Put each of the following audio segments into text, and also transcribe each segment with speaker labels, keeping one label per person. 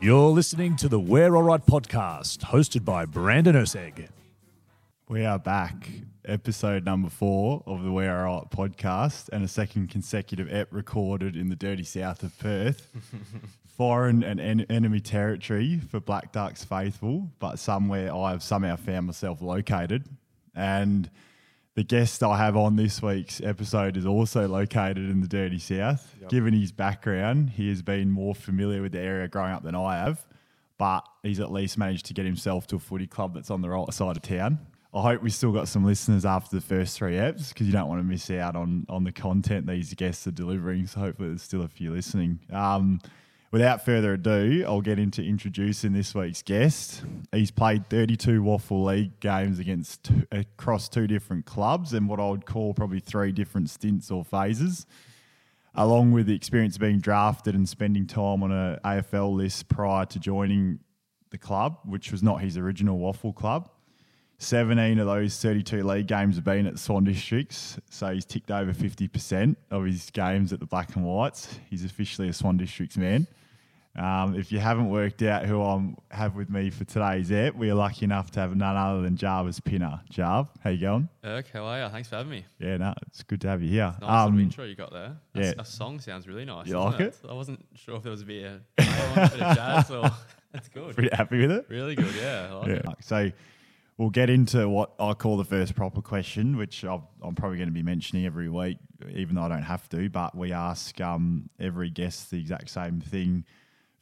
Speaker 1: You're listening to the We're Alright podcast, hosted by Brandon Oseg.
Speaker 2: We are back, episode number four of the We Are Right podcast, and a second consecutive ep recorded in the dirty south of Perth, foreign and en- enemy territory for Black Ducks faithful, but somewhere I have somehow found myself located. And the guest I have on this week's episode is also located in the dirty south. Given his background, he has been more familiar with the area growing up than I have but he's at least managed to get himself to a footy club that's on the right side of town. I hope we still got some listeners after the first three eps because you don't want to miss out on on the content these guests are delivering. So hopefully there's still a few listening. Um, without further ado, I'll get into introducing this week's guest. He's played 32 Waffle League games against two, across two different clubs and what I would call probably three different stints or phases along with the experience of being drafted and spending time on a AFL list prior to joining the club, which was not his original waffle club. 17 of those 32 league games have been at Swan Districts, so he's ticked over 50% of his games at the Black and Whites. He's officially a Swan Districts man. Um, if you haven't worked out who I have with me for today's ep, we are lucky enough to have none other than Jarvis Pinner. Jarv, how you going?
Speaker 3: Erk, how are you? Thanks for having me.
Speaker 2: Yeah, no, it's good to have you here. Um,
Speaker 3: Nice little intro you got there. That's,
Speaker 2: yeah.
Speaker 3: That song sounds really nice.
Speaker 2: You
Speaker 3: doesn't
Speaker 2: like it?
Speaker 3: I wasn't sure if there was a bit of, a bit of jazz or. That's good.
Speaker 2: Pretty happy with it?
Speaker 3: Really good, yeah. I like
Speaker 2: Yeah.
Speaker 3: it.
Speaker 2: So we'll get into what I call the first proper question, which I've, I'm probably going to be mentioning every week, even though I don't have to. But we ask um, every guest the exact same thing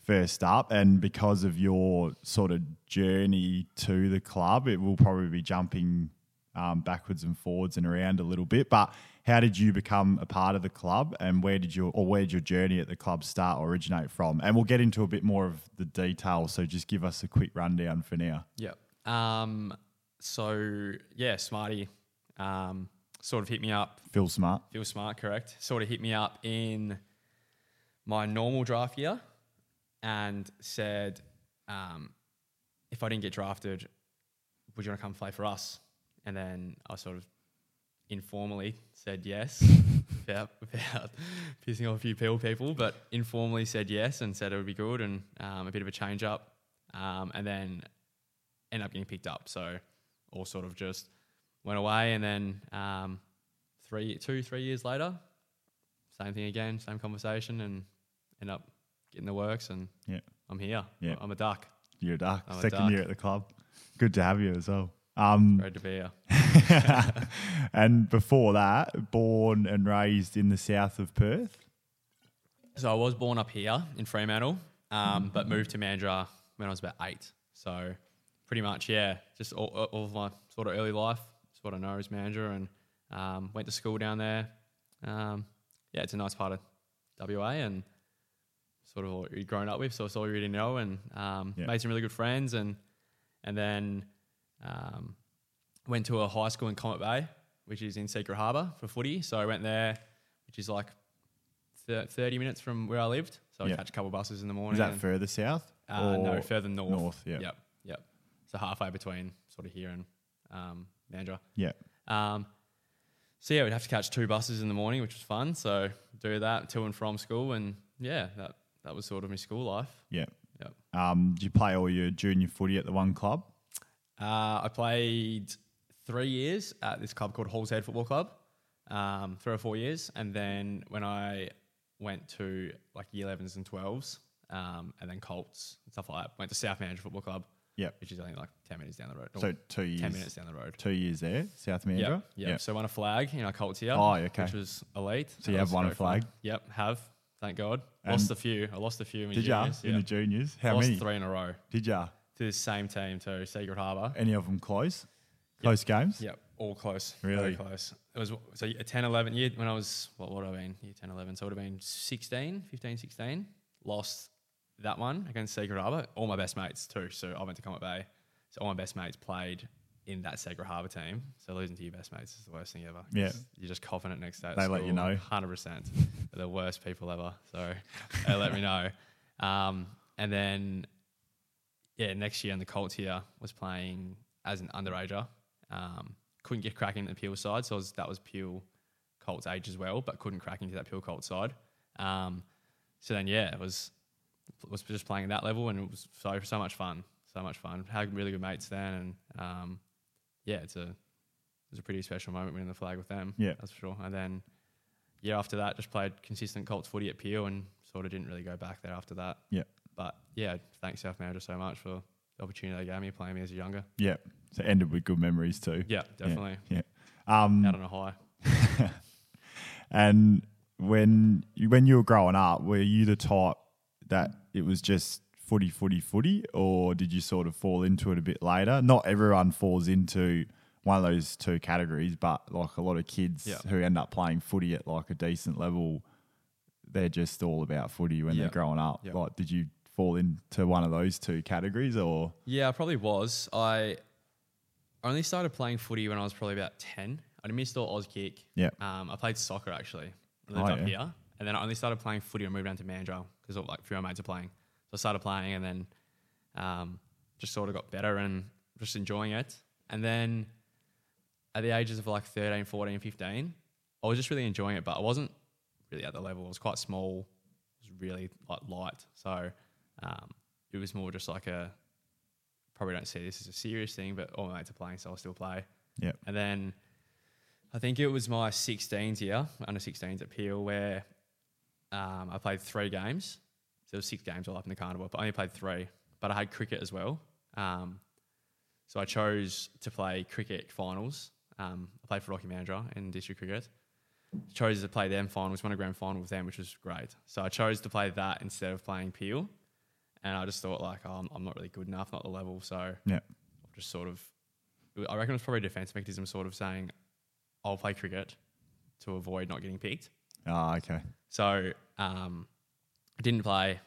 Speaker 2: first up. And because of your sort of journey to the club, it will probably be jumping um, backwards and forwards and around a little bit. But how did you become a part of the club, and where did your or where did your journey at the club start or originate from? And we'll get into a bit more of the detail. So just give us a quick rundown for now.
Speaker 3: Yep. Um, so, yeah, Smarty um, sort of hit me up.
Speaker 2: Phil Smart,
Speaker 3: Feel smart, correct? Sort of hit me up in my normal draft year and said, um, if I didn't get drafted, would you want to come play for us? And then I sort of informally said yes, without, without pissing off a few pill people, but informally said yes and said it would be good and um, a bit of a change up. Um, and then end up getting picked up. So all sort of just went away. And then um, three, two, three years later, same thing again, same conversation, and end up getting the works. And
Speaker 2: Yeah.
Speaker 3: I'm here.
Speaker 2: Yeah.
Speaker 3: I'm a duck.
Speaker 2: you're a duck.
Speaker 3: I'm a
Speaker 2: Second
Speaker 3: duck.
Speaker 2: year at the club. Good to have you as well. Um,
Speaker 3: Ready to be here.
Speaker 2: and before that, born and raised in the south of Perth.
Speaker 3: So I was born up here in Fremantle, um, but moved to Mandurah when I was about eight. So pretty much, yeah, just all, all of my sort of early life. That's what I know is Mandurah, and um, went to school down there. Um, yeah, it's a nice part of WA, and sort of all you've grown up with. So it's all you really know, and um,
Speaker 2: Yeah.
Speaker 3: made some really good friends, and and then um, went to a high school in Comet Bay, which is in Secret Harbour for footy. So I went there, which is like thir- 30 minutes from where I lived. So I
Speaker 2: Yeah.
Speaker 3: catch a couple buses in the morning.
Speaker 2: Is that
Speaker 3: and-
Speaker 2: further south?
Speaker 3: Uh, no,
Speaker 2: Or-
Speaker 3: further north.
Speaker 2: north, yeah.
Speaker 3: Yep. Yep. So halfway between sort of here and um, Mandurah.
Speaker 2: Yeah.
Speaker 3: Um, so yeah, we'd have to catch two buses in the morning, which was fun. So do that to and from school, and yeah, that that was sort of my school life.
Speaker 2: Yeah.
Speaker 3: Yep.
Speaker 2: Um, did you play all your junior footy at the one club?
Speaker 3: Uh, I played three years at this club called Halls Head Football Club, um, three or four years, and then when I went to like year 11s and 12s, um, and then Colts and stuff like that, went to South Manager Football Club,
Speaker 2: Yeah.
Speaker 3: which is only like 10 minutes down the road.
Speaker 2: So
Speaker 3: No,
Speaker 2: two years.
Speaker 3: 10 Oh, minutes down the road.
Speaker 2: Two years there, South Mandurah.
Speaker 3: Yeah, yeah.
Speaker 2: Yeah.
Speaker 3: So won a flag in our Colts here.
Speaker 2: Oh, okay.
Speaker 3: Which was elite.
Speaker 2: So you
Speaker 3: That
Speaker 2: have
Speaker 3: was
Speaker 2: won a
Speaker 3: very fun.
Speaker 2: flag?
Speaker 3: Yep, have. Thank God.
Speaker 2: And-
Speaker 3: lost a few. I lost a few. In
Speaker 2: Did ya
Speaker 3: juniors,
Speaker 2: in
Speaker 3: yeah.
Speaker 2: the juniors? How
Speaker 3: lost
Speaker 2: many?
Speaker 3: three in a row
Speaker 2: Did ya?
Speaker 3: to the same team too, Secret Harbour.
Speaker 2: Any of them close? Close games?
Speaker 3: Yep, all close.
Speaker 2: Really?
Speaker 3: Very close. It was so a 10, 11 year when I was, what would I have been? Year 10, 11. So it would have been 16, 15, 16. Lost that one against Secret Harbour. All my best mates too. So I went to Comet Bay. So all my best mates played in that Secret Harbour team. So losing to your best mates is the worst thing ever. 'cause
Speaker 2: Yeah.
Speaker 3: You're just coughing it next day. at
Speaker 2: They let you
Speaker 3: school.
Speaker 2: know.
Speaker 3: 100%. They're the worst people ever. So they let me know. Um, and then yeah, next year in the Colts here was playing as an underager. Um, couldn't get cracking into the Peel side, so I was, that was Peel Colts age as well, but couldn't crack into that Peel Colts side. Um, so then, yeah, it was was just playing at that level, and it was so so much fun, so much fun. Had really good mates then, and um, yeah, it's a it was a pretty special moment winning the flag with them.
Speaker 2: Yeah.
Speaker 3: that's for sure. And then year after that, just played consistent Colts footy at Peel, and sort of didn't really go back there after that.
Speaker 2: Yeah.
Speaker 3: but yeah, thanks South Manager so much for the opportunity they gave me playing me as a younger.
Speaker 2: Yeah. So ended with good memories too.
Speaker 3: Yeah, definitely
Speaker 2: Yeah. Um,
Speaker 3: out on a high.
Speaker 2: And when you, when you were growing up, were you the type that it was just footy, footy, footy, or did you sort of fall into it a bit later? Not everyone falls into one of those two categories, but like a lot of kids
Speaker 3: Yeah.
Speaker 2: who end up playing footy at like a decent level, they're just all about footy when they're
Speaker 3: Yeah.
Speaker 2: growing up.
Speaker 3: Yeah.
Speaker 2: Like, did you fall into one of those two categories, or
Speaker 3: Yeah, I probably was. I only started playing footy when I was probably about 10. I missed all Oz kick.
Speaker 2: Yeah.
Speaker 3: Um, I played soccer actually. I lived
Speaker 2: Oh,
Speaker 3: up
Speaker 2: yeah.
Speaker 3: here. And then I only started playing footy when I moved down to Mandurah because like a few of my mates are playing. So I started playing and then um, just sort of got better and just enjoying it. And then at the ages of like 13, 14, 15, I was just really enjoying it, but I wasn't really at the level. I was quite small. It was really like light. So um, it was more just like a probably don't see this as a serious thing, but all my mates are playing, so I'll still play.
Speaker 2: yeah,
Speaker 3: And then I think it was my 16s year, under 16s at Peel, where um, I played three games. So there was six games all up in the carnival, but I only played three. But I had cricket as well. Um, so I chose to play cricket finals. Um, I played for Rocky Mandra in district cricket. Chose to play them finals, won a grand final with them, which was great. So I chose to play that instead of playing Peel. And I just thought, like, oh, I'm, I'm not really good enough, not the level. So
Speaker 2: yeah,
Speaker 3: just sort of, I reckon it was probably a defense mechanism, sort of saying, I'll play cricket to avoid not getting picked.
Speaker 2: ah, okay,
Speaker 3: So um, I didn't play.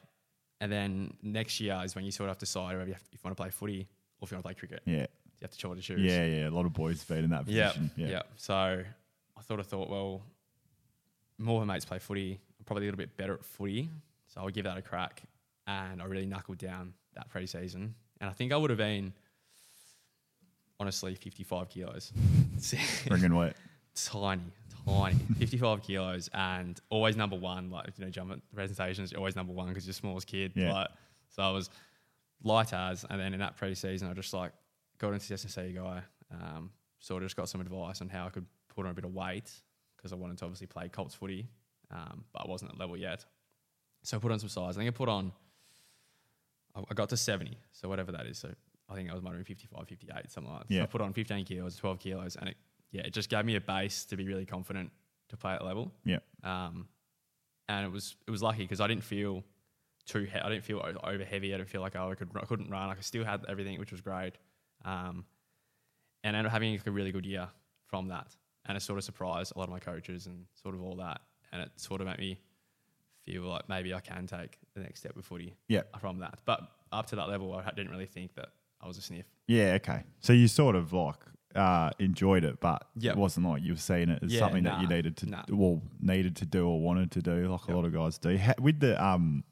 Speaker 3: And then next year is when you sort of decide whether you, have to, if you want to play footy or if you want to play cricket.
Speaker 2: yeah,
Speaker 3: You have to choose. choose.
Speaker 2: yeah, yeah. A lot of boys feed in that
Speaker 3: Yeah,
Speaker 2: position.
Speaker 3: yeah. So I thought I thought, well, more of my mates play footy. I'm probably a little bit better at footy, so I'll give that a crack. And I really knuckled down that pre-season, and I think I would have been, honestly, 55 kilos,
Speaker 2: bringing weight.
Speaker 3: tiny, tiny, 55 kilos, and always number one. Like you know, jump at presentations, you're always number one because you're the smallest kid.
Speaker 2: Yeah.
Speaker 3: Like, so I was light as, and then in that pre-season, I just like got into the SNC guy. Um, sort of just got some advice on how I could put on a bit of weight because I wanted to obviously play Colts footy, um, but I wasn't at level yet. So I put on some size. I think I put on, I, I got to 70, so whatever that is. So I think I was might have been 55, 58, something like that. So
Speaker 2: Yeah.
Speaker 3: I put on 15 kilos, 12 kilos, and it, yeah, it just gave me a base to be really confident to play at level.
Speaker 2: Yeah,
Speaker 3: Um, and it was it was lucky because I didn't feel too he- I didn't feel o- over heavy. I didn't feel like oh, I could I couldn't run. Like I still had everything, which was great. Um, and I ended up having like, a really good year from that, and it sort of surprised a lot of my coaches and sort of all that, and it sort of made me feel like maybe I can take the next step with footy.
Speaker 2: Yeah.
Speaker 3: from that. But up to that level, I ha- didn't really think that I was a sniff.
Speaker 2: Yeah, okay. So you sort of like uh, enjoyed it, but
Speaker 3: Yep.
Speaker 2: it wasn't like you were seeing it as
Speaker 3: Yeah,
Speaker 2: something that you
Speaker 3: nah,
Speaker 2: needed to
Speaker 3: nah.
Speaker 2: well needed to do or wanted to do, like a lot of guys do. Ha- with the um,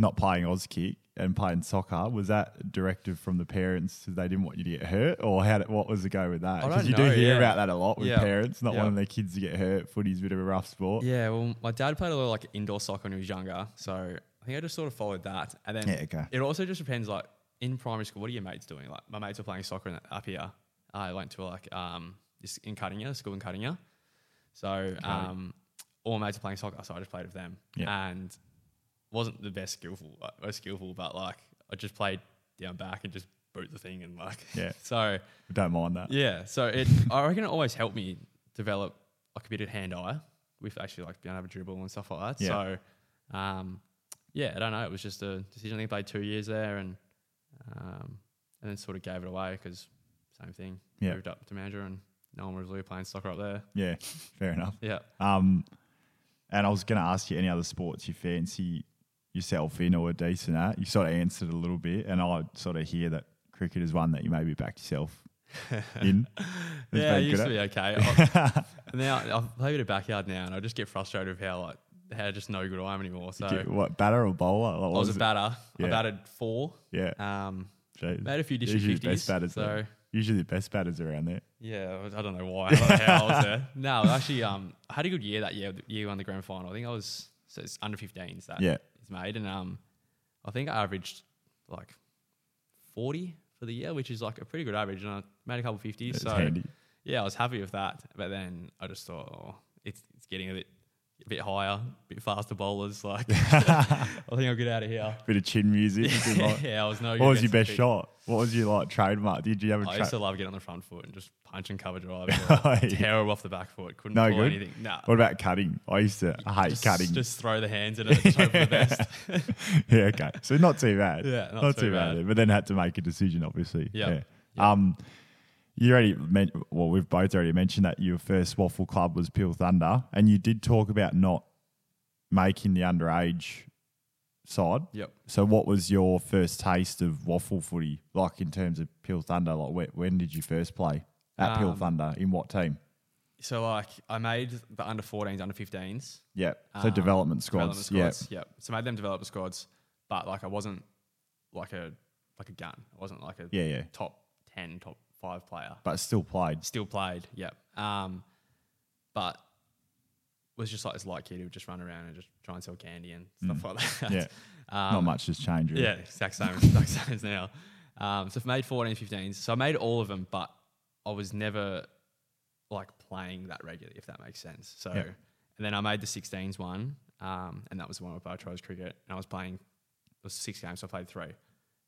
Speaker 2: not playing Auskick and playing soccer, was that a directive from the parents? 'cause They didn't want you to get hurt, or how? Did, what was the go with that?
Speaker 3: I
Speaker 2: Because
Speaker 3: don't
Speaker 2: you
Speaker 3: know,
Speaker 2: do hear
Speaker 3: yeah.
Speaker 2: about that a lot with
Speaker 3: Yeah.
Speaker 2: parents not
Speaker 3: Yeah.
Speaker 2: wanting their kids to get hurt. Footy's a bit of a rough sport.
Speaker 3: Yeah, well, my dad played a lot of like indoor soccer when he was younger, so I think I just sort of followed that. And then
Speaker 2: Yeah, okay.
Speaker 3: it also just depends. Like in primary school, what are your mates doing? Like my mates were playing soccer in, up here. I went to like um this in Cuttingham, a school in Cuttingham. So um, all my mates were playing soccer, so I just played with them.
Speaker 2: Yeah.
Speaker 3: And wasn't the best skillful, like, most skillful, but like I just played down back and just boot the thing and like
Speaker 2: Yeah.
Speaker 3: so
Speaker 2: Don't mind that.
Speaker 3: yeah, so it I reckon it always helped me develop like a bit of hand eye with actually like being able to dribble and stuff like that.
Speaker 2: Yeah.
Speaker 3: So um, yeah, I don't know. It was just a decision. I think I played two years there and um, and then sort of gave it away because same thing.
Speaker 2: Yeah.
Speaker 3: Moved up to manager and no one was really playing soccer up there.
Speaker 2: yeah fair enough.
Speaker 3: Yeah.
Speaker 2: Um, and I was going to ask you any other sports you fancy yourself in or are decent at. You sort of answered a little bit, and I sort of hear that cricket is one that you maybe backed yourself in. It's
Speaker 3: Yeah, I
Speaker 2: been
Speaker 3: used
Speaker 2: good
Speaker 3: to be
Speaker 2: at-
Speaker 3: okay. I- now I play a bit of backyard now and I just get frustrated with how like how just no good I am anymore. So
Speaker 2: Get- what batter or bowler? What
Speaker 3: I was
Speaker 2: was
Speaker 3: a
Speaker 2: it?
Speaker 3: batter.
Speaker 2: Yeah.
Speaker 3: I batted four.
Speaker 2: Yeah,
Speaker 3: Um,
Speaker 2: Jeez.
Speaker 3: made a few district
Speaker 2: usually the best
Speaker 3: 50s,
Speaker 2: batters.
Speaker 3: so-
Speaker 2: there. Usually the best batters around there.
Speaker 3: Yeah, I was- I don't know why. I don't know how I was there. No, actually, um, I had a good year that year. The year we won the grand final. I think I was so it's under 15s that
Speaker 2: Yeah.
Speaker 3: is made, and um, I I think I averaged like 40 for the year, which is like a pretty good average. And I made a couple 50s.
Speaker 2: It's
Speaker 3: so
Speaker 2: handy.
Speaker 3: yeah, I was happy with that. But then I just thought, oh, it's, it's getting a bit, a bit higher, a bit faster bowlers. Like, I think I'll get out of here.
Speaker 2: Bit of chin music.
Speaker 3: yeah, I was no. good
Speaker 2: What was your best
Speaker 3: against the pick.
Speaker 2: shot? What was your like trademark? Did you have a
Speaker 3: I used to
Speaker 2: tra-
Speaker 3: love getting on the front foot and just punch and cover drive.
Speaker 2: Oh, yeah.
Speaker 3: Terrible off the back foot. Couldn't
Speaker 2: No
Speaker 3: pull
Speaker 2: good?
Speaker 3: anything. Nah.
Speaker 2: What about cutting? I used to I hate
Speaker 3: just,
Speaker 2: cutting.
Speaker 3: Just throw the hands in it. Just hope for the best.
Speaker 2: yeah, okay. So not too bad.
Speaker 3: Yeah, not too bad.
Speaker 2: But then had to make a decision, obviously.
Speaker 3: Yeah.
Speaker 2: Yeah. Um, you already meant well. We've both already mentioned that your first waffle club was Peel Thunder, and you did talk about not making the underage side.
Speaker 3: Yep.
Speaker 2: So, what was your first taste of waffle footy like in terms of Peel Thunder? Like, when, when did you first play at Peel
Speaker 3: Um,
Speaker 2: Thunder? In what team?
Speaker 3: So like I made the under 14s, under 15s.
Speaker 2: Yeah. So
Speaker 3: um,
Speaker 2: development squads.
Speaker 3: development squads. Yeah. So made them develop squads, but like I wasn't like a like a gun. I wasn't like a
Speaker 2: Yeah. Yeah. Yeah.
Speaker 3: top 10, top 5 player.
Speaker 2: But still played.
Speaker 3: Still played. Yep. Um but was just like this light kid who would just run around and just try and sell candy and stuff like that.
Speaker 2: Mm. Yeah.
Speaker 3: Um,
Speaker 2: Not much has changed. Really.
Speaker 3: Yeah, exact same, exact same as now. Um, so I made 14, 15s. So I made all of them, but I was never like playing that regularly, if that makes sense. So,
Speaker 2: Yeah.
Speaker 3: and then I made the 16s one, um, and that was the one with Bartros cricket. And I was playing, it was six games, so I played three.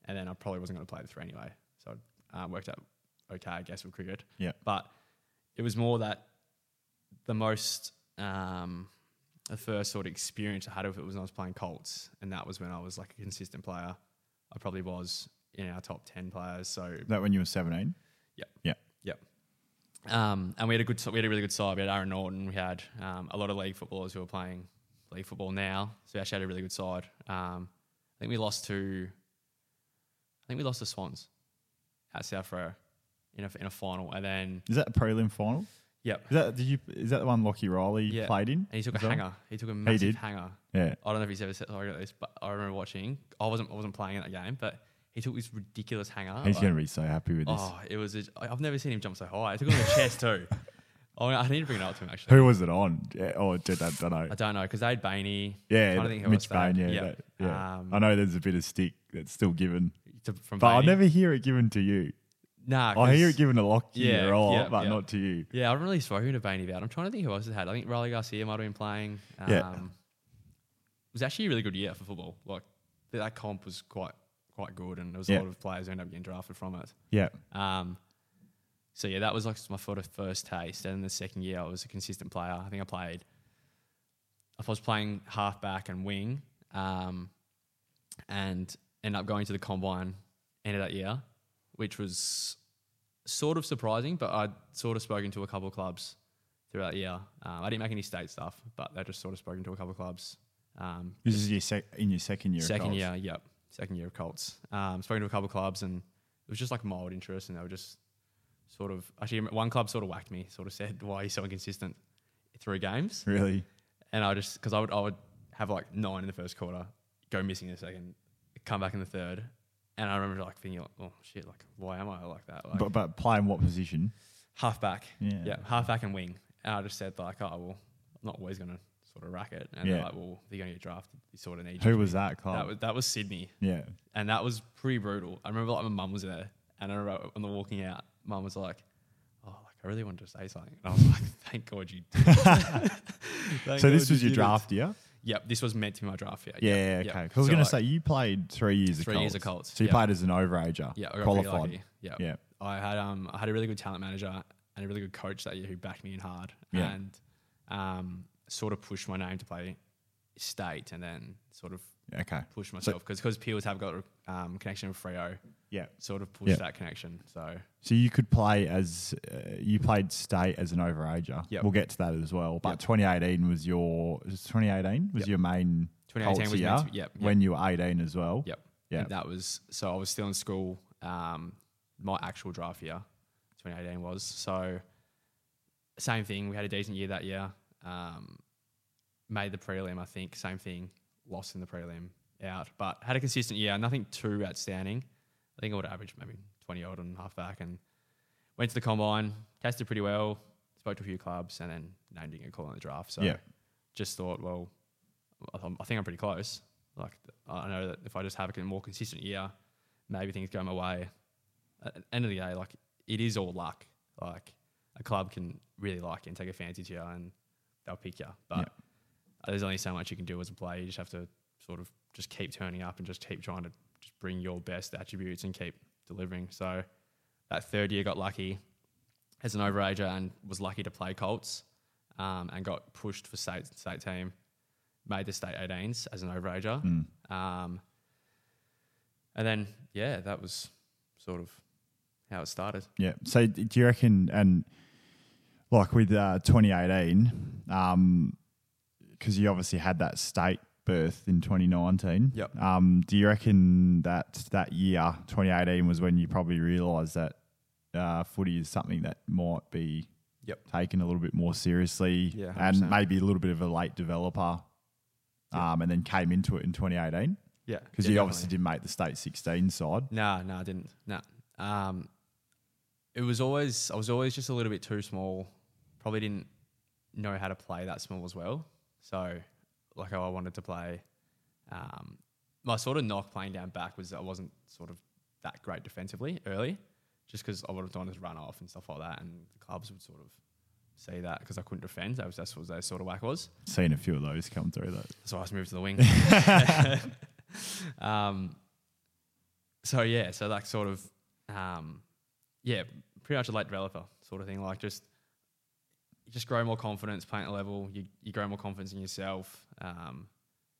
Speaker 3: And then I probably wasn't going to play the three anyway. So I uh, worked out okay, I guess, with cricket.
Speaker 2: Yeah.
Speaker 3: But it was more that the most um, the first sort of experience I had of it was when I was playing Colts, and that was when I was like a consistent player. I probably was in our top ten players. So
Speaker 2: Is that when you were 17?
Speaker 3: Yep.
Speaker 2: Yeah.
Speaker 3: yep. Um, and we had a good, we had a really good side. We had Aaron Norton. We had um, a lot of league footballers who are playing league football now. So we actually had a really good side. Um, I think we lost to, I think we lost to Swans at South Row in a in a final, and then
Speaker 2: Is that a prelim final?
Speaker 3: yep,
Speaker 2: Is that did you? Is that the one Lockie Riley
Speaker 3: Yeah.
Speaker 2: played in?
Speaker 3: and he took a
Speaker 2: as well?
Speaker 3: hanger. He took a massive
Speaker 2: did.
Speaker 3: hanger.
Speaker 2: Yeah,
Speaker 3: I don't know if he's ever said sorry about this, but I remember watching. I wasn't I wasn't playing in that game, but he took this ridiculous hanger.
Speaker 2: he's
Speaker 3: like-
Speaker 2: going to be so happy with this.
Speaker 3: oh, it was. A, I- I've never seen him jump so high. I took it on the chest too. Oh, I need to bring it up to him actually.
Speaker 2: Who was it on? Yeah, oh, did I don't know.
Speaker 3: I don't know because they had Bainey.
Speaker 2: Yeah,
Speaker 3: trying to think who
Speaker 2: Mitch
Speaker 3: else they had.
Speaker 2: Bain. Yeah, that- yeah.
Speaker 3: Um,
Speaker 2: I know there's a bit of stick that's still given,
Speaker 3: to- from
Speaker 2: but I
Speaker 3: Bainey.
Speaker 2: never hear it given to you.
Speaker 3: Nah,
Speaker 2: I hear
Speaker 3: 'cause-
Speaker 2: it given to Lockie
Speaker 3: Yeah,
Speaker 2: or all,
Speaker 3: yeah,
Speaker 2: but
Speaker 3: yeah.
Speaker 2: not to you.
Speaker 3: Yeah, I haven't really spoken to Bainey about. it. I'm trying to think who else it had. I think Riley Garcia might have been playing. Um,
Speaker 2: Yeah.
Speaker 3: It was actually a really good year for football. Like th- that comp was quite quite good, and there was a
Speaker 2: Yeah.
Speaker 3: lot of players who ended up getting drafted from it.
Speaker 2: Yeah,
Speaker 3: Um, so yeah, that was like my sort of first taste. And then the second year, I was a consistent player. I think I played. I was playing halfback and wing, um, and ended up going to the combine end of that year, which was sort of surprising. But I'd sort of spoken to a couple of clubs throughout the year. Um, I didn't make any state stuff, but I just sort of spoken to a couple of clubs. Um,
Speaker 2: this is your sec- in your second year. of
Speaker 3: second
Speaker 2: college.
Speaker 3: year, yep, second year of Colts. Um, spoken to a couple of clubs, and it was just like mild interest, and they were just sort of actually one club sort of whacked me, sort of said, "Why are you so inconsistent through games?"
Speaker 2: really?
Speaker 3: And I just because I would I would have like nine in the first quarter, go missing in the second, come back in the third, and I remember like thinking, like, "Oh shit, like why am I like that?" Like,
Speaker 2: But but playing what position?
Speaker 3: halfback,
Speaker 2: Yeah.
Speaker 3: yeah, halfback and wing, and I just said like, "Oh well, I'm not always gonna." Sort of racket, and they're
Speaker 2: Yeah.
Speaker 3: like, well, if you're gonna get drafted. You sort of need. you
Speaker 2: Who
Speaker 3: to
Speaker 2: was
Speaker 3: be."
Speaker 2: that club?
Speaker 3: That was that was Sydney
Speaker 2: yeah,
Speaker 3: and that was pretty brutal. I remember like my mum was there, and I remember on the walking out, mum was like, "Oh, like I really wanted to say something," and I was like, "Thank God you." Did. Thank
Speaker 2: so
Speaker 3: God
Speaker 2: this
Speaker 3: you
Speaker 2: was your
Speaker 3: did it.
Speaker 2: draft year.
Speaker 3: Yep, this was meant to be my draft year.
Speaker 2: Yeah,
Speaker 3: Yep,
Speaker 2: yeah,
Speaker 3: yep.
Speaker 2: okay. 'Cause I was
Speaker 3: So,
Speaker 2: going
Speaker 3: like,
Speaker 2: to say you played three years. of
Speaker 3: Three
Speaker 2: Colts.
Speaker 3: years of Colts,
Speaker 2: So you
Speaker 3: yeah.
Speaker 2: played as an overager.
Speaker 3: yeah, I got pretty
Speaker 2: qualified.
Speaker 3: lucky. Yep.
Speaker 2: Yeah.
Speaker 3: I had um I had a really good talent manager and a really good coach that year who backed me in hard
Speaker 2: Yeah.
Speaker 3: and um sort of pushed my name to play state and then sort of
Speaker 2: Okay.
Speaker 3: pushed myself because because Peels have got a um, connection with Freo,
Speaker 2: Yeah.
Speaker 3: sort of pushed
Speaker 2: Yeah.
Speaker 3: that connection. So
Speaker 2: So you could play as uh, you played state as an overager.
Speaker 3: Yep.
Speaker 2: We'll get to that as well. But
Speaker 3: Yep.
Speaker 2: 2018 was your 2018 was your main
Speaker 3: 2018
Speaker 2: Colts
Speaker 3: was
Speaker 2: year
Speaker 3: meant to be- yep, yep.
Speaker 2: when you were 18 as well.
Speaker 3: Yep.
Speaker 2: Yeah.
Speaker 3: And That was so I was still in school. Um, my actual draft year, 2018 was so. Same thing. We had a decent year that year. Um, made the prelim, I think. Same thing. Lost in the prelim, out, but had a consistent year. Nothing too outstanding. I think I would average maybe 20 odd and half back, and went to the combine. Tested pretty well. Spoke to a few clubs, and then named didn't get called in the draft. So
Speaker 2: Yeah.
Speaker 3: just thought, well, I I think I'm pretty close. Like th- I know that if I just have a con- more consistent year, maybe things go my way. At the end of the day, like it is all luck. Like a club can really like you and take a fancy to you, and they'll pick you. But
Speaker 2: Yeah.
Speaker 3: there's only so much you can do as a player. You just have to sort of just keep turning up and just keep trying to just bring your best attributes and keep delivering. So that third year got lucky as an overager and was lucky to play Colts um, and got pushed for state state team. Made the state 18s as an overager.
Speaker 2: Hmm.
Speaker 3: Um, and then, yeah, that was sort of how it started.
Speaker 2: Yeah. So d- do you reckon, and like with uh, 2018, because you obviously had that state birth in 2019.
Speaker 3: Yep.
Speaker 2: Um, do you reckon that that year, 2018, was when you probably realised that uh, footy is something that might be
Speaker 3: Yep.
Speaker 2: taken a little bit more seriously
Speaker 3: Yeah,
Speaker 2: and
Speaker 3: 100%.
Speaker 2: maybe a little bit of a late developer um, and then came into it in 2018?
Speaker 3: Yeah.
Speaker 2: Because
Speaker 3: yeah,
Speaker 2: you obviously
Speaker 3: definitely.
Speaker 2: didn't make the state 16 side.
Speaker 3: Nah, nah, I didn't. Nah. Um, it was always I was always just a little bit too small. Probably didn't know how to play that small as well. So, like how I wanted to play. Um, my sort of knock playing down back was I wasn't sort of that great defensively early, just because I would have done is run off and stuff like that, and the clubs would sort of see that because I couldn't defend. That was that's what their sort of whack was.
Speaker 2: Seen a few of those come through, though.
Speaker 3: So I was moved to the wing. um, so yeah, so like sort of, um, yeah, pretty much a late developer sort of thing. Like just, you just grow more confidence, playing at a level. You you grow more confidence in yourself. Um,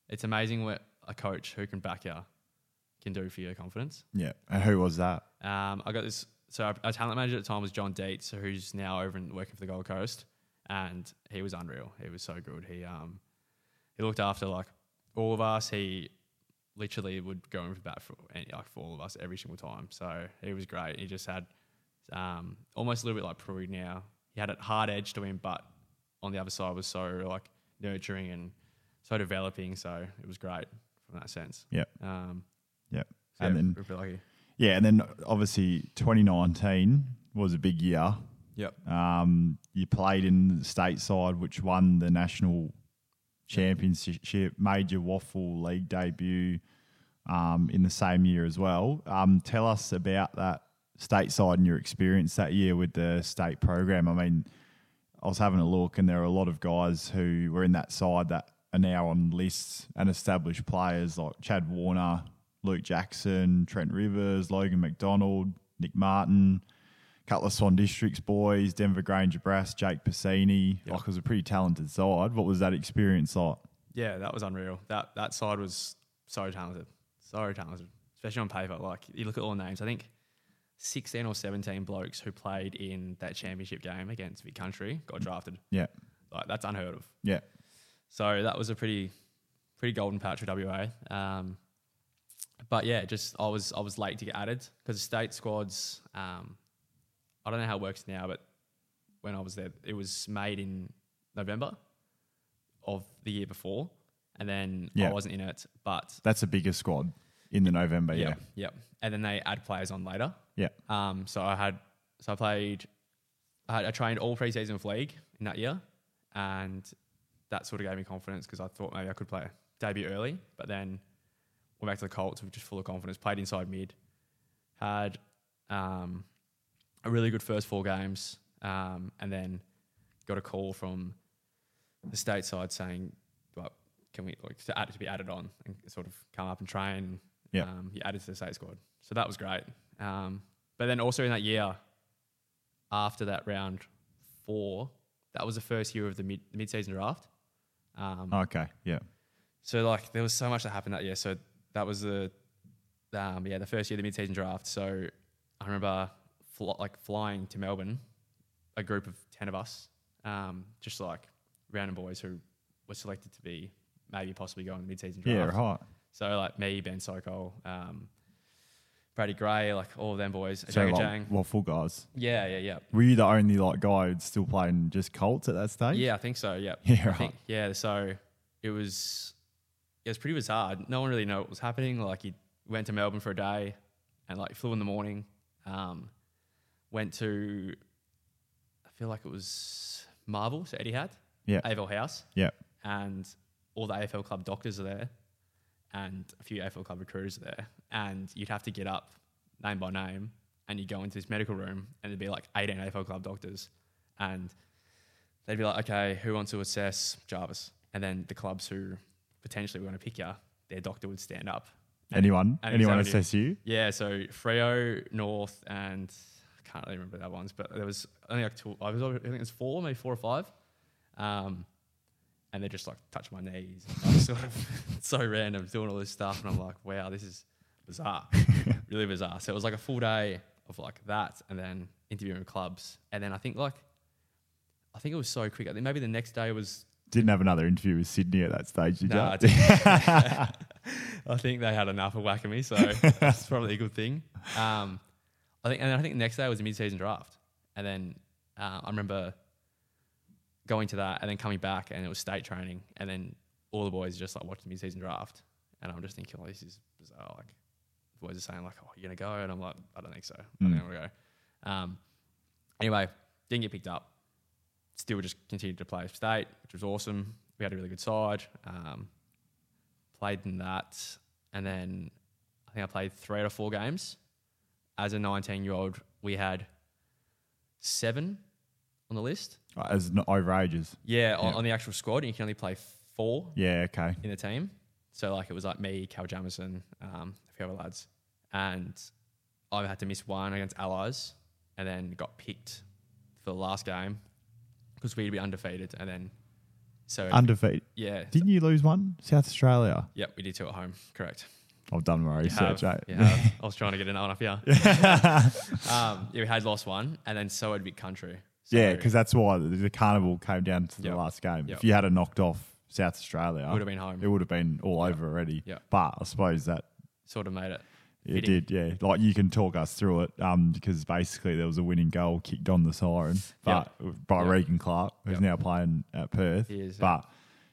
Speaker 3: it's amazing what a coach who can back you can do for your confidence.
Speaker 2: Yeah. And who was that?
Speaker 3: Um, I got this. So our, our talent manager at the time was John Dietz, who's now over and working for the Gold Coast, and he was unreal. He was so good. He um, he looked after like all of us. He literally would go in for bat for any- like for all of us every single time. So he was great. He just had um, almost a little bit like Prue now. He had a hard edge to him, but on the other side was so like nurturing and so developing. So it was great from that sense.
Speaker 2: Yep.
Speaker 3: Um,
Speaker 2: Yep.
Speaker 3: so
Speaker 2: and
Speaker 3: yeah,
Speaker 2: then
Speaker 3: we're pretty lucky.
Speaker 2: yeah, and then obviously 2019 was a big year.
Speaker 3: Yep.
Speaker 2: Um, you played in the state side, which won the national championship, made your waffle league debut um, in the same year as well. Um, tell us about that state side and your experience that year with the state program. I mean, I was having a look, and there are a lot of guys who were in that side that are now on lists and established players like Chad Warner, Luke Jackson, Trent Rivers, Logan McDonald, Nick Martin, Cutler Swan Districts boys, Denver Granger Brass, Jake Piscini. Like, it was a pretty talented side. What was that experience like?
Speaker 3: Yeah, that was unreal. That that side was so talented, so talented, especially on paper. Like you look at all the names. I think sixteen or seventeen blokes who played in that championship game against Vic Country got drafted.
Speaker 2: Yeah,
Speaker 3: Like that's unheard of.
Speaker 2: yeah,
Speaker 3: So that was a pretty pretty golden patch for WA. Um, but yeah, just I was I was late to get added because state squads. Um, I don't know how it works now, but when I was there, it was made in November of the year before, and then
Speaker 2: Yeah.
Speaker 3: I wasn't in it. But
Speaker 2: that's a bigger squad in the November.
Speaker 3: yeah,
Speaker 2: Yeah,
Speaker 3: yeah, and then they add players on later.
Speaker 2: yeah,
Speaker 3: Um, so I had, so I played, I, had, I trained all preseason with league in that year, and that sort of gave me confidence because I thought maybe I could play debut early, but then went back to the Colts with just full of confidence. Played inside mid, had um, a really good first four games, um, and then got a call from the state side saying, like, can we like to, add, to be added on and sort of come up and train?
Speaker 2: Yeah.
Speaker 3: um, you added to the state squad, so that was great. Um, but then also in that year, after that round four, that was the first year of the mid mid season draft. Um,
Speaker 2: Okay, yeah,
Speaker 3: so like there was so much that happened that year. So that was the um, yeah the first year of the mid season draft. So I remember fl- like flying to Melbourne, a group of ten of us, um, just like random boys who were selected to be maybe possibly going to the mid season draft.
Speaker 2: yeah, right.
Speaker 3: So like me, Ben Sokol, um, Brady Gray, like all of them boys,
Speaker 2: So
Speaker 3: Ajanga
Speaker 2: like,
Speaker 3: Jang.
Speaker 2: waffle guys.
Speaker 3: Yeah, yeah, yeah.
Speaker 2: Were you the only like guy who'd still playing just Colts at that stage?
Speaker 3: Yeah, I think so. Yeah.
Speaker 2: Yeah,
Speaker 3: I think,
Speaker 2: right.
Speaker 3: yeah. So it was it was pretty bizarre. No one really knew what was happening. Like you went to Melbourne for a day and like flew in the morning. Um, went to I feel like it was Marvel, so Eddie had
Speaker 2: yeah,
Speaker 3: AFL House
Speaker 2: yeah,
Speaker 3: and all the AFL club doctors are there. and a few AFL club recruiters there, and you'd have to get up name by name, and you go into this medical room, and it'd be like 18 AFL club doctors, and they'd be like, okay, who wants to assess Jarvis? And then the clubs who potentially were going to pick you, their doctor would stand up.
Speaker 2: Anyone?
Speaker 3: and
Speaker 2: anyone
Speaker 3: examine you.
Speaker 2: assess you?
Speaker 3: Yeah, so Freo, North, and I can't really remember the other ones, but there was only like two. I was I think it was four, maybe four or five, um, and they just like touch my knees, and like, sort of so random, doing all this stuff, and I'm like, wow, this is bizarre, really bizarre. So it was like a full day of like that, and then interviewing with clubs, and then I think like, I think it was so quick. I think maybe the next day was
Speaker 2: Didn't have another interview with Sydney at that stage, did
Speaker 3: no, I,
Speaker 2: you?
Speaker 3: didn't. I think they had enough of whacking me, so that's probably a good thing. Um, I think, and then I think the next day was a mid-season draft, and then uh, I remember going to that, and then coming back, and it was state training, and then all the boys just like watched the mid-season draft, and I'm just thinking, oh, this is bizarre. Like the boys are saying, like, oh, you're gonna go, and I'm like, I don't think so. I think I'm gonna go. Um, anyway, didn't get picked up still just continued to play state, which was awesome. We had a really good side. Um, played in that, and then I think I played three out of four games. As a 19 year old, we had seven on the list.
Speaker 2: As n- over ages.
Speaker 3: Yeah, On, on the actual squad, and you can only play four
Speaker 2: Yeah, okay.
Speaker 3: in the team. So like it was like me, Cal Jamison, um, a few other lads, and I had to miss one against Allies, and then got picked for the last game because we'd be undefeated, and then so
Speaker 2: Undefeated.
Speaker 3: yeah,
Speaker 2: Didn't you lose one? South Australia.
Speaker 3: yeah, we did two at home, correct?
Speaker 2: I've done my research.
Speaker 3: Have-
Speaker 2: eh?
Speaker 3: yeah, have. I was trying to get it on up, yeah. um, yeah, we had lost one, and then so it'd be country. So
Speaker 2: Yeah, because that's why the, the carnival came down to the
Speaker 3: Yep.
Speaker 2: last game.
Speaker 3: Yep.
Speaker 2: If you had a knocked off South Australia,
Speaker 3: Would've been home.
Speaker 2: It would have been all over already.
Speaker 3: Yep.
Speaker 2: But I suppose that
Speaker 3: sort of made it.
Speaker 2: it
Speaker 3: Fitting.
Speaker 2: did. Yeah, like you can talk us through it. Um, because basically there was a winning goal kicked on the siren, but by
Speaker 3: Yep.
Speaker 2: Regan Clark, who's
Speaker 3: Yep.
Speaker 2: now playing at Perth.
Speaker 3: He is, yeah.
Speaker 2: but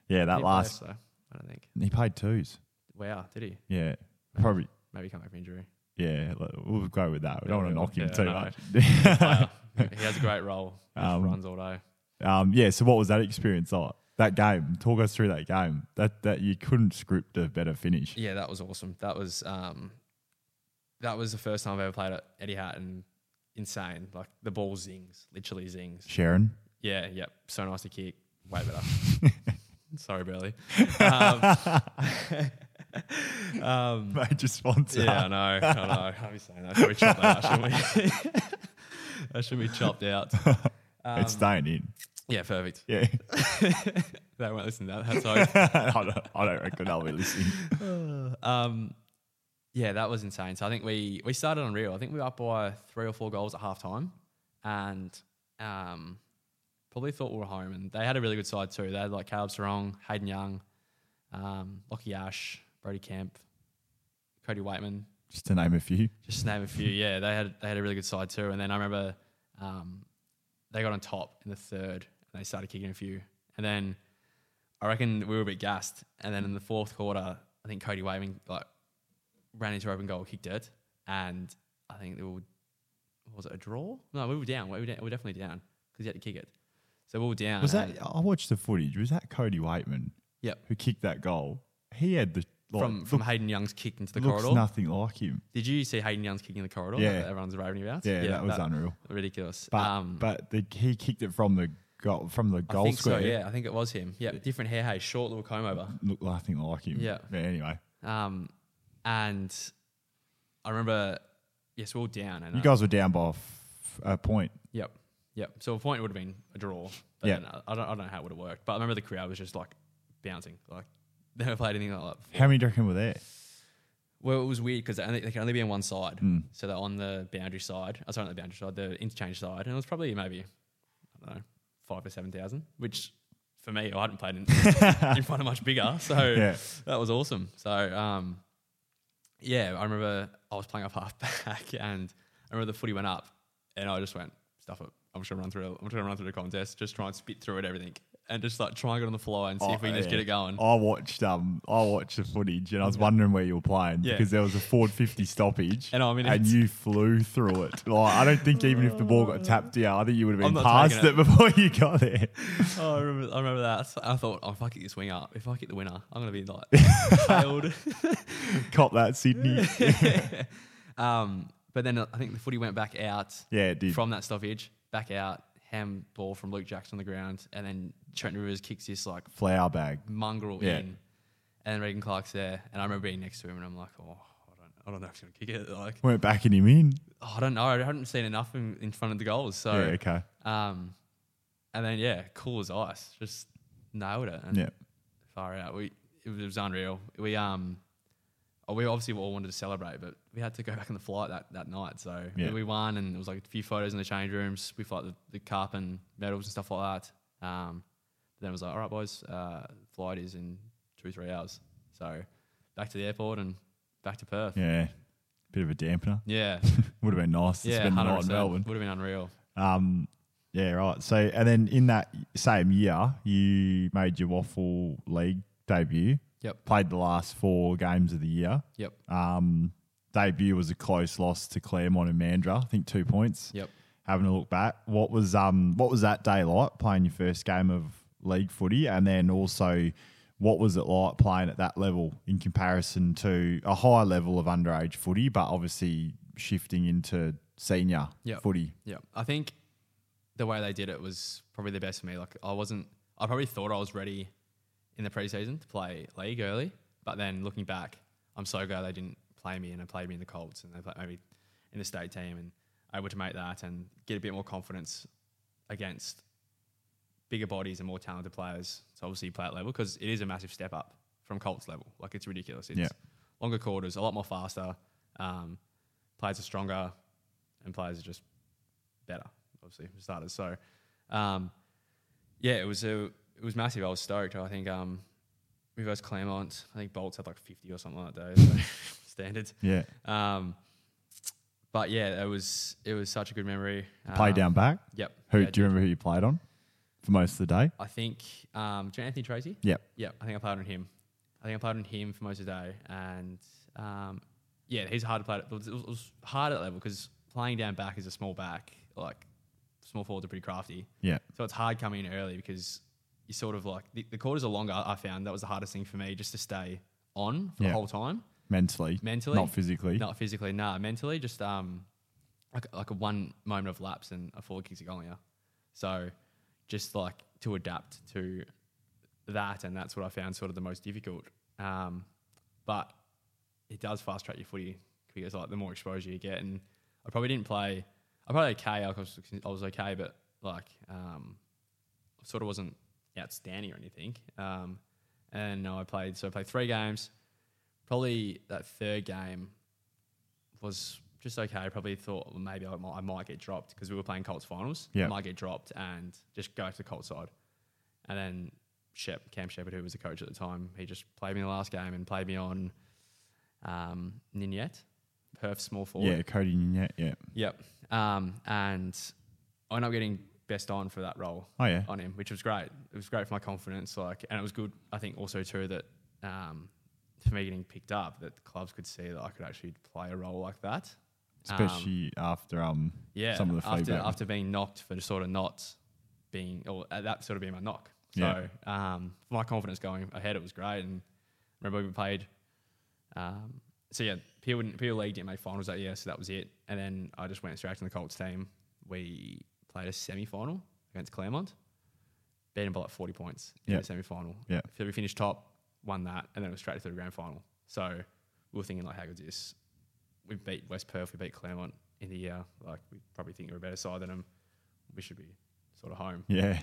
Speaker 2: yeah, that
Speaker 3: Didn't play us,
Speaker 2: last
Speaker 3: though, I don't think.
Speaker 2: he played twos.
Speaker 3: Wow, did he?
Speaker 2: Yeah, probably.
Speaker 3: Maybe come back from injury.
Speaker 2: Yeah, like, we'll go with that. We don't
Speaker 3: Yeah,
Speaker 2: want to
Speaker 3: yeah,
Speaker 2: knock him too
Speaker 3: I
Speaker 2: much.
Speaker 3: Player. he has a great role. He just
Speaker 2: Um,
Speaker 3: runs all day.
Speaker 2: Um, yeah. So what was that experience like? That game. Talk us through that game. That that you couldn't script a better finish.
Speaker 3: Yeah, that was awesome. That was um, that was the first time I've ever played at Eddie Hart and insane. Like the ball zings, literally zings.
Speaker 2: Sharon.
Speaker 3: Yeah, yep. So nice to kick. Way better. Sorry, Burley. Um, um,
Speaker 2: Major sponsor.
Speaker 3: yeah, I know. I know. I'll be saying that. Should we chop that out? Should we? that should be chopped out.
Speaker 2: it's
Speaker 3: Um,
Speaker 2: staying in.
Speaker 3: Yeah, perfect.
Speaker 2: Yeah.
Speaker 3: They won't listen to that. That's all.
Speaker 2: I, don't, I don't reckon I'll be listening.
Speaker 3: Um, yeah, that was insane. So I think we we started on real. I think we were up by three or four goals at halftime, and um, probably thought we were home. And they had a really good side too. They had like Caleb Sarong, Hayden Young, um, Lockie Ash, Brody Kemp, Cody Waitman,
Speaker 2: Just to name a few.
Speaker 3: just to name a few. Yeah, they had they had a really good side too. And then I remember um, they got on top in the third and they started kicking a few. And then I reckon we were a bit gassed. And then in the fourth quarter, I think Cody Waving like ran into open goal, kicked it, and I think they were was it a draw? No, we were down. We were, down, we were definitely down because he had to kick it. So we were down.
Speaker 2: Was that?
Speaker 3: and-
Speaker 2: I watched the footage. Was that Cody Waitman?
Speaker 3: Yep.
Speaker 2: Who kicked that goal? He had the like,
Speaker 3: from from Hayden Young's kick into the
Speaker 2: looks
Speaker 3: corridor?
Speaker 2: nothing like him.
Speaker 3: Did you see Hayden Young's kick in the corridor?
Speaker 2: Yeah.
Speaker 3: that everyone's raving about.
Speaker 2: Yeah, that was unreal.
Speaker 3: Ridiculous. Um,
Speaker 2: But but the, he kicked it from the goal from the
Speaker 3: I
Speaker 2: goal
Speaker 3: think
Speaker 2: square.
Speaker 3: so, yeah. I think it was him. Yeah, different hair, hey, short little comb over.
Speaker 2: Looked nothing like him.
Speaker 3: Yeah.
Speaker 2: But anyway,
Speaker 3: Um, and I remember, yes, we were down. And
Speaker 2: you
Speaker 3: uh,
Speaker 2: guys were down by f- a point.
Speaker 3: Yep, yep. So a point would have been a draw. But
Speaker 2: Yeah.
Speaker 3: then I, I don't, I don't know how it would have worked. But I remember the crowd was just like bouncing, like never played anything like that.
Speaker 2: How many do you reckon were there?
Speaker 3: Well, it was weird because they, only- they can only be on one side.
Speaker 2: Hmm.
Speaker 3: So they're on the boundary side. I sorry, not the boundary side, the interchange side. And it was probably maybe, I don't know, five to 7,000, which for me, I hadn't played in, in front of much bigger. So
Speaker 2: Yeah.
Speaker 3: that was awesome. So, um, yeah, I remember I was playing up half back and I remember the footy went up and I just went, stuff it. I'm just gonna run through. I'm just gonna run through the contest. Just try and spit through it everything. and just like try and get on the fly and see if we
Speaker 2: Oh,
Speaker 3: can just
Speaker 2: yeah.
Speaker 3: get it going.
Speaker 2: I watched um I watched the footage and I was wondering where you were playing
Speaker 3: Yeah.
Speaker 2: because there was a Ford 50 stoppage
Speaker 3: And I mean,
Speaker 2: and
Speaker 3: it's-
Speaker 2: you flew through it. Like I don't think even if the ball got tapped out, I think you would have
Speaker 3: I'm
Speaker 2: been
Speaker 3: not
Speaker 2: past
Speaker 3: taking
Speaker 2: it.
Speaker 3: it.
Speaker 2: before you got there.
Speaker 3: Oh, I remember, I remember that. I thought, oh, if I kick this wing up, if I kick the winner, I'm going to be like failed.
Speaker 2: Cop that Sydney.
Speaker 3: um, but then I think the footy went back out
Speaker 2: Yeah, it did.
Speaker 3: from that stoppage, back out, ham ball from Luke Jackson on the ground, and then Trent Rivers kicks this like
Speaker 2: Flower bag.
Speaker 3: mongrel
Speaker 2: Yeah.
Speaker 3: in, and then Regan Clark's there, and I remember being next to him, and I'm like, oh, I don't, I don't know if he's going to kick it. Like,
Speaker 2: Weren't backing him in.
Speaker 3: oh, I don't know. I hadn't seen enough in, in front of the goals, so
Speaker 2: Yeah, okay.
Speaker 3: um, and then yeah, cool as ice, just nailed it. And
Speaker 2: Yeah.
Speaker 3: far out. We it was, it was unreal. We um, oh, we obviously all wanted to celebrate, but we had to go back on the flight that, that night. So
Speaker 2: Yeah.
Speaker 3: we won, and there was like a few photos in the change rooms. We fought the, the cup and medals and stuff like that. Um, but then it was like, all right, boys, uh, flight is in two three hours. So back to the airport and back to Perth.
Speaker 2: Yeah. Bit of a dampener.
Speaker 3: Yeah,
Speaker 2: Would have been nice to
Speaker 3: yeah,
Speaker 2: spend the
Speaker 3: hundred
Speaker 2: night in
Speaker 3: percent.
Speaker 2: Melbourne.
Speaker 3: Would have been unreal.
Speaker 2: Um, yeah, right. So, and then in that same year, you made your waffle league debut.
Speaker 3: Yep.
Speaker 2: Played the last four games of the year.
Speaker 3: Yep,
Speaker 2: Um, debut was a close loss to Claremont and Mandra. I think two points.
Speaker 3: yep.
Speaker 2: Having a look back, what was um, what was that day like playing your first game of league footy, and then also. What was it like playing at that level in comparison to a higher level of underage footy, but obviously shifting into senior
Speaker 3: Yep.
Speaker 2: footy?
Speaker 3: Yeah, I think the way they did it was probably the best for me. Like I wasn't, I probably thought I was ready in the preseason to play league early, but then looking back, I'm so glad they didn't play me and they played me in the Colts and they played maybe in the state team and able to make that and get a bit more confidence against bigger bodies and more talented players to obviously play at level because it is a massive step up from Colts level. Like it's ridiculous. It's
Speaker 2: Yeah.
Speaker 3: longer quarters, a lot more faster. Um, players are stronger, and players are just better, obviously for starters. So, um, yeah, it was a it was massive. I was stoked. I think um, we versus Claremont. I think Bolts had like fifty or something like that. day, So standards.
Speaker 2: Yeah.
Speaker 3: Um, but yeah, it was it was such a good memory.
Speaker 2: Play
Speaker 3: Um,
Speaker 2: down back.
Speaker 3: Yep.
Speaker 2: Who
Speaker 3: Yeah,
Speaker 2: do you remember who you played on for most of the day?
Speaker 3: I think um, do you know Anthony Tracy.
Speaker 2: Yep.
Speaker 3: Yeah, I think I played on him. I think I played on him for most of the day, and um, yeah, he's hard to play. It was, it was hard at that level because playing down back is a small back, like small forwards are pretty crafty,
Speaker 2: Yeah.
Speaker 3: so it's hard coming in early because you sort of like the, the quarters are longer. I found that was the hardest thing for me, just to stay on for
Speaker 2: Yeah.
Speaker 3: the whole time
Speaker 2: Mentally.
Speaker 3: mentally,
Speaker 2: Not physically.
Speaker 3: not physically. Nah, mentally, just um, like like a one moment of lapse and a forward kicks a goal. Yeah, so just like to adapt to that, and that's what I found sort of the most difficult. Um, but it does fast track your footy because like the more exposure you get, and I probably didn't play. I probably okay. Like, I was I was okay, but like um, sort of wasn't outstanding or anything. Um, and no, I played so I played three games. Probably that third game was just okay. I probably thought well, maybe I might, I might get dropped because we were playing Colts finals.
Speaker 2: Yeah.
Speaker 3: I might get dropped and just go to the Colts side. And then Shep, Cam Shepard, who was the coach at the time, he just played me in the last game and played me on um, Ninette, Perth small forward.
Speaker 2: Yeah, Cody Nunet. Yeah.
Speaker 3: Yep. Um, and I ended up getting best on for that role
Speaker 2: Oh yeah.
Speaker 3: on him, which was great. It was great for my confidence. Like, and it was good. I think also too that um, for me getting picked up, that the clubs could see that I could actually play a role like that. Um,
Speaker 2: Especially after um
Speaker 3: yeah,
Speaker 2: some of the
Speaker 3: after
Speaker 2: feedback.
Speaker 3: after being knocked for sort of not being or uh, that sort of being my knock. So um, for my confidence going ahead, it was great. And remember we played. Um, so yeah, Peel, wouldn't- Peel League didn't make finals that year, so that was it. And then I just went straight to the Colts team. We played a semi final against Claremont, beat them by like forty points in
Speaker 2: Yeah.
Speaker 3: the semi final.
Speaker 2: Yeah.
Speaker 3: so we finished top, won that, and then it was straight to the grand final. So we were thinking like, how good's this? we beat West Perth, we beat Claremont in the year. Like we probably think we're a better side than them. We should be sort of home.
Speaker 2: yeah.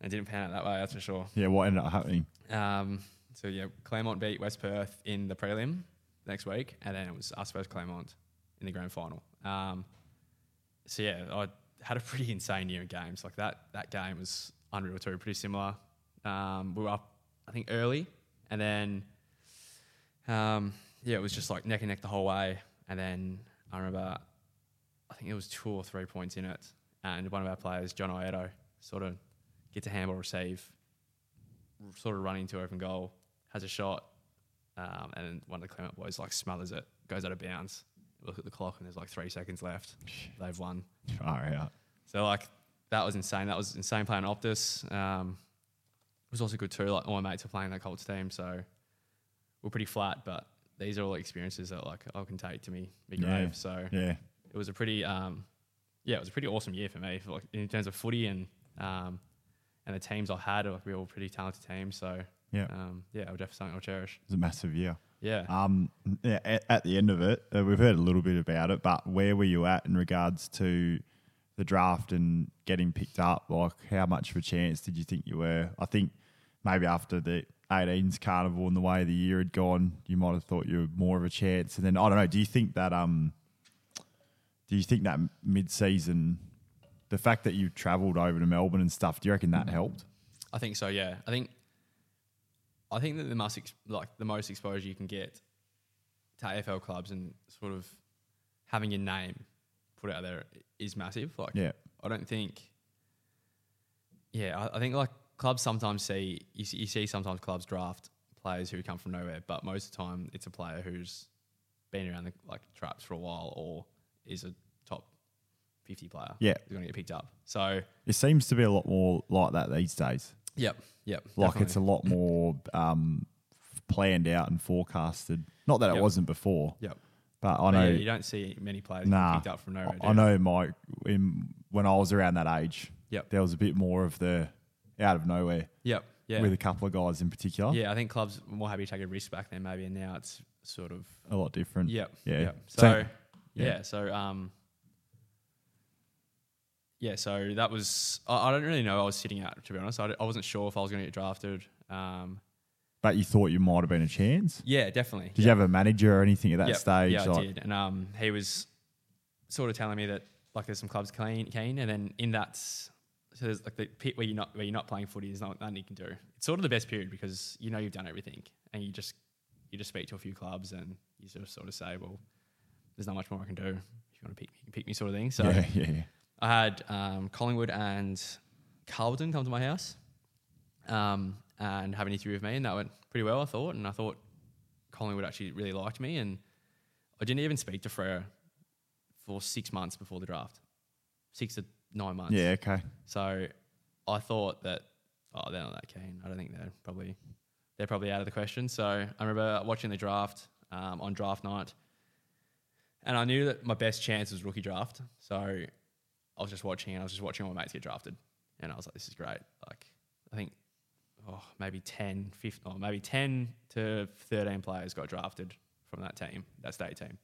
Speaker 3: And it didn't pan out that way, that's for sure.
Speaker 2: Yeah, what ended up happening?
Speaker 3: Um, so yeah, Claremont beat West Perth in the prelim next week, and then it was us versus Claremont in the grand final. Um, so yeah, I had a pretty insane year in games. Like that that game was unreal too, pretty similar. Um, we were up, I think, early, and then um, yeah, it was just like neck and neck the whole way. And then I remember, I think it was two or three points in it, and one of our players, John Ieto, sort of gets a handball receive r- sort of running to open goal, has a shot, um, and then one of the Clement boys like smothers it, goes out of bounds. Look at the clock, and there's like three seconds left. They've won.
Speaker 2: Far out.
Speaker 3: So like that was insane. That was insane playing Optus. Um, it was also good too. Like all my mates are playing that Colts team, so we're pretty flat. But these are all experiences that like I can take to me me grave.
Speaker 2: Yeah.
Speaker 3: So
Speaker 2: Yeah.
Speaker 3: it was a pretty um, yeah, it was a pretty awesome year for me for like, in terms of footy and um, and the teams I had. Like we were all pretty talented teams. So
Speaker 2: Yeah.
Speaker 3: um, yeah, it was definitely something I'll cherish.
Speaker 2: It's a massive year.
Speaker 3: Yeah.
Speaker 2: Um, yeah, at, at the end of it, uh, we've heard a little bit about it, but where were you at in regards to the draft and getting picked up? Like, how much of a chance did you think you were? I think maybe after the 18s carnival and the way the year had gone, you might have thought you were more of a chance. And then I don't know. Do you think that um, do you think that mid-season, the fact that you travelled over to Melbourne and stuff, do you reckon that helped?
Speaker 3: I think so. Yeah, I think I think that the most ex- like the most exposure you can get to AFL clubs and sort of having your name put out there is massive. Like,
Speaker 2: Yeah.
Speaker 3: I don't think. Yeah, I, I think like clubs sometimes see you, see you see sometimes clubs draft players who come from nowhere, but most of the time it's a player who's been around the like traps for a while or is a top fifty player.
Speaker 2: Yeah.
Speaker 3: who's going to get picked up. So,
Speaker 2: It seems to be a lot more like that these days.
Speaker 3: yep, yep,
Speaker 2: like
Speaker 3: definitely.
Speaker 2: it's a lot more um, planned out and forecasted. Not that it
Speaker 3: Yep.
Speaker 2: wasn't before,
Speaker 3: yep.
Speaker 2: but I
Speaker 3: But
Speaker 2: know.
Speaker 3: yeah, you don't see many players
Speaker 2: nah,
Speaker 3: get picked up from nowhere.
Speaker 2: I, I
Speaker 3: do you?
Speaker 2: know. My in, when I was around that age,
Speaker 3: Yep.
Speaker 2: there was a bit more of the out of nowhere
Speaker 3: Yep. Yeah.
Speaker 2: with a couple of guys in particular.
Speaker 3: yeah. I think clubs were more happy to take a risk back then, maybe, and now it's sort of.
Speaker 2: a lot different.
Speaker 3: Yep.
Speaker 2: yeah.
Speaker 3: Yep. So,
Speaker 2: Same.
Speaker 3: yeah.
Speaker 2: Yeah.
Speaker 3: So, um, yeah. So that was. I, I don't really know. I was sitting out to be honest. I, d- I wasn't sure if I was going to get drafted. Um,
Speaker 2: But you thought you might have been a chance.
Speaker 3: yeah, definitely.
Speaker 2: Did you have a manager or anything at that
Speaker 3: Yep.
Speaker 2: stage?
Speaker 3: Yeah, I
Speaker 2: Like,
Speaker 3: did. And um, he was sort of telling me that like there's some clubs keen, keen, and then in that s- so there's like the pit where you're not where you're not playing footy. There's not nothing you can do. It's sort of the best period because you know you've done everything, and you just you just speak to a few clubs, and you sort of sort of say, well, there's not much more I can do. If you want to pick me, you can pick me, sort of thing. So
Speaker 2: Yeah, yeah, yeah.
Speaker 3: I had um, Collingwood and Carlton come to my house um, and have an interview with me, and that went pretty well, I thought. And I thought Collingwood actually really liked me, and I didn't even speak to Freo for six months before the draft, six to nine months.
Speaker 2: Yeah, okay.
Speaker 3: So I thought that oh they're not that keen. I don't think they're probably they're probably out of the question. So I remember watching the draft um, on draft night, and I knew that my best chance was rookie draft. So I was just watching and I was just watching all my mates get drafted, and I was like, this is great. Like I think oh maybe 10, 15, or maybe ten to thirteen players got drafted from that team, that state team.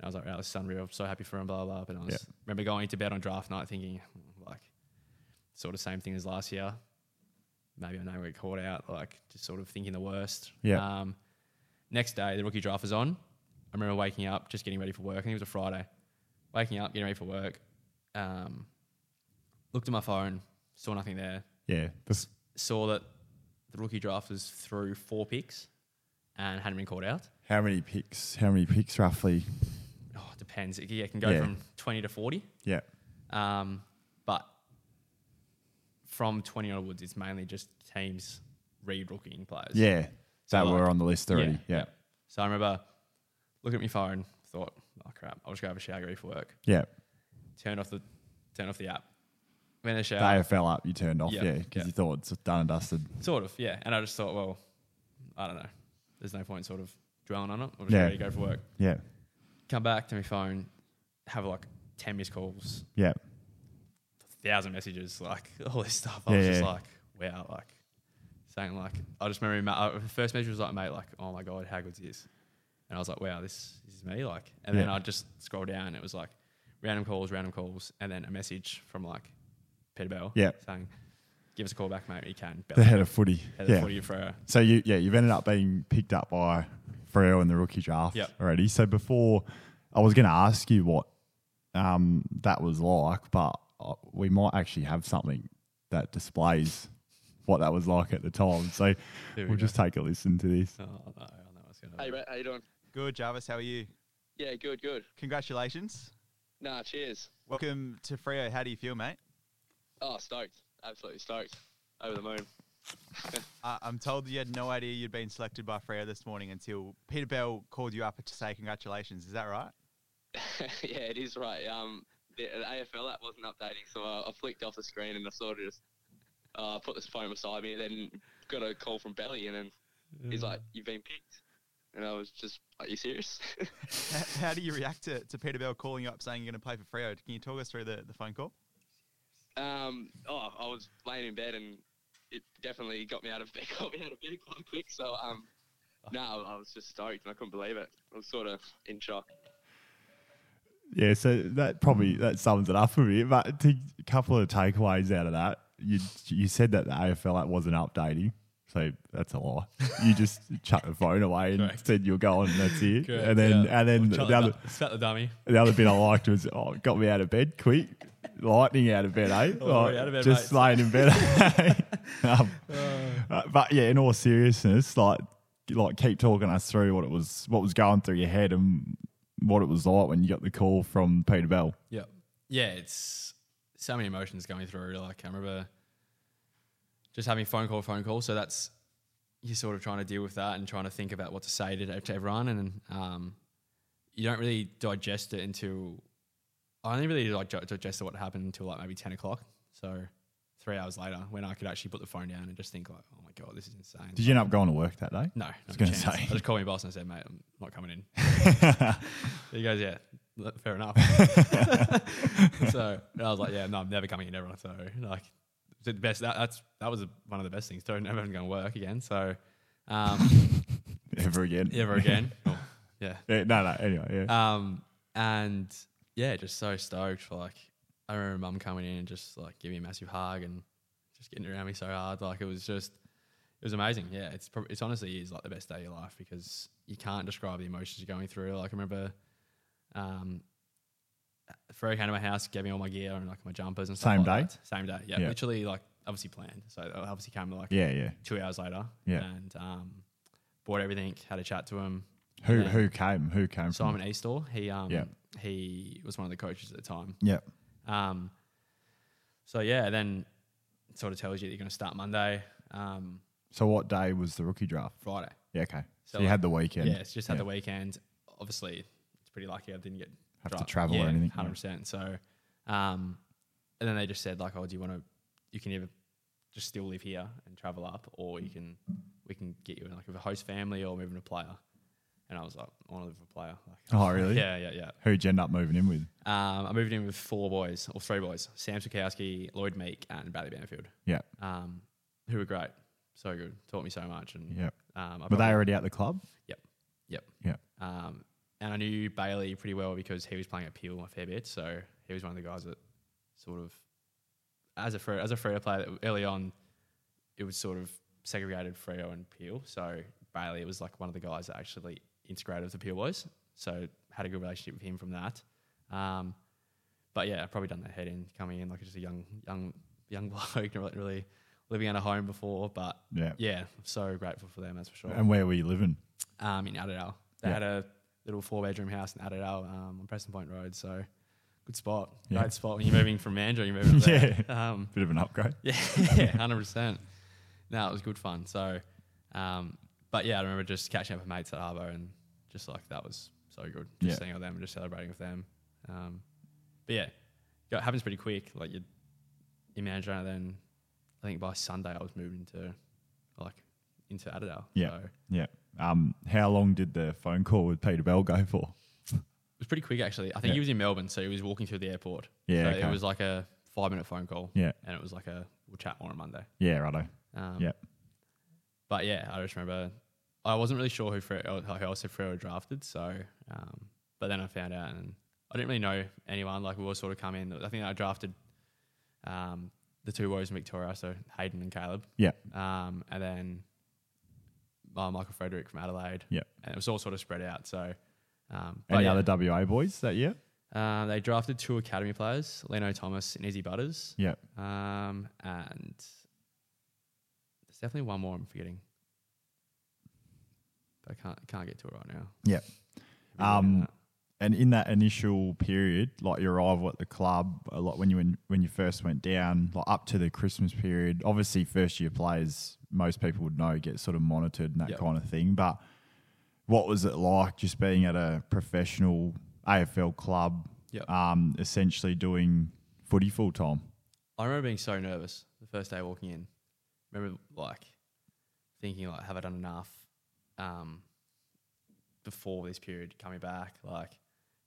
Speaker 3: And I was like, wow, this is unreal. I'm so happy for him, blah, blah, blah. But I was,
Speaker 2: Yeah.
Speaker 3: remember going to bed on draft night thinking, like, sort of same thing as last year. Maybe I know we caught out, like just sort of thinking the worst.
Speaker 2: Yeah.
Speaker 3: Um, next day, the rookie draft was on. I remember waking up, just getting ready for work. I think it was a Friday. Waking up, getting ready for work. Um, looked at my phone, saw nothing there.
Speaker 2: Yeah. Bef-
Speaker 3: Saw that the rookie draft was through four picks and hadn't been caught out.
Speaker 2: How many picks? How many picks roughly?
Speaker 3: Oh, it depends. It, yeah, it can go
Speaker 2: Yeah.
Speaker 3: from 20 to 40.
Speaker 2: Yeah.
Speaker 3: Um, but from 20 onwards, it's mainly just teams re rooking players.
Speaker 2: Yeah. That
Speaker 3: like-
Speaker 2: were on the list already. Yeah.
Speaker 3: So I remember looking at my phone, thought, oh crap, I'll just go have a shower, get ready for work.
Speaker 2: Yeah.
Speaker 3: Turn off the turn off the app. Went in a shower.
Speaker 2: The AFL up, you turned off,
Speaker 3: Yeah,
Speaker 2: yeah, because
Speaker 3: yeah.
Speaker 2: you thought it's done and dusted.
Speaker 3: Sort of, yeah. And I just thought, well, I don't know. There's no point sort of dwelling on it. I'm just
Speaker 2: Yeah.
Speaker 3: ready to go for work.
Speaker 2: Yeah,
Speaker 3: Come back to my phone, have like 10 missed calls,
Speaker 2: yeah,
Speaker 3: thousand messages, like all this stuff. I
Speaker 2: Yeah,
Speaker 3: was just
Speaker 2: yeah.
Speaker 3: like, wow, like saying like I just remember ma- uh, the first message was like, mate, like oh my god, how good's this? And I was like, wow, this, this is me, like. And then
Speaker 2: Yeah.
Speaker 3: I just scroll down, and it was like random calls, random calls, and then a message from like Peter Bell,
Speaker 2: Yeah.
Speaker 3: saying, give us a call back, mate, you can.
Speaker 2: the
Speaker 3: Bell,
Speaker 2: head of footy.
Speaker 3: head
Speaker 2: yeah.
Speaker 3: of footy for
Speaker 2: So you, yeah, you've ended up being picked up by Freo in the rookie draft
Speaker 3: Yep.
Speaker 2: already. So before, I was going to ask you what um, that was like, but uh, we might actually have something that displays what that was like at the time. So
Speaker 3: we
Speaker 2: we'll
Speaker 3: go.
Speaker 2: just take a listen to this.
Speaker 3: oh no, I know what's gonna.
Speaker 4: Hey, mate, how you doing?
Speaker 5: Good, Jarvis. How are you?
Speaker 4: Yeah, good, good.
Speaker 5: Congratulations.
Speaker 4: Nah, cheers.
Speaker 5: Welcome to Frio. How do you feel, mate?
Speaker 4: Oh, stoked. Absolutely stoked. Over the moon.
Speaker 5: Uh, I'm told that you had no idea you'd been selected by Freo this morning until Peter Bell called you up to say congratulations. Is that right?
Speaker 4: yeah, it is right. Um, the, the AFL app wasn't updating, so I, I flicked off the screen and I sort of just uh, put this phone beside me. And then got a call from Belly, and then he's like, "You've been picked," and I was just, "Are you serious?"
Speaker 5: How, how do you react to, to Peter Bell calling you up saying you're going to play for Freo? Can you talk us through the, the phone call?
Speaker 4: um, oh, I was laying in bed, and it definitely got me out of bed. Got me out of bed quite quick. So um, no, I was just stoked, and I couldn't believe it. I was sort of in shock.
Speaker 2: Yeah, so that probably that sums it up for me. But to, a couple of takeaways out of that. You you said that the AFL app wasn't updating, so that's a lie. You just chucked the phone away and
Speaker 3: Correct.
Speaker 2: said you're going. That's it. and then and then the, other
Speaker 3: the dummy.
Speaker 2: the other bit I liked was oh, it got me out of bed quick, lightning out of bed, eh?
Speaker 3: Oh,
Speaker 2: Like,
Speaker 3: out of bed,
Speaker 2: just
Speaker 3: mate.
Speaker 2: laying in bed. eh? um, uh, but yeah, in all seriousness, like like keep talking us through what it was, what was going through your head, and what it was like when you got the call from Peter Bell.
Speaker 3: Yeah. Yeah, it's so many emotions going through. Like I remember just having phone call, phone call. So that's you're sort of trying to deal with that and trying to think about what to say to, to everyone, and um, you don't really digest it until I only really like dig- digested what happened until like maybe ten o'clock. So three hours later, when I could actually put the phone down and just think like, oh my god, this is insane.
Speaker 2: Did you end up going to work that day?
Speaker 3: No, I
Speaker 2: was
Speaker 3: was
Speaker 2: gonna
Speaker 3: going to say.
Speaker 2: say.
Speaker 3: I just called my boss and I said, mate, I'm not coming in. he goes, yeah, l- fair enough. so and I was like, yeah, no, I'm never coming in ever. So like, the best. That, that's that was one of the best things. Don't never going to work again. So um,
Speaker 2: Ever again?
Speaker 3: ever again. Oh, yeah.
Speaker 2: Yeah, no, no. Anyway, yeah.
Speaker 3: Um, and yeah, just so stoked. For, like, I remember mum coming in and just like giving me a massive hug and just getting around me so hard. Like, it was just, it was amazing. Yeah, it's prob- it's honestly is like the best day of your life because you can't describe the emotions you're going through. Like, I remember, um, Fro came to my house, gave me all my gear and like my jumpers and stuff.
Speaker 2: Same
Speaker 3: like
Speaker 2: day?
Speaker 3: that. Same day. Yeah,
Speaker 2: Yeah.
Speaker 3: literally like obviously planned. So I obviously came like
Speaker 2: yeah, yeah.
Speaker 3: two hours later.
Speaker 2: Yeah.
Speaker 3: and um, bought everything, had a chat to him.
Speaker 2: Who
Speaker 3: Yeah.
Speaker 2: who came? Who came? from?
Speaker 3: Simon Eastall. He um
Speaker 2: Mm-hmm. Yeah.
Speaker 3: he was one of the coaches at the time.
Speaker 2: Yeah,
Speaker 3: Um, so yeah, then it sort of tells you that you're going to start Monday, um,
Speaker 2: So what day was the rookie draft?
Speaker 3: Friday.
Speaker 2: Yeah, okay. So,
Speaker 3: So,
Speaker 2: you
Speaker 3: like,
Speaker 2: had the weekend.
Speaker 3: Yeah, it's just had
Speaker 2: Yeah.
Speaker 3: the weekend. Obviously, it's pretty lucky I didn't get
Speaker 2: Have to
Speaker 3: dropped.
Speaker 2: travel or
Speaker 3: Yeah,
Speaker 2: anything, yeah.
Speaker 3: Hundred percent. So, um, and then they just said like, oh, do you want to? You can either just still live here and travel up, or you can we can get you in like with a host family or moving a player. And I was like, I want to live with a player. Like,
Speaker 2: Oh, really?
Speaker 3: Yeah, yeah, yeah.
Speaker 2: Who'd you end up moving in with?
Speaker 3: Um, I moved in with four boys or three boys: Sam Sikowski, Lloyd Meek, and Bradley Banfield,
Speaker 2: Yeah,
Speaker 3: um, who were great, so good, taught me so much. And
Speaker 2: yeah.
Speaker 3: um,
Speaker 2: Were
Speaker 3: I
Speaker 2: they
Speaker 3: probably-
Speaker 2: already at the club?
Speaker 3: Yep, yep.
Speaker 2: Yeah.
Speaker 3: Um, and I knew Bailey pretty well because he was playing at Peel a fair bit, so he was one of the guys that sort of, as a Fre- as a Freo player, that early on, it was sort of segregated Freo and Peel. So Bailey was like one of the guys that actually integrated with the Peel boys, so had a good relationship with him from that. Um, but yeah, I've probably done that head in coming in like just a young young young bloke, not really living out of home before, but
Speaker 2: Yeah.
Speaker 3: yeah, so grateful for them, that's for sure
Speaker 2: And where were you living?
Speaker 3: um, in Adderall. They
Speaker 2: Yeah.
Speaker 3: had a little four bedroom house in Adderall um, on Preston Point Road. So good spot.
Speaker 2: Yeah.
Speaker 3: Great spot. When you're moving from Mandurah, you're moving up there. Yeah. Um,
Speaker 2: Bit of an upgrade.
Speaker 3: yeah, yeah, 100%. No, it was good fun. So, um, but yeah, I remember just catching up with mates at Arvo and just like that was so good. Just
Speaker 2: Yeah.
Speaker 3: seeing all them and just celebrating with them. Um, but yeah, yeah, it happens pretty quick. Like you, you manage and then I think by Sunday I was moving to like into Adderall.
Speaker 2: Yeah.
Speaker 3: So,
Speaker 2: Yeah. Um, how long did the phone call with Peter Bell go for?
Speaker 3: It was pretty quick actually. I think
Speaker 2: Yeah.
Speaker 3: he was in Melbourne, so he was walking through the airport.
Speaker 2: Yeah,
Speaker 3: so
Speaker 2: okay.
Speaker 3: it was like a five minute phone call.
Speaker 2: Yeah.
Speaker 3: and it was like a we'll chat more on Monday.
Speaker 2: Yeah, righto.
Speaker 3: Um,
Speaker 2: yeah.
Speaker 3: but yeah, I just remember I wasn't really sure who Fre- or who else Freo drafted. So, um, but then I found out, and I didn't really know anyone. Like we all sort of come in. I think I drafted um, the two boys in Victoria, so Hayden and Caleb,
Speaker 2: Yeah.
Speaker 3: um, and then uh, Michael Frederick from Adelaide.
Speaker 2: Yeah.
Speaker 3: and it was all sort of spread out. So, um, but
Speaker 2: Any
Speaker 3: yeah.
Speaker 2: other WA boys that year?
Speaker 3: Um, they drafted two academy players, Leno Thomas and Izzy Butters.
Speaker 2: Yeah.
Speaker 3: Um, and there's definitely one more I'm forgetting. But I can't can't get to it right now.
Speaker 2: Yeah.
Speaker 3: Maybe
Speaker 2: Um,
Speaker 3: that.
Speaker 2: and in that initial period, like your arrival at the club, a lot when you when, when you first went down, like up to the Christmas period, obviously first year players most people would know get sort of monitored and that
Speaker 3: Yep.
Speaker 2: kind of thing. But what was it like just being at a professional AFL club,
Speaker 3: Yep.
Speaker 2: um, essentially doing footy full time?
Speaker 3: I remember being so nervous the first day walking in. Remember like thinking like, have I done enough? Um, before this period coming back, like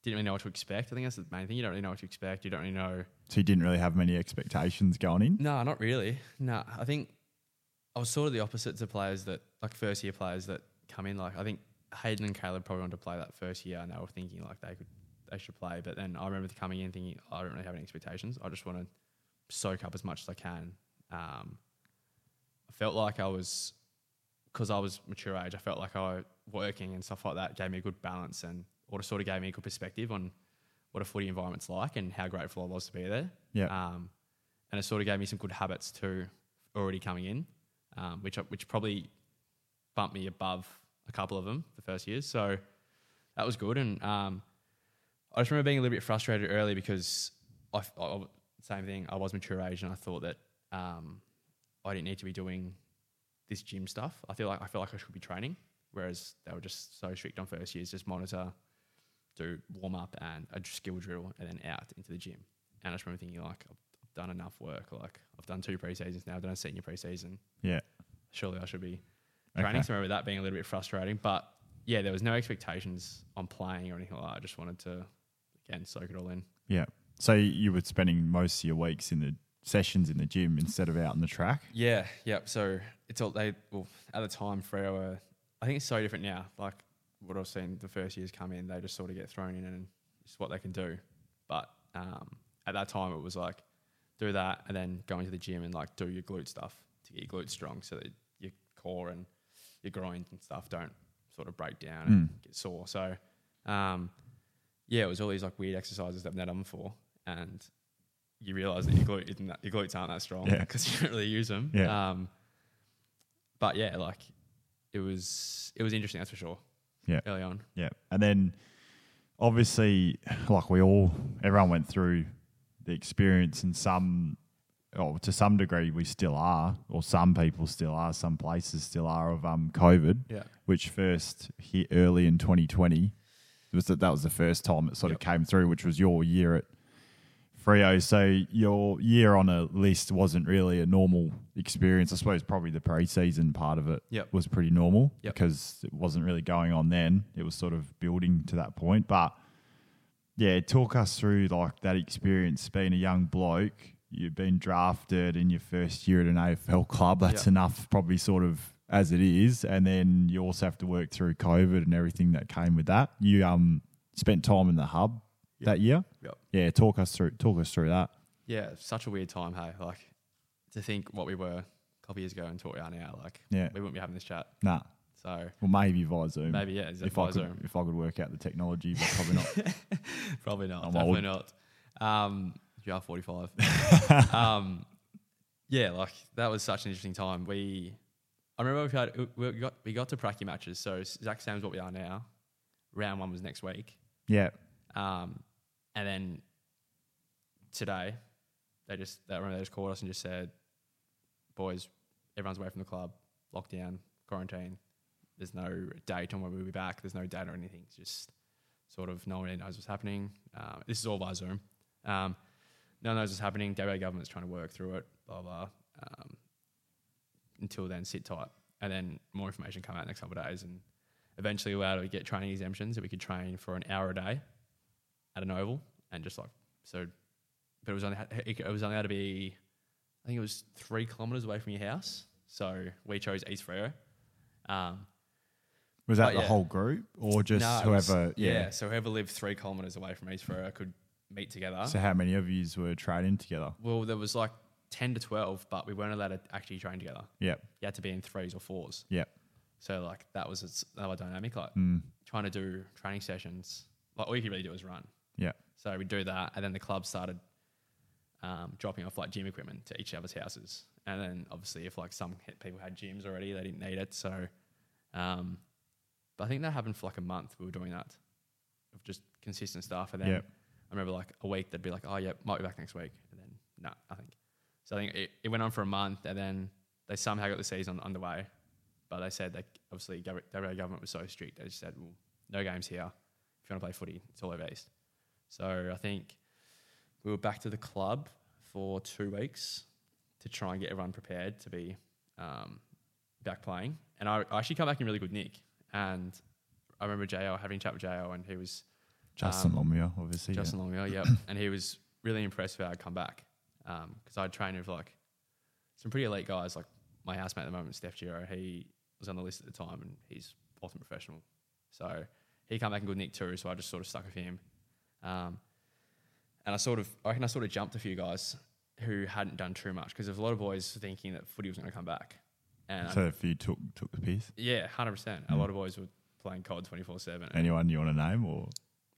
Speaker 3: didn't really know what to expect. I think that's the main thing. You don't really know what to expect. You don't really know.
Speaker 2: So you didn't really have many expectations going in.
Speaker 3: No, not really. No, I think I was sort of the opposite to players that like first year players that come in. Like I think Hayden and Caleb probably wanted to play that first year, and they were thinking like they could they should play. But then I remember coming in thinking "Oh, I don't really have any expectations. I just want to soak up as much as I can. Um, I felt like I was because I was mature age. I felt like I working and stuff like that gave me a good balance and or sort of gave me a good perspective on what a footy environment's like and how grateful I was to be there.
Speaker 2: Yeah.
Speaker 3: Um, and it sort of gave me some good habits too already coming in, um, which I- which probably bumped me above a couple of them the first years. So that was good. And um, I just remember being a little bit frustrated early because I, f- I- I- same thing. I was mature age and I thought that um, I didn't need to be doing this gym stuff. I feel like I feel like I should be training, whereas they were just so strict on first years, just monitor, do warm up and a skill drill, and then out into the gym. And I just remember thinking like I've I've done enough work. Like I've done two pre seasons now. I've done a senior pre season
Speaker 2: Yeah.
Speaker 3: surely I should be
Speaker 2: Okay.
Speaker 3: training. So I remember that being a little bit frustrating. But yeah, there was no expectations on playing or anything like that. I just wanted to, again, soak it all in.
Speaker 2: Yeah. So you were spending most of your weeks in the sessions in the gym instead of out on the track.
Speaker 3: Yeah, yep. So it's all they, well, at the time, Freo were, I think it's so different now. Like what I've seen the first years come in, they just sort of get thrown in and it's what they can do. But um, at that time, it was like do that and then go into the gym and like do your glute stuff to get your glutes strong so that your core and your groins and stuff don't sort of break down and get sore. So, um, yeah, it was all these like weird exercises that I've never done before. And you realize that your, glute isn't that, your glutes aren't that strong
Speaker 2: Yeah.
Speaker 3: because you don't really use them.
Speaker 2: Yeah.
Speaker 3: Um, but yeah, like it was, it was interesting, that's for sure.
Speaker 2: Yeah.
Speaker 3: Early on.
Speaker 2: Yeah. And then obviously, like we all, everyone went through the experience and some, oh, to some degree, we still are, or some people still are, some places still are of um, COVID,
Speaker 3: Yeah.
Speaker 2: which first hit early in 2020. It was that, that was the first time it sort of came through, which was your year at Frio. So your year on a list wasn't really a normal experience. I suppose probably the pre-season part of it
Speaker 3: Yep.
Speaker 2: was pretty normal
Speaker 3: Yep.
Speaker 2: because it wasn't really going on then. It was sort of building to that point. But yeah, talk us through like that experience being a young bloke. You've been drafted in your first year at an AFL club. That's
Speaker 3: Yep.
Speaker 2: enough, probably sort of as it is. And then you also have to work through COVID and everything that came with that. You um spent time in the hub that year.
Speaker 3: Yep.
Speaker 2: Yeah, talk us through talk us through that.
Speaker 3: Yeah, such a weird time, hey. Like to think what we were a couple years ago and to what we are now, like
Speaker 2: Yeah.
Speaker 3: we wouldn't be having this chat.
Speaker 2: Nah.
Speaker 3: So
Speaker 2: Well, maybe via Zoom.
Speaker 3: Maybe, yeah, is it
Speaker 2: If I
Speaker 3: via
Speaker 2: could,
Speaker 3: Zoom?
Speaker 2: if I could work out the technology, but probably not.
Speaker 3: probably not.
Speaker 2: I'm
Speaker 3: definitely not. Um, you are forty five. um, yeah, like that was such an interesting time. We, I remember we had we we got we got to pracky matches. So Zach Sam's what we are now. Round one was next week.
Speaker 2: yeah,
Speaker 3: Um, and then today, they just they, I remember they just called us and just said, "Boys, everyone's away from the club, lockdown, quarantine. There's no date on when we'll be back. There's no date or anything. It's just sort of no one really knows what's happening. Um, this is all via Zoom. Um, no one knows what's happening. WA government's trying to work through it. Blah blah. Um, until then, sit tight, and then more information come out next couple of days, and eventually we're able to get training exemptions that we could train for an hour a day at an oval and just like so but it was only it was only allowed to be I think it was three kilometers away from your house. So we chose East Freo. Um
Speaker 2: was that
Speaker 3: But
Speaker 2: the
Speaker 3: Oh, yeah.
Speaker 2: whole group or just
Speaker 3: no, it was-
Speaker 2: whoever? yeah.
Speaker 3: So whoever lived three kilometers away from East Freo could meet together.
Speaker 2: So how many of yous were training together?
Speaker 3: well, there was like ten to twelve, but we weren't allowed to actually train together.
Speaker 2: Yeah,
Speaker 3: You had to be in threes or fours.
Speaker 2: yeah, Mm.
Speaker 3: So like that was its- another dynamic. Like trying to do training sessions, like all you could really do was run.
Speaker 2: yeah.
Speaker 3: So we do that, and then the club started um, dropping off like gym equipment to each other's houses. And then obviously, if like some hit- people had gyms already, they didn't need it. So, um, but I think that happened for like a month. We were doing that of just consistent stuff. And then
Speaker 2: Yep.
Speaker 3: I remember like a week, they'd be like, "Oh yeah, might be back next week," and then no, I think. So I think it, it went on for a month, and then they somehow got the season underway, but they said they obviously gov- the Alberta government was so strict they just said, well, no games here. If you want to play footy, it's all over east. So I think we were back to the club for two weeks to try and get everyone prepared to be um, back playing. And I, I actually come back in really good nick. And I remember JL having a chat with JL, and he was
Speaker 2: Justin
Speaker 3: um,
Speaker 2: Longmuir, obviously.
Speaker 3: Justin Longmuir, yep. and he was really impressed with how I'd come back because I'd trained with like some pretty elite guys. Like my housemate at the moment, Steph Giro, he was on the list at the time and he's ultimate professional. So he came back in good nick too. So I just sort of stuck with him. Um, and I sort of, I reckon I sort of jumped a few guys who hadn't done too much because there's a lot of boys thinking that footy was going to come back. And
Speaker 2: yeah. So if you took took the piss,
Speaker 3: yeah, 100%. A lot of boys were playing COD 24 7.
Speaker 2: anyone you want to name or?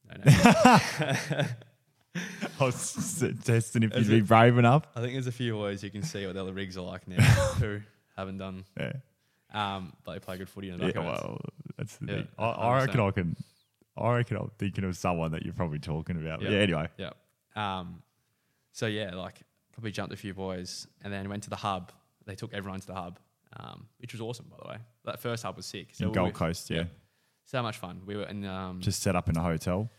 Speaker 2: I was just testing if you'd
Speaker 3: Is
Speaker 2: be
Speaker 3: it-
Speaker 2: brave enough.
Speaker 3: I think there's a few boys you can see what the other rigs are like now who haven't done,
Speaker 2: Yeah,
Speaker 3: um, but they play good footy and
Speaker 2: yeah
Speaker 3: like us.
Speaker 2: well, that's the
Speaker 3: Yeah,
Speaker 2: thing. I, I
Speaker 3: 100%.
Speaker 2: reckon I can. I reckon I'm thinking of someone that you're probably talking about.
Speaker 3: Yeah.
Speaker 2: Yeah. Anyway,
Speaker 3: Yeah. Um, so yeah, like probably jumped a few boys and then went to the hub. They took everyone to the hub, um, which was awesome by the way. That first hub was sick. So
Speaker 2: in
Speaker 3: we
Speaker 2: Gold
Speaker 3: were-
Speaker 2: Coast, yeah,
Speaker 3: so much fun. We were in um,
Speaker 2: just set up in a hotel.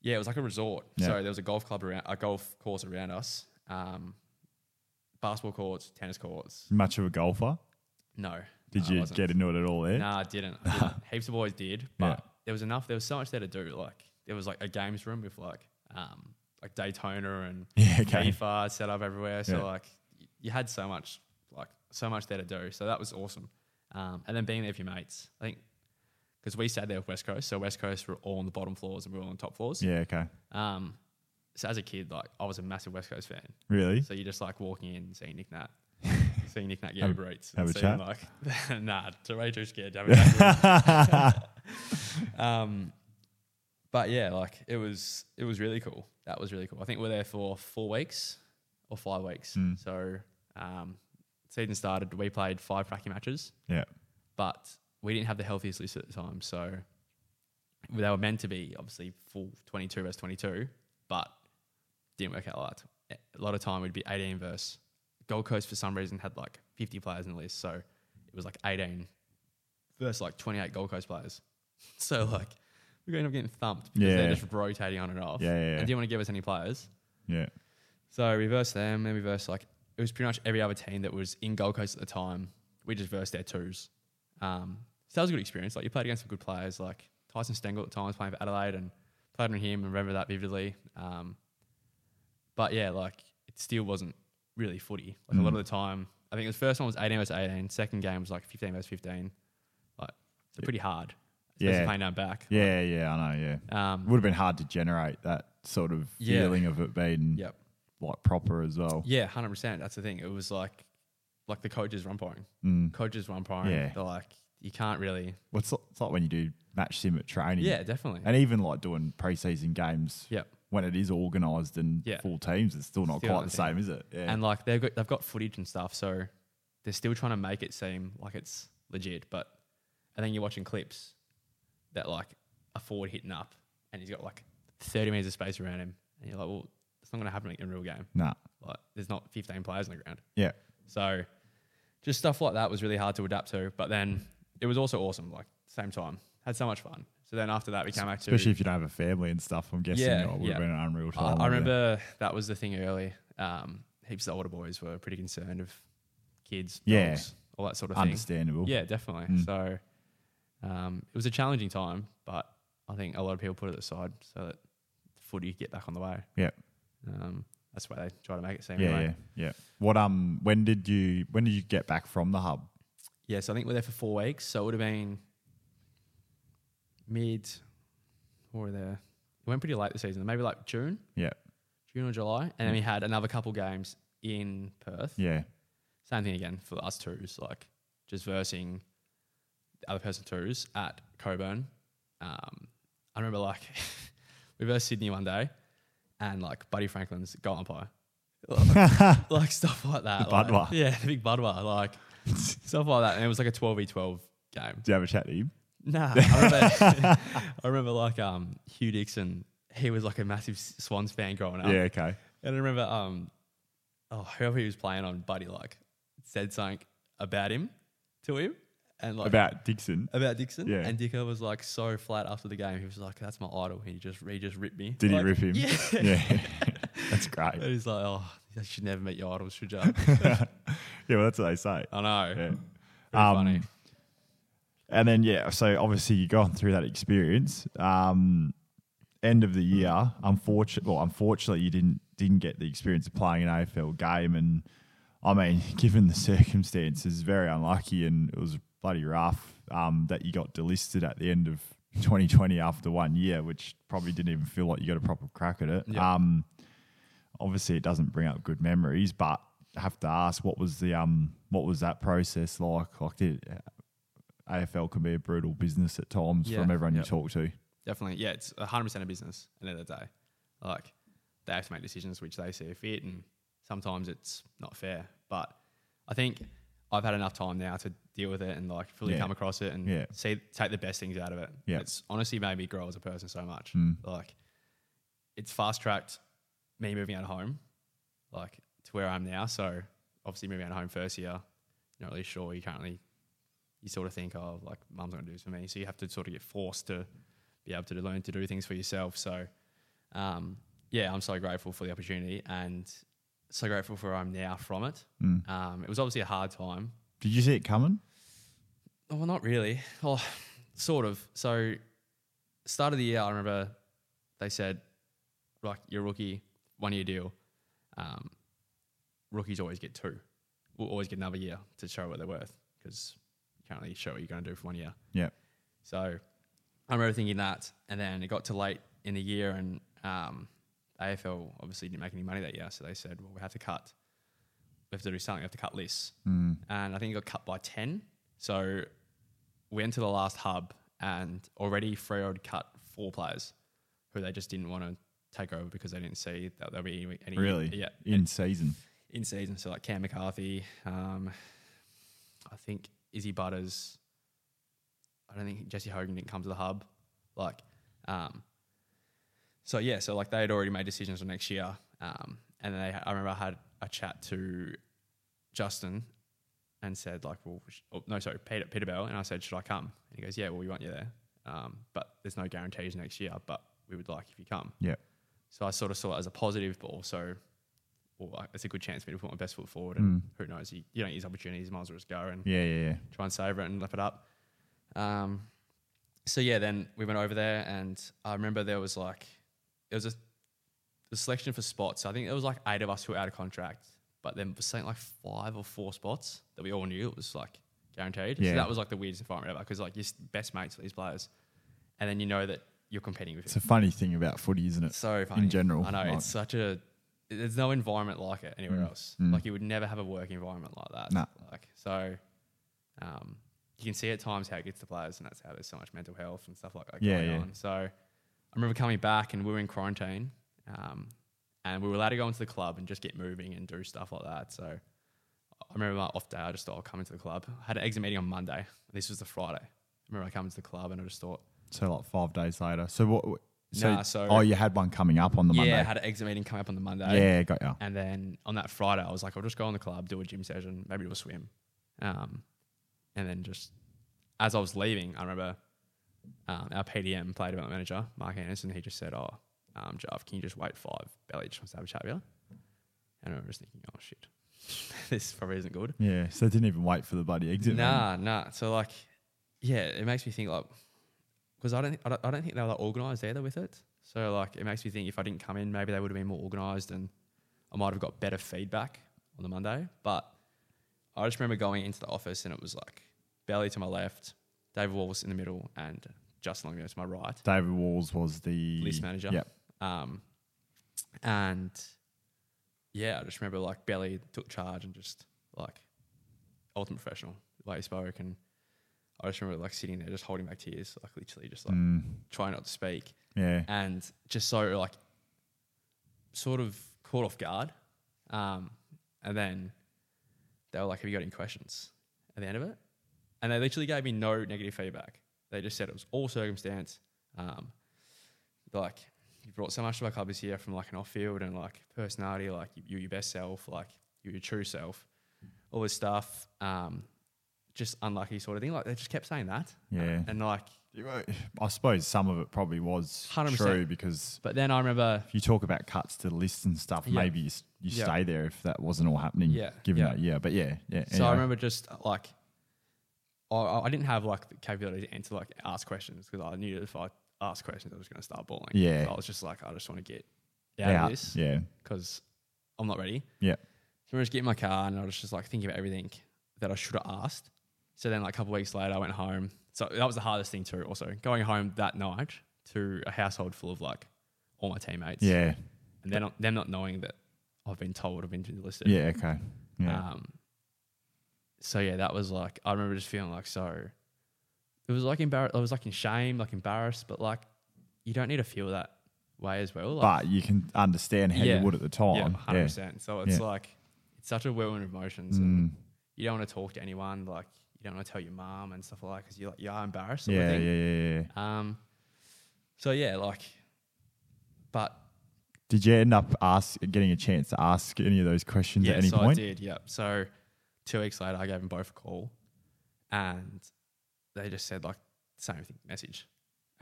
Speaker 3: yeah, it was like a resort.
Speaker 2: Yeah.
Speaker 3: So there was a golf club around, a golf course around us, um, basketball courts, tennis courts.
Speaker 2: Much of a golfer.
Speaker 3: No,
Speaker 2: Did
Speaker 3: no, I
Speaker 2: you
Speaker 3: wasn't.
Speaker 2: get into it at all there?
Speaker 3: Nah, I didn't. I didn't. Heaps of boys did, but
Speaker 2: Yeah.
Speaker 3: there was enough. There was so much there to do. Like there was like a games room with like um like Daytona and
Speaker 2: Yeah, okay.
Speaker 3: FIFA set up everywhere. So
Speaker 2: Yeah.
Speaker 3: like y- you had so much like so much there to do. So that was awesome. Um, and then being there with your mates, I think, because we stayed there with West Coast. So West Coast were all on the bottom floors and we were all on top floors.
Speaker 2: Yeah, okay.
Speaker 3: Um, so as a kid, like I was a massive West Coast fan.
Speaker 2: Really?
Speaker 3: So you're just like walking in, seeing Nick Nat, seeing Nick Nat get
Speaker 2: Have-
Speaker 3: Uber Eats.
Speaker 2: have
Speaker 3: and
Speaker 2: a
Speaker 3: seeing,
Speaker 2: chat?
Speaker 3: Like, nah, Teray too scared to have a chat. with him. um, but yeah, like it was, it was really cool. That was really cool. I think we are there for four weeks or five weeks.
Speaker 2: Hmm.
Speaker 3: So um, season started. We played five cracky matches
Speaker 2: Yeah.
Speaker 3: but we didn't have the healthiest list at the time. So they were meant to be obviously full 22 versus 22, but didn't work out like that. A lot of time we'd be 18 versus Gold Coast for some reason had like 50 players in the list. So it was like 18 versus like 28 Gold Coast players. So like we ended up getting thumped because
Speaker 2: Yeah.
Speaker 3: they're just rotating on and off.
Speaker 2: Yeah, yeah, yeah.
Speaker 3: And didn't want to give us any players.
Speaker 2: Yeah.
Speaker 3: So we versed them, then we versed like it was pretty much every other team that was in Gold Coast at the time. We just versed their twos. Um, so that was a good experience. Like you played against some good players, like Tyson Stengel at the time was playing for Adelaide and played on him and remember that vividly. Um, but yeah, like it still wasn't really footy. Like a lot
Speaker 2: Hmm.
Speaker 3: of the time, I think the first one was 18 versus 18. Second game was like 15 versus 15. Like so pretty hard, especially
Speaker 2: Yeah.
Speaker 3: playing down back.
Speaker 2: Yeah, yeah, I know, yeah.
Speaker 3: Um,
Speaker 2: Would have been hard to generate that sort of
Speaker 3: Yeah.
Speaker 2: feeling of it being
Speaker 3: Yep.
Speaker 2: like proper as well.
Speaker 3: Yeah, hundred percent. That's the thing. It was like, like the coaches were umpiring. Coaches were umpiring.
Speaker 2: Mm. Yeah.
Speaker 3: They're like, you can't really.
Speaker 2: Well, it's, not- it's like when you do match sim at training.
Speaker 3: Yeah, definitely.
Speaker 2: Mm. And even like doing preseason games
Speaker 3: Yep.
Speaker 2: when it is organised and
Speaker 3: Yeah.
Speaker 2: full teams, it's still not
Speaker 3: Still
Speaker 2: quite
Speaker 3: not
Speaker 2: the
Speaker 3: the same.
Speaker 2: same, is it? Yeah.
Speaker 3: And like they've got they've got footage and stuff, so they're still trying to make it seem like it's legit. But and then you're watching clips that like a forward hitting up, and he's got like thirty meters of space around him, and you're like, well, it's not going to happen in a real game.
Speaker 2: nah.
Speaker 3: Like, there's not fifteen players on the ground.
Speaker 2: Yeah.
Speaker 3: So just stuff like that was really hard to adapt to. But then it was also awesome, like same time. Had so much fun. So then after that we came back to
Speaker 2: Especially if you don't have a family and stuff, I'm guessing it
Speaker 3: Yeah,
Speaker 2: would
Speaker 3: yeah.
Speaker 2: have been an unreal
Speaker 3: I,
Speaker 2: time.
Speaker 3: I
Speaker 2: over there.
Speaker 3: remember that was the thing early. Um, heaps of the older boys were pretty concerned of kids,
Speaker 2: Yeah.
Speaker 3: dogs, all that sort of thing.
Speaker 2: Understandable. Mm.
Speaker 3: Yeah, definitely. So um, it was a challenging time, but I think a lot of people put it aside so that footy get back on the way.
Speaker 2: Yeah.
Speaker 3: Um, that's why they try to make it seem.
Speaker 2: Yeah,
Speaker 3: anyway.
Speaker 2: yeah, yeah. What um when did you when did you get back from the hub?
Speaker 3: Yeah, so I think we're there for four weeks. So it would have been mid or there. It went pretty late this season, maybe like June,
Speaker 2: Yeah.
Speaker 3: June or July. And then we had another couple games in Perth.
Speaker 2: Yeah.
Speaker 3: Same thing again for us twos, like just versing the other person twos at Coburn. Um, I remember like we versed Sydney one day and like Buddy Franklin's goal umpire. Like, like stuff like that.
Speaker 2: The
Speaker 3: like-
Speaker 2: Budwa.
Speaker 3: Yeah, the big Budwa. Like stuff like that. And it was like a 12 v 12 game.
Speaker 2: Did you have a chat to him?
Speaker 3: Nah, I remember, I remember like um, Hugh Dixon. He was like a massive S- Swans fan growing up.
Speaker 2: yeah, okay.
Speaker 3: um, And I remember um, oh, whoever he was playing on, Buddy, like said something about him to him and like
Speaker 2: about Dixon.
Speaker 3: about Dixon.
Speaker 2: Yeah.
Speaker 3: And Dicker was like so flat after the game. He was like, "That's my idol." He just he just ripped me.
Speaker 2: Did he
Speaker 3: Like,
Speaker 2: rip him?
Speaker 3: Yeah.
Speaker 2: Yeah. That's
Speaker 3: And
Speaker 2: great.
Speaker 3: he's like, "Oh, you should never meet your idols, should you?"
Speaker 2: yeah, well, that's what they say.
Speaker 3: I know.
Speaker 2: Yeah.
Speaker 3: Pretty
Speaker 2: Um,
Speaker 3: funny.
Speaker 2: And then yeah, so obviously you gone through that experience. Um, end of the
Speaker 3: Mm.
Speaker 2: year, unfortunately, well, unfortunately, you didn't didn't get the experience of playing an AFL game, and I mean, given the circumstances, very unlucky, and it was bloody rough um, that you got delisted at the end of 2020 after one year, which probably didn't even feel like you got a proper crack at it.
Speaker 3: Yeah.
Speaker 2: Um, obviously, it doesn't bring up good memories, but I have to ask, what was the um, what was that process like? Like, did, AFL can be a brutal business at times
Speaker 3: Yeah.
Speaker 2: from everyone
Speaker 3: Yep.
Speaker 2: you talk to.
Speaker 3: Definitely. Yeah, it's 100% a business at the end of the day. Like, they have to make decisions which they see fit, and sometimes it's not fair. But I think I've had enough time now to deal with it and, like, fully
Speaker 2: Yeah.
Speaker 3: come across it and
Speaker 2: Yeah.
Speaker 3: see, take the best things out of it.
Speaker 2: Yeah.
Speaker 3: It's honestly made me grow as a person so much.
Speaker 2: Mm.
Speaker 3: Like, it's fast tracked me moving out of home, like, to where I am now. So, obviously, moving out of home first year, you're not really sure. You can't really you sort of think, oh, like mum's not gonna do this for me. So you have to sort of get forced to be able to learn to do things for yourself. So, um, yeah, I'm so grateful for the opportunity and so grateful for where I'm now from it.
Speaker 2: Mm.
Speaker 3: Um, it was obviously a hard time.
Speaker 2: Did you see it coming?
Speaker 3: Oh, well, not really. Oh, sort of. So, start of the year, I remember they said, like, you're a rookie, one year deal. Um, rookies always get two. We'll always get another year to show what they're worth because you can't really show what you're going to do for one year.
Speaker 2: Yeah.
Speaker 3: So I remember thinking that, and then it got to late in the year, and um, AFL obviously didn't make any money that year, so they said, "Well, we have to cut. We have to do something. We have to cut lists." Mm. And I think it got cut by ten. So we went to the last hub, and already Freo had cut four players who they just didn't want to take over because they didn't see that there'll be any, any
Speaker 2: Really?
Speaker 3: yeah
Speaker 2: In season.
Speaker 3: in season. So like Cam McCarthy, um, I think Izzy Butters. I don't think Jesse Hogan didn't come to the hub. Like, um, so yeah, so like they had already made decisions for next year, um, and they I remember I had a chat to Justin and said like, well, sh- oh, no, sorry, Peter Peter Bell, and I said, should I come? And he goes, yeah, well, we want you there, um, but there's no guarantees next year, but we would like if you come.
Speaker 2: Yeah.
Speaker 3: So I sort of saw it as a positive, but also, well, I- it's a good chance for me to put my best foot forward. And who knows, you, you don't use opportunities, you might as well just go and
Speaker 2: Mm. Yeah, yeah, yeah.
Speaker 3: try and savour it and lap it up. Um, so yeah, then we went over there, and I remember there was like it was a, a selection for spots. I think there was like eight of us who were out of contract, but then was something like five or four spots that we all knew it was like guaranteed.
Speaker 2: Yeah.
Speaker 3: So that was like the weirdest environment ever because like your s- best mates are these players, and then you know that you're competing with
Speaker 2: It's a funny thing about footy, isn't it?
Speaker 3: so funny.
Speaker 2: general,
Speaker 3: I know
Speaker 2: like- Mm.
Speaker 3: it's uh, such a. There's no environment like it anywhere else. Like you would never have a work environment like that.
Speaker 2: Nah.
Speaker 3: Like so, um, you can see at times how it gets to players, and that's how there's so much mental health and stuff like that
Speaker 2: Yeah,
Speaker 3: going
Speaker 2: yeah.
Speaker 3: on. So, I remember coming back and we were in quarantine, um, and we were allowed to go into the club and just get moving and do stuff like that. So, I remember my off day. I just thought I'll come into the club. I had an exit meeting on Monday. This was the Friday. I remember I come into the club and I just thought,
Speaker 2: So like five days later. So what? So,
Speaker 3: Nah, so-
Speaker 2: oh, you had one coming up on the
Speaker 3: yeah, I
Speaker 2: Monday.
Speaker 3: had an exit meeting coming up on the Monday.
Speaker 2: yeah, got ya.
Speaker 3: And then on that Friday, I was like, I'll just go in the club, do a gym session, maybe do a swim. Um, and then just as I was leaving, I remember um, our PDM, player development manager, Mark Anderson, he just said, Oh, um, Jav, can you just wait five? Belly just wants to have a chat with you. And I remember just thinking, Oh, shit, this probably isn't good.
Speaker 2: Yeah. So they didn't even wait for the bloody exit. man.
Speaker 3: Nah, nah. So like, yeah, it makes me think like, because I don't, I don't, I don't think they were like organised either with it. So like, it makes me think if I didn't come in, maybe they would have been more organised and I might have got better feedback on the Monday. But I just remember going into the office and it was like Belly to my left, Dave Wallace in the middle, and Justin Longo to my right
Speaker 2: David Walls was the
Speaker 3: lease manager.
Speaker 2: Yep.
Speaker 3: Um, and yeah, I just remember like Belly took charge and just like ultimate professional, the way he spoke. And I just remember like sitting there just holding back tears, like literally just like trying not to speak
Speaker 2: Yeah.
Speaker 3: and just so like sort of caught off guard. Um, and then they were like, "Have you got any questions?" At the end of it, and they literally gave me no negative feedback. They just said it was all circumstance. Um, like you brought so much to our club this year from like an off field and like personality, like you, you're your best self, like you're your true self, all this stuff. Um, just unlucky sort of thing. Like they just kept saying that.
Speaker 2: Yeah.
Speaker 3: And like,
Speaker 2: You know, I suppose some of it probably was
Speaker 3: 100%.
Speaker 2: true because
Speaker 3: but then I remember,
Speaker 2: if you talk about cuts to the list and stuff,
Speaker 3: Yeah.
Speaker 2: maybe you, s- you
Speaker 3: Yeah.
Speaker 2: stay there if that wasn't all happening.
Speaker 3: Yeah,
Speaker 2: Given
Speaker 3: yeah.
Speaker 2: that, yeah. But yeah, yeah.
Speaker 3: so I
Speaker 2: anyway.
Speaker 3: remember just uh, like, I- I, I didn't have like the capability to answer like ask questions because I knew if I asked questions, I was going to start bawling.
Speaker 2: Yeah.
Speaker 3: So I was just like, I just want to get out,
Speaker 2: Yeah.
Speaker 3: of this
Speaker 2: Yeah.
Speaker 3: because I'm not ready.
Speaker 2: Yeah.
Speaker 3: So I just get in my car and I was just like thinking about everything that I should have asked. So then like a couple of weeks later I went home. So that was the hardest thing too also. Going home that night to a household full of like all my teammates.
Speaker 2: Yeah.
Speaker 3: And then them not knowing that I've been told I've been enlisted.
Speaker 2: Yeah. Okay. Yeah.
Speaker 3: Um so yeah, that was like I remember just feeling like so it was like embarrassed I was like in shame, like embarrassed, but like you don't need to feel that way as well. Like,
Speaker 2: but you can understand how
Speaker 3: Yeah.
Speaker 2: you would at the
Speaker 3: yeah,
Speaker 2: time. Yeah.
Speaker 3: 100%. So it's
Speaker 2: Yeah. Mm.
Speaker 3: like, it's such a whirlwind of emotions. And you don't want to talk to anyone. Like, you don't want to tell your mom and stuff like that because you're like, you are embarrassed. Sort
Speaker 2: Yeah.
Speaker 3: of
Speaker 2: Yeah.
Speaker 3: thing.
Speaker 2: Yeah. yeah.
Speaker 3: Um, so, yeah, like, but
Speaker 2: Did you end up ask getting a chance to ask any of those questions
Speaker 3: yeah,
Speaker 2: at any
Speaker 3: so
Speaker 2: point?
Speaker 3: I did. Yep. So two weeks later, I gave them both a call and they just said, like, same thing, message.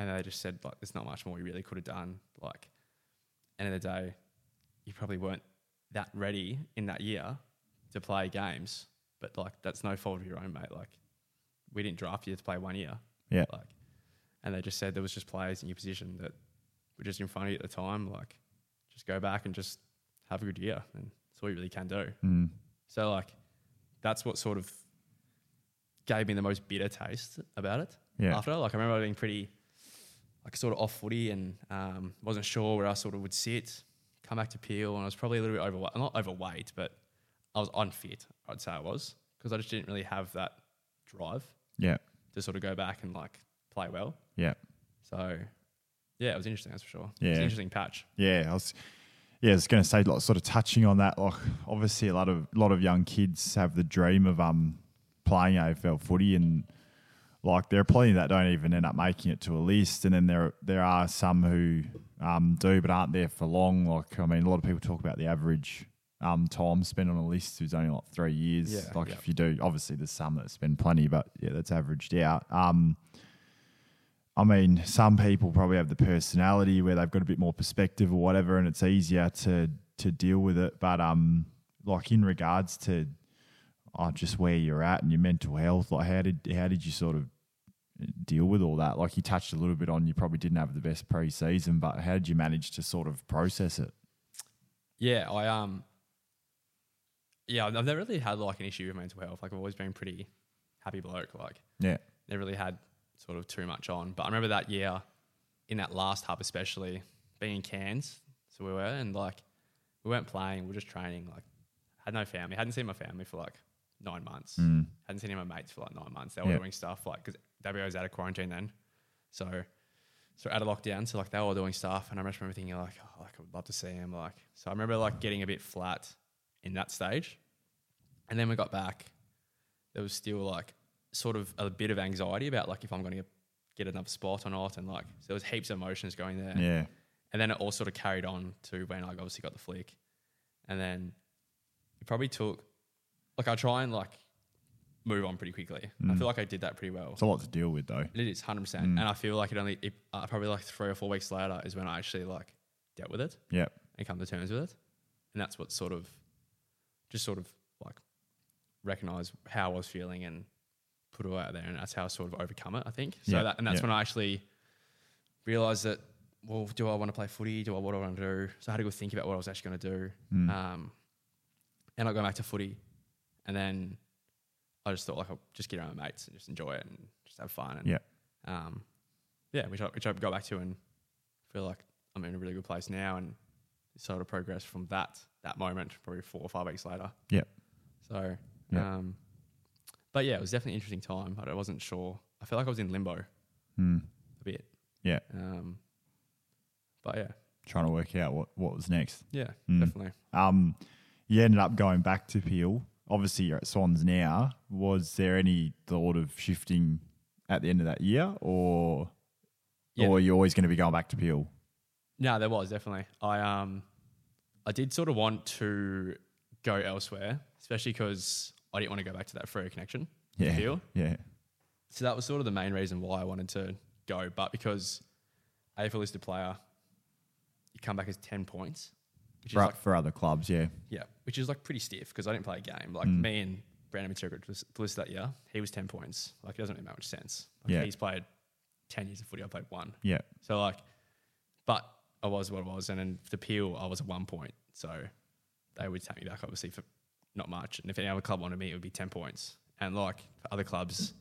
Speaker 3: And they just said, like, there's not much more we really could have done. Like, end of the day, you probably weren't that ready in that year to play games, but like, that's no fault of your own, mate. Like, we didn't draft you to play one year.
Speaker 2: Yeah.
Speaker 3: Like, and they just said there was just players in your position that were just in front of you at the time. Like, just go back and just have a good year, and that's all you really can do.
Speaker 2: Mm.
Speaker 3: So like, that's what sort of gave me the most bitter taste about it.
Speaker 2: Yeah.
Speaker 3: After like, I remember being pretty like sort of off footy and um, wasn't sure where I sort of would sit. Come back to Peel, and I was probably a little bit overweight. Not overweight, but I was unfit. I'd say I was because I just didn't really have that drive
Speaker 2: Yeah.
Speaker 3: to sort of go back and like play well.
Speaker 2: Yeah.
Speaker 3: So yeah, it was interesting, that's for sure. It's
Speaker 2: Yeah.
Speaker 3: an interesting patch.
Speaker 2: Yeah, I was. Yeah, I was going to say, like, sort of touching on that. Like, obviously, a lot of lot of young kids have the dream of um playing AFL footy, and like there are plenty that don't even end up making it to a list, and then there there are some who um do but aren't there for long. Like, I mean, a lot of people talk about the average um time spent on a list is only like three years.
Speaker 3: Yeah,
Speaker 2: like,
Speaker 3: yeah.
Speaker 2: if you do, obviously, there's some that spend plenty, but yeah, that's averaged out. Um, I mean, some people probably have the personality where they've got a bit more perspective or whatever, and it's easier to to deal with it. But um, like in regards to oh, just where you're at and your mental health, like how did how did you sort of deal with all that? Like you touched a little bit on, you probably didn't have the best preseason, but how did you manage to sort of process it?
Speaker 3: Yeah, I um yeah, I've never really had like an issue with mental health. Like I've always been pretty happy bloke, like
Speaker 2: Yeah,
Speaker 3: never really had sort of too much on. But I remember that year in that last hub especially, being in Cairns, so we were and like we weren't playing, we were just training, like had no family, hadn't seen my family for like nine months. Hadn't seen any of my mates for like nine months. They were
Speaker 2: Yeah.
Speaker 3: doing stuff like because WA was out of quarantine then. So so out of lockdown, so like they were all doing stuff, and I just remember thinking like, oh, like I would love to see him. Like, so I remember like getting a bit flat in that stage, and then we got back. There was still like sort of a bit of anxiety about like if I'm going to get another spot or not, and like so there was heaps of emotions going there.
Speaker 2: yeah,
Speaker 3: And then it all sort of carried on to when I obviously got the flick, and then it probably took like I try and like move on pretty quickly. I feel like I did that pretty well.
Speaker 2: Mm. it's a lot to deal with though.
Speaker 3: It is hundred percent,
Speaker 2: Mm.
Speaker 3: and I feel like it only it, uh, probably like three or four weeks later is when I actually like dealt with it
Speaker 2: Yeah,
Speaker 3: and come to terms with it, and that's what sort of just sort of like recognize how I was feeling and put it all out there, and that's how I sort of overcome it. I think so,
Speaker 2: Yeah,
Speaker 3: that, and that's
Speaker 2: yeah.
Speaker 3: when I actually realized that well, do I want to play footy? Do I what do I want to do? So I had to go think about what I was actually going to do,
Speaker 2: Mm.
Speaker 3: um, and I go back to footy, and then I just thought like I'll just get around my mates and just enjoy it and just have fun and
Speaker 2: yeah,
Speaker 3: um, yeah, which I, which I go back to and feel like I'm in a really good place now and sort of progress from that that moment probably four or five weeks later.
Speaker 2: yeah,
Speaker 3: So,
Speaker 2: Yeah.
Speaker 3: um, but yeah, it was definitely an interesting time. But I wasn't sure. I felt like I was in limbo a
Speaker 2: mm,
Speaker 3: bit.
Speaker 2: yeah.
Speaker 3: Um, but yeah,
Speaker 2: Trying to work out what what was next.
Speaker 3: yeah,
Speaker 2: Mm.
Speaker 3: definitely.
Speaker 2: Um, you ended up going back to Peel. Obviously, you're at Swans now. Was there any thought of shifting at the end of that year, or
Speaker 3: Yeah.
Speaker 2: or you're always going to be going back to Peel?
Speaker 3: No, there was definitely. I um, I did sort of want to go elsewhere, especially because I didn't want to go back to that Freo connection.
Speaker 2: Yeah.
Speaker 3: feel.
Speaker 2: Yeah.
Speaker 3: So that was sort of the main reason why I wanted to go. But because AFL listed player, you come back as 10 points, which
Speaker 2: For,
Speaker 3: is like,
Speaker 2: for other clubs, yeah.
Speaker 3: yeah, which is like pretty stiff because I didn't play a game. Like me and Brandon Matera list that year, he was 10 points. Like it doesn't really make much sense. Like,
Speaker 2: Yeah.
Speaker 3: He's played 10 years of footy, I played one.
Speaker 2: Yeah.
Speaker 3: So like, but I was what I was, and in the peel I was at one point. So they would take me back obviously for not much, and if any other club wanted me, it would be ten points. And like for other clubs,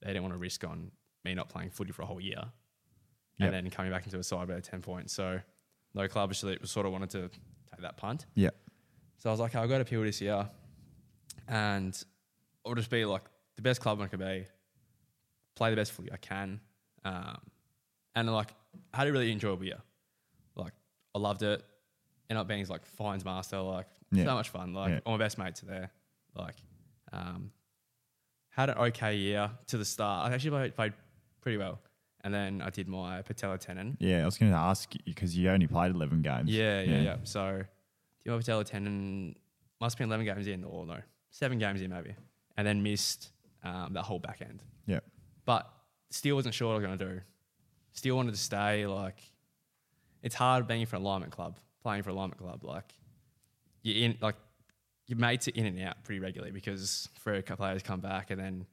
Speaker 3: they didn't want to risk on me not playing footy for a whole year,
Speaker 2: Yep.
Speaker 3: and then coming back into a side by ten points. So no club actually sort of wanted to take that punt.
Speaker 2: Yeah.
Speaker 3: So I was like, okay, I'll go to Peel this year and I'll just be like the best club I can be, play the best footy I can. Um, and like, I had a really enjoyable year. Like, I loved it. Ended up being his, like Fines Master, like,
Speaker 2: Yeah.
Speaker 3: so much fun. Like,
Speaker 2: Yeah.
Speaker 3: all my best mates are there. Like, um, had an okay year to the start. I actually played, played pretty well. And then I did my patella tendon.
Speaker 2: Yeah. I was going to ask because you only played 11 games.
Speaker 3: Yeah, yeah, yeah. So the Orbitel tendon must have been 11 games in, or no, seven games in maybe, and then missed um, that whole back end.
Speaker 2: Yeah.
Speaker 3: But still wasn't sure what I was going to do. Still wanted to stay. Like, it's hard being for an alignment club, playing for an alignment club. Like, you're in, like, your mates are in and out pretty regularly because for players come back and then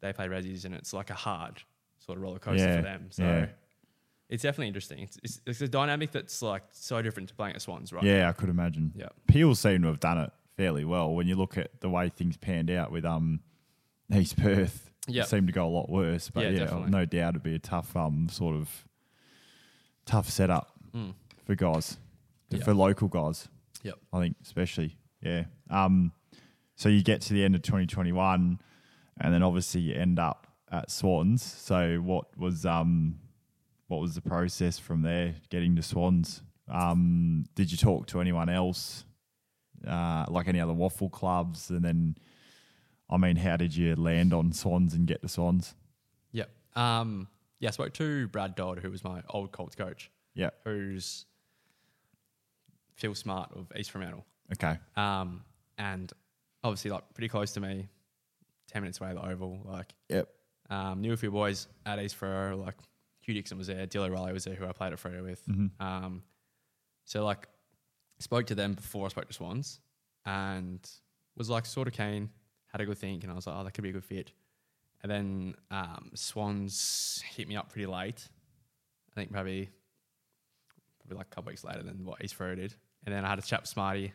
Speaker 3: they play resis and it's like a hard sort of roller coaster
Speaker 2: Yeah,
Speaker 3: for them. So
Speaker 2: yeah.
Speaker 3: it's definitely interesting. It's, it's, it's a dynamic that's like so different to playing at Swans, right?
Speaker 2: Yeah, I could imagine.
Speaker 3: Yeah.
Speaker 2: Peel seem to have done it fairly well when you look at the way things panned out with um East Perth. it
Speaker 3: Yeah.
Speaker 2: seemed to go a lot worse, but
Speaker 3: Yeah,
Speaker 2: yeah,
Speaker 3: definitely.
Speaker 2: no doubt it'd be a tough um sort of tough setup for guys,
Speaker 3: Mm. Yeah.
Speaker 2: for local guys.
Speaker 3: Yep.
Speaker 2: I think especially. Yeah. Um, so you get to the end of 2021, and then obviously you end up at Swans. So what was um, what was the process from there getting to Swans? Um, did you talk to anyone else, uh, like any other waffle clubs? And then, I mean, how did you land on Swans and get to Swans?
Speaker 3: Yep. Um, yeah, I spoke to Brad Dodd, who was my old Colts coach,
Speaker 2: Yeah.
Speaker 3: who's Phil Smart of East Fremantle.
Speaker 2: Okay.
Speaker 3: Um, and obviously, like, pretty close to me, 10 minutes away at the Oval. Like,
Speaker 2: Yep.
Speaker 3: Um, knew a few boys at East Freo, like Hugh Dixon was there, Dilly Riley was there, who I played at Freo with. Um, so like spoke to them before I spoke to Swans, and was like sort of keen, had a good think, and I was like, oh, that could be a good fit. And then um, Swans hit me up pretty late. I think probably probably like a couple weeks later than what East Freo did. And then I had a chat with Smarty,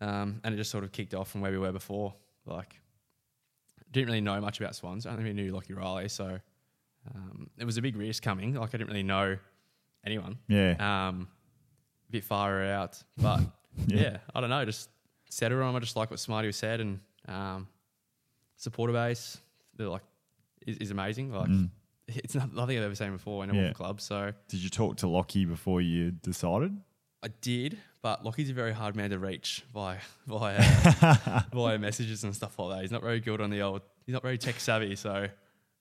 Speaker 3: um, and it just sort of kicked off from where we were before, like didn't really know much about Swans. I only really knew Lockie Riley, so um, it was a big risk coming. Like I didn't really know anyone.
Speaker 2: Yeah.
Speaker 3: Um, a bit far out, but
Speaker 2: Yeah.
Speaker 3: yeah. I don't know. Just settled on. I just like what Smarty was said and um, supporter base. They're like is, is amazing. Like it's not, nothing I've ever seen before in a
Speaker 2: Yeah.
Speaker 3: waffle club. So
Speaker 2: Did you talk to Lockie before you decided?
Speaker 3: I did, but Lockie's a very hard man to reach via via uh, via messages and stuff like that. He's not very good on the old. He's not very tech savvy, so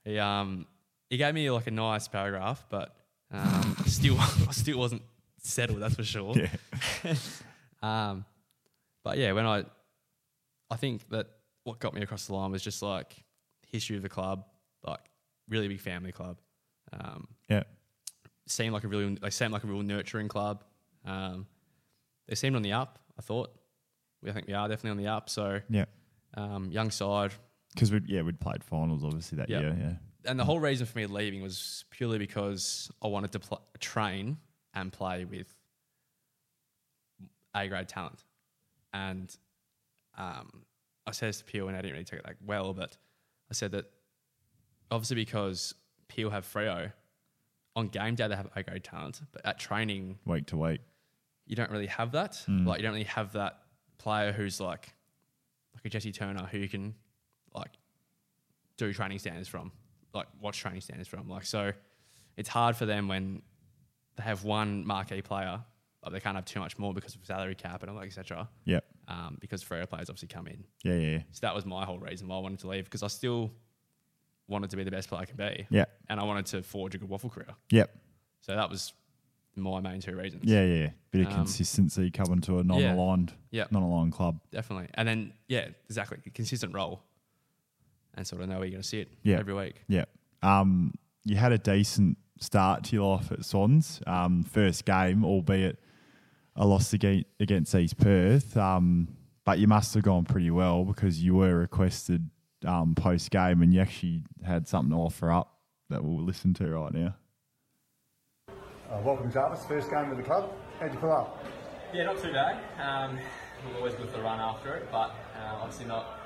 Speaker 3: he um he gave me like a nice paragraph, but um still still wasn't settled. That's for sure.
Speaker 2: Yeah.
Speaker 3: Um, but yeah, when I, I think that what got me across the line was just like history of the club, like really big family club. Um,
Speaker 2: Yeah.
Speaker 3: seemed like a really they seemed like a real nurturing club. Um, they seemed on the up. I thought. We, I think we are definitely on the up. So
Speaker 2: Yeah.
Speaker 3: um, young side,
Speaker 2: Because we yeah we'd played finals obviously that
Speaker 3: Yeah.
Speaker 2: year. Yeah.
Speaker 3: and the whole reason for me leaving was purely because I wanted to pl- train and play with A grade talent, and um, I said this to Peel, and I didn't really take it that well, but I said that obviously because Peel have Freo on game day they have A grade talent, but at training
Speaker 2: Week to week.
Speaker 3: you don't really have that. Like you don't really have that player who's like like a Jesse Turner who you can like do training standards from, like watch training standards from. Like so it's hard for them when they have one marquee player, but they can't have too much more because of salary cap and all that, etc.
Speaker 2: Yep.
Speaker 3: Um, because Freo players obviously come in.
Speaker 2: Yeah, yeah,
Speaker 3: So that was my whole reason why I wanted to leave because I still wanted to be the best player I could be.
Speaker 2: yeah,
Speaker 3: And I wanted to forge a good waffle career.
Speaker 2: yep,
Speaker 3: So that was my main two reasons.
Speaker 2: yeah, yeah. Bit of
Speaker 3: Um,
Speaker 2: consistency coming to a non-aligned,
Speaker 3: Yeah.
Speaker 2: non-aligned club.
Speaker 3: definitely. And then yeah, exactly, consistent role. and sort of know where you're going to sit
Speaker 2: Yeah.
Speaker 3: every week.
Speaker 2: Yeah. Um, you had a decent start to your life at Swans. Um, first game, albeit a loss against, against East Perth. Um, but you must have gone pretty well because you were requested um, post game and you actually had something to offer up that we'll listen to right now.
Speaker 6: Uh, welcome, Jarvis. First game with the club. How'd you pull up?
Speaker 3: Yeah, not too bad. Um, we're always with the run after it, but uh, obviously not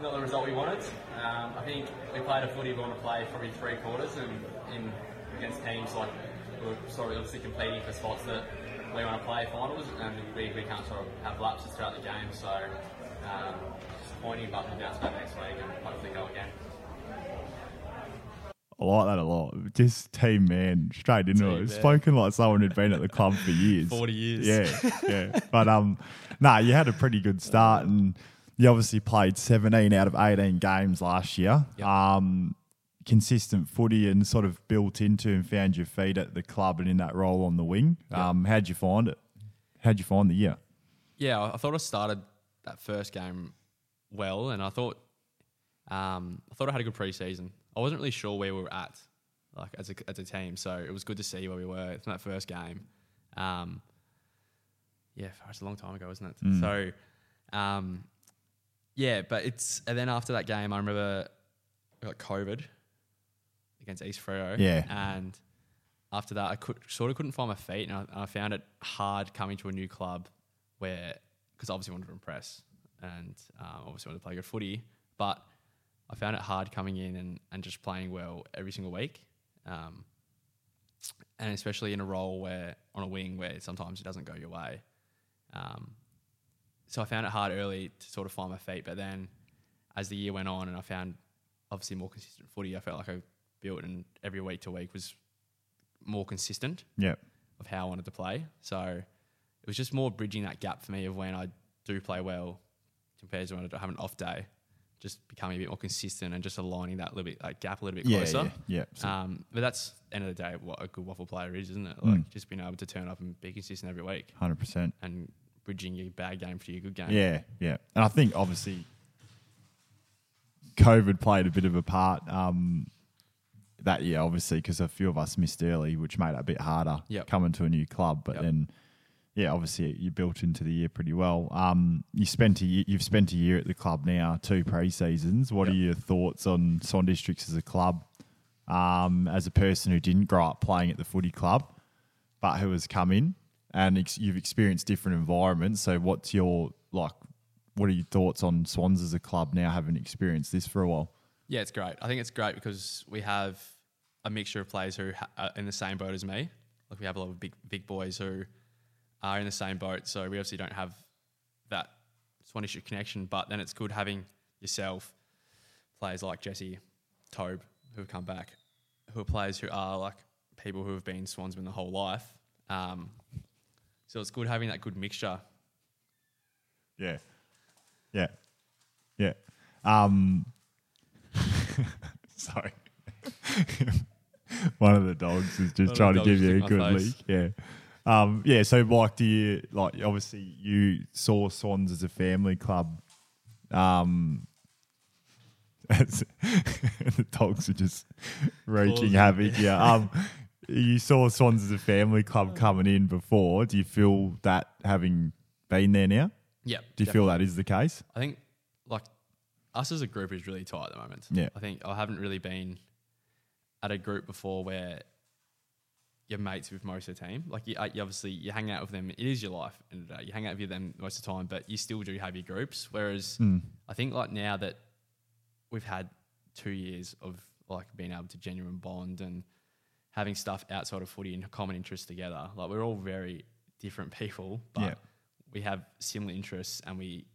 Speaker 3: not the result we wanted. Um, I think we played a footy we want to play probably three quarters, and in against teams like we we're sort of obviously competing for spots that we want to play finals, and we, we can't sort of have lapses throughout the game. So um, disappointing, but we'll bounce back next week and hopefully go again.
Speaker 2: I like that a lot. Just team man, straight into
Speaker 3: Team
Speaker 2: it.
Speaker 3: man.
Speaker 2: Spoken like someone who'd been at the club for years.
Speaker 3: 40 years.
Speaker 2: Yeah, yeah. But um, nah, you had a pretty good start, and you obviously played 17 out of 18 games last year.
Speaker 3: Yep.
Speaker 2: Um, consistent footy and sort of built into and found your feet at the club and in that role on the wing. Um, how'd you find it? How'd you find the year?
Speaker 3: yeah, I- I thought I started that first game well, and I thought um, I thought I had a good preseason. I wasn't really sure where we were at, like as a, as a team. So it was good to see where we were from that first game. Um, yeah, it's a long time ago, isn't it? So, um, yeah, but it's and then after that game, I remember I got COVID against East Freo.
Speaker 2: Yeah.
Speaker 3: and after that, I could sort of couldn't find my feet, and I, and I found it hard coming to a new club where because I obviously wanted to impress and um, obviously wanted to play good footy, but I found it hard coming in and, and just playing well every single week. Um, and especially in a role where on a wing where sometimes it doesn't go your way. Um, so I found it hard early to sort of find my feet, but then as the year went on and I found obviously more consistent footy, I felt like I built and every week to week was more consistent
Speaker 2: Yeah,
Speaker 3: of how I wanted to play. So it was just more bridging that gap for me of when I do play well compared to when I have an off day, just becoming a bit more consistent and just aligning that little bit, that gap a little bit
Speaker 2: Yeah,
Speaker 3: closer.
Speaker 2: yeah, yeah. So-
Speaker 3: Um, but that's end of the day what a good waffle player is, isn't it?
Speaker 2: Mm.
Speaker 3: Like just being able to turn up and be consistent every week
Speaker 2: hundred percent.
Speaker 3: and bridging your bad game to your good game.
Speaker 2: Yeah, yeah. And I think obviously COVID played a bit of a part um, that year, obviously, because a few of us missed early, which made it a bit harder
Speaker 3: Yep.
Speaker 2: coming to a new club. But
Speaker 3: Yep.
Speaker 2: then, yeah, obviously you built into the year pretty well. Um, you spent a year, you've spent a year at the club now, two pre-seasons. What are your thoughts on Swan Districts as a club? Um, as a person who didn't grow up playing at the footy club, but who has come in and ex- you've experienced different environments. So, what's your like? What are your thoughts on Swans as a club now, having experienced this for a while?
Speaker 3: Yeah, it's great. I think it's great because we have a mixture of players who ha- are in the same boat as me. Like we have a lot of big big boys who are in the same boat, so we obviously don't have that Swan issue connection. But then it's good having yourself players like Jesse, Tobe, who have come back, who are players who are like people who have been Swansmen the whole life. Um, so it's good having that good mixture.
Speaker 2: Yeah, yeah, yeah. Um, sorry, one of the dogs is just
Speaker 3: of
Speaker 2: trying
Speaker 3: the
Speaker 2: to give
Speaker 3: dogs
Speaker 2: you a
Speaker 3: licked my
Speaker 2: good leak.
Speaker 3: face.
Speaker 2: Yeah. Um, yeah, so Mike, do you like obviously you saw Swans as a family club um, That's- the dogs are just wreaking
Speaker 3: Causing-
Speaker 2: havoc. Yeah. Um, you saw Swans as a family
Speaker 3: Oh.
Speaker 2: club coming in before. Do you feel that having been there now?
Speaker 3: Yeah.
Speaker 2: Do you feel that is the case?
Speaker 3: I think like us as a group is really tight at the moment.
Speaker 2: Yeah.
Speaker 3: I think I haven't really been at a group before where you're mates with most of the team. Like you, uh, you obviously you hang out with them. It is your life, and uh, you hang out with them most of the time. But you still do have your groups. Whereas
Speaker 2: Hmm.
Speaker 3: I think like now that we've had two years of like being able to genuine bond and having stuff outside of footy and common interests together. Like we're all very different people, but
Speaker 2: Yeah.
Speaker 3: we have similar interests and we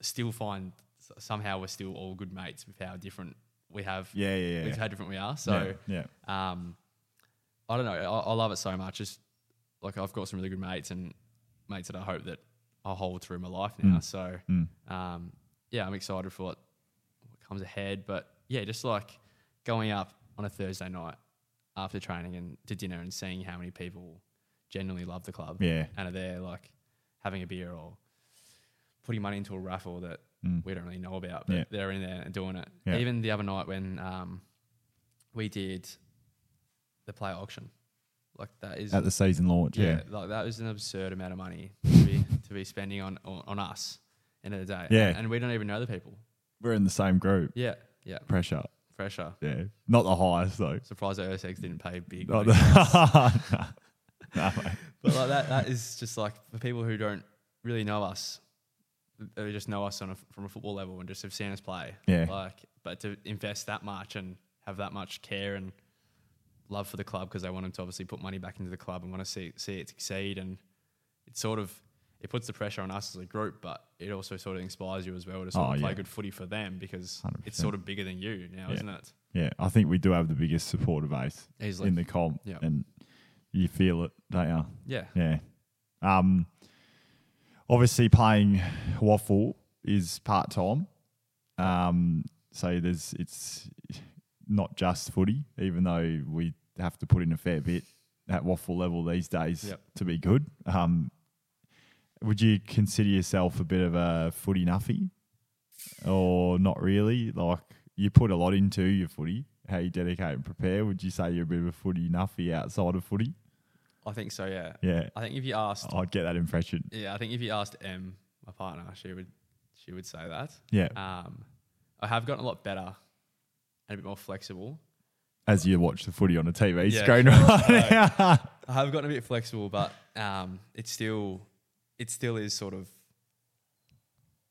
Speaker 3: still find s- somehow we're still all good mates with how different we have.
Speaker 2: Yeah, yeah, yeah.
Speaker 3: With how different we are. So
Speaker 2: yeah,
Speaker 3: um, I don't know. I, I love it so much. Just like I've got some really good mates and mates that I hope that I'll hold through my life
Speaker 2: Hmm.
Speaker 3: now. So um, yeah, I'm excited for what, what comes ahead. But yeah, just like going up on a Thursday night after training and to dinner and seeing how many people genuinely love the club.
Speaker 2: Yeah.
Speaker 3: And are there like having a beer or putting money into a raffle that we don't really know about, but
Speaker 2: Hmm. Yeah.
Speaker 3: they're in there and doing it.
Speaker 2: Yeah.
Speaker 3: Even the other night when um, we did the player auction, like that is
Speaker 2: at the season launch. Yeah.
Speaker 3: uh, yeah, like that was an absurd amount of money to be, to be spending on, on on us in the day.
Speaker 2: Yeah.
Speaker 3: and, we don't even know the people.
Speaker 2: We're in the same group.
Speaker 3: Yeah, yeah,
Speaker 2: Pressure.
Speaker 3: fresher.
Speaker 2: Yeah. Not the highest, though.
Speaker 3: Surprised that Ursex didn't pay big.
Speaker 2: Not
Speaker 3: money.
Speaker 2: the-
Speaker 3: But like that, that is just like for people who don't really know us, they just know us on a, from a football level and just have seen us play.
Speaker 2: Yeah.
Speaker 3: Like, but to invest that much and have that much care and love for the club because they want them to obviously put money back into the club and want to see see it succeed and it sort of it puts the pressure on us as a group, but it also sort of inspires you as well to sort
Speaker 2: Oh,
Speaker 3: of play
Speaker 2: yeah.
Speaker 3: good footy for them because
Speaker 2: 100%.
Speaker 3: it's sort of bigger than you now,
Speaker 2: Yeah.
Speaker 3: isn't it?
Speaker 2: yeah. I think we do have the biggest supporter base
Speaker 3: Easily.
Speaker 2: in the comp.
Speaker 3: Yeah.
Speaker 2: And you feel it, don't you?
Speaker 3: Yeah.
Speaker 2: Yeah. Um, obviously, playing waffle is part time. Um, so there's it's not just footy, even though we have to put in a fair bit at waffle level these days
Speaker 3: Yep.
Speaker 2: to be good. Um, would you consider yourself a bit of a footy nuffy, or not really? Like you put a lot into your footy, how you dedicate and prepare. Would you say you're a bit of a footy nuffy outside of footy?
Speaker 3: I think so. Yeah.
Speaker 2: Yeah,
Speaker 3: I think if you asked,
Speaker 2: I'd get that impression.
Speaker 3: yeah, I think if you asked M, my partner, she would she would say that.
Speaker 2: Yeah,
Speaker 3: Um, I have gotten a lot better and a bit more flexible.
Speaker 2: as you watch the footy on a TV
Speaker 3: Yeah,
Speaker 2: screen,
Speaker 3: sure.
Speaker 2: right?
Speaker 3: I have gotten a bit flexible, but um, it still it still is sort of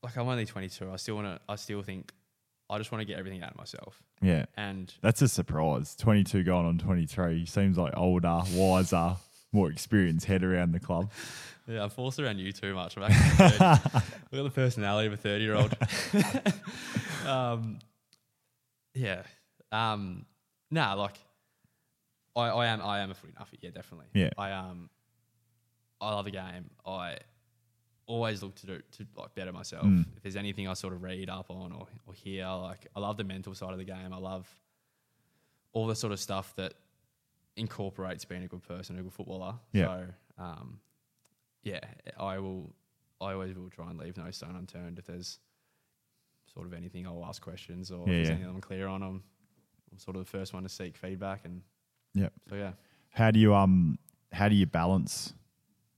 Speaker 3: like I'm only 22. I still want to. I still think I just want to get everything out of myself.
Speaker 2: yeah,
Speaker 3: And
Speaker 2: that's a surprise. Twenty-two going on twenty-three seems like older, wiser, more experienced head around the club.
Speaker 3: yeah, I'm forced around you too much. I'm actually 30. Look at the personality of a 30 year old. um, yeah. Um, nah, like I, I am I am a footy nuffy, yeah, definitely.
Speaker 2: Yeah.
Speaker 3: I um I love the game. I always look to do to like better myself.
Speaker 2: Mm.
Speaker 3: If there's anything I sort of read up on or, or hear, like I love the mental side of the game. I love all the sort of stuff that incorporates being a good person, a good footballer.
Speaker 2: Yeah.
Speaker 3: So um yeah, I will I always will try and leave no stone unturned if there's sort of anything I'll ask questions or
Speaker 2: Yeah,
Speaker 3: if there's
Speaker 2: yeah.
Speaker 3: anything I'm clear on I'm, I'm sort of the first one to seek feedback and
Speaker 2: Yep.
Speaker 3: so yeah.
Speaker 2: How do you um how do you balance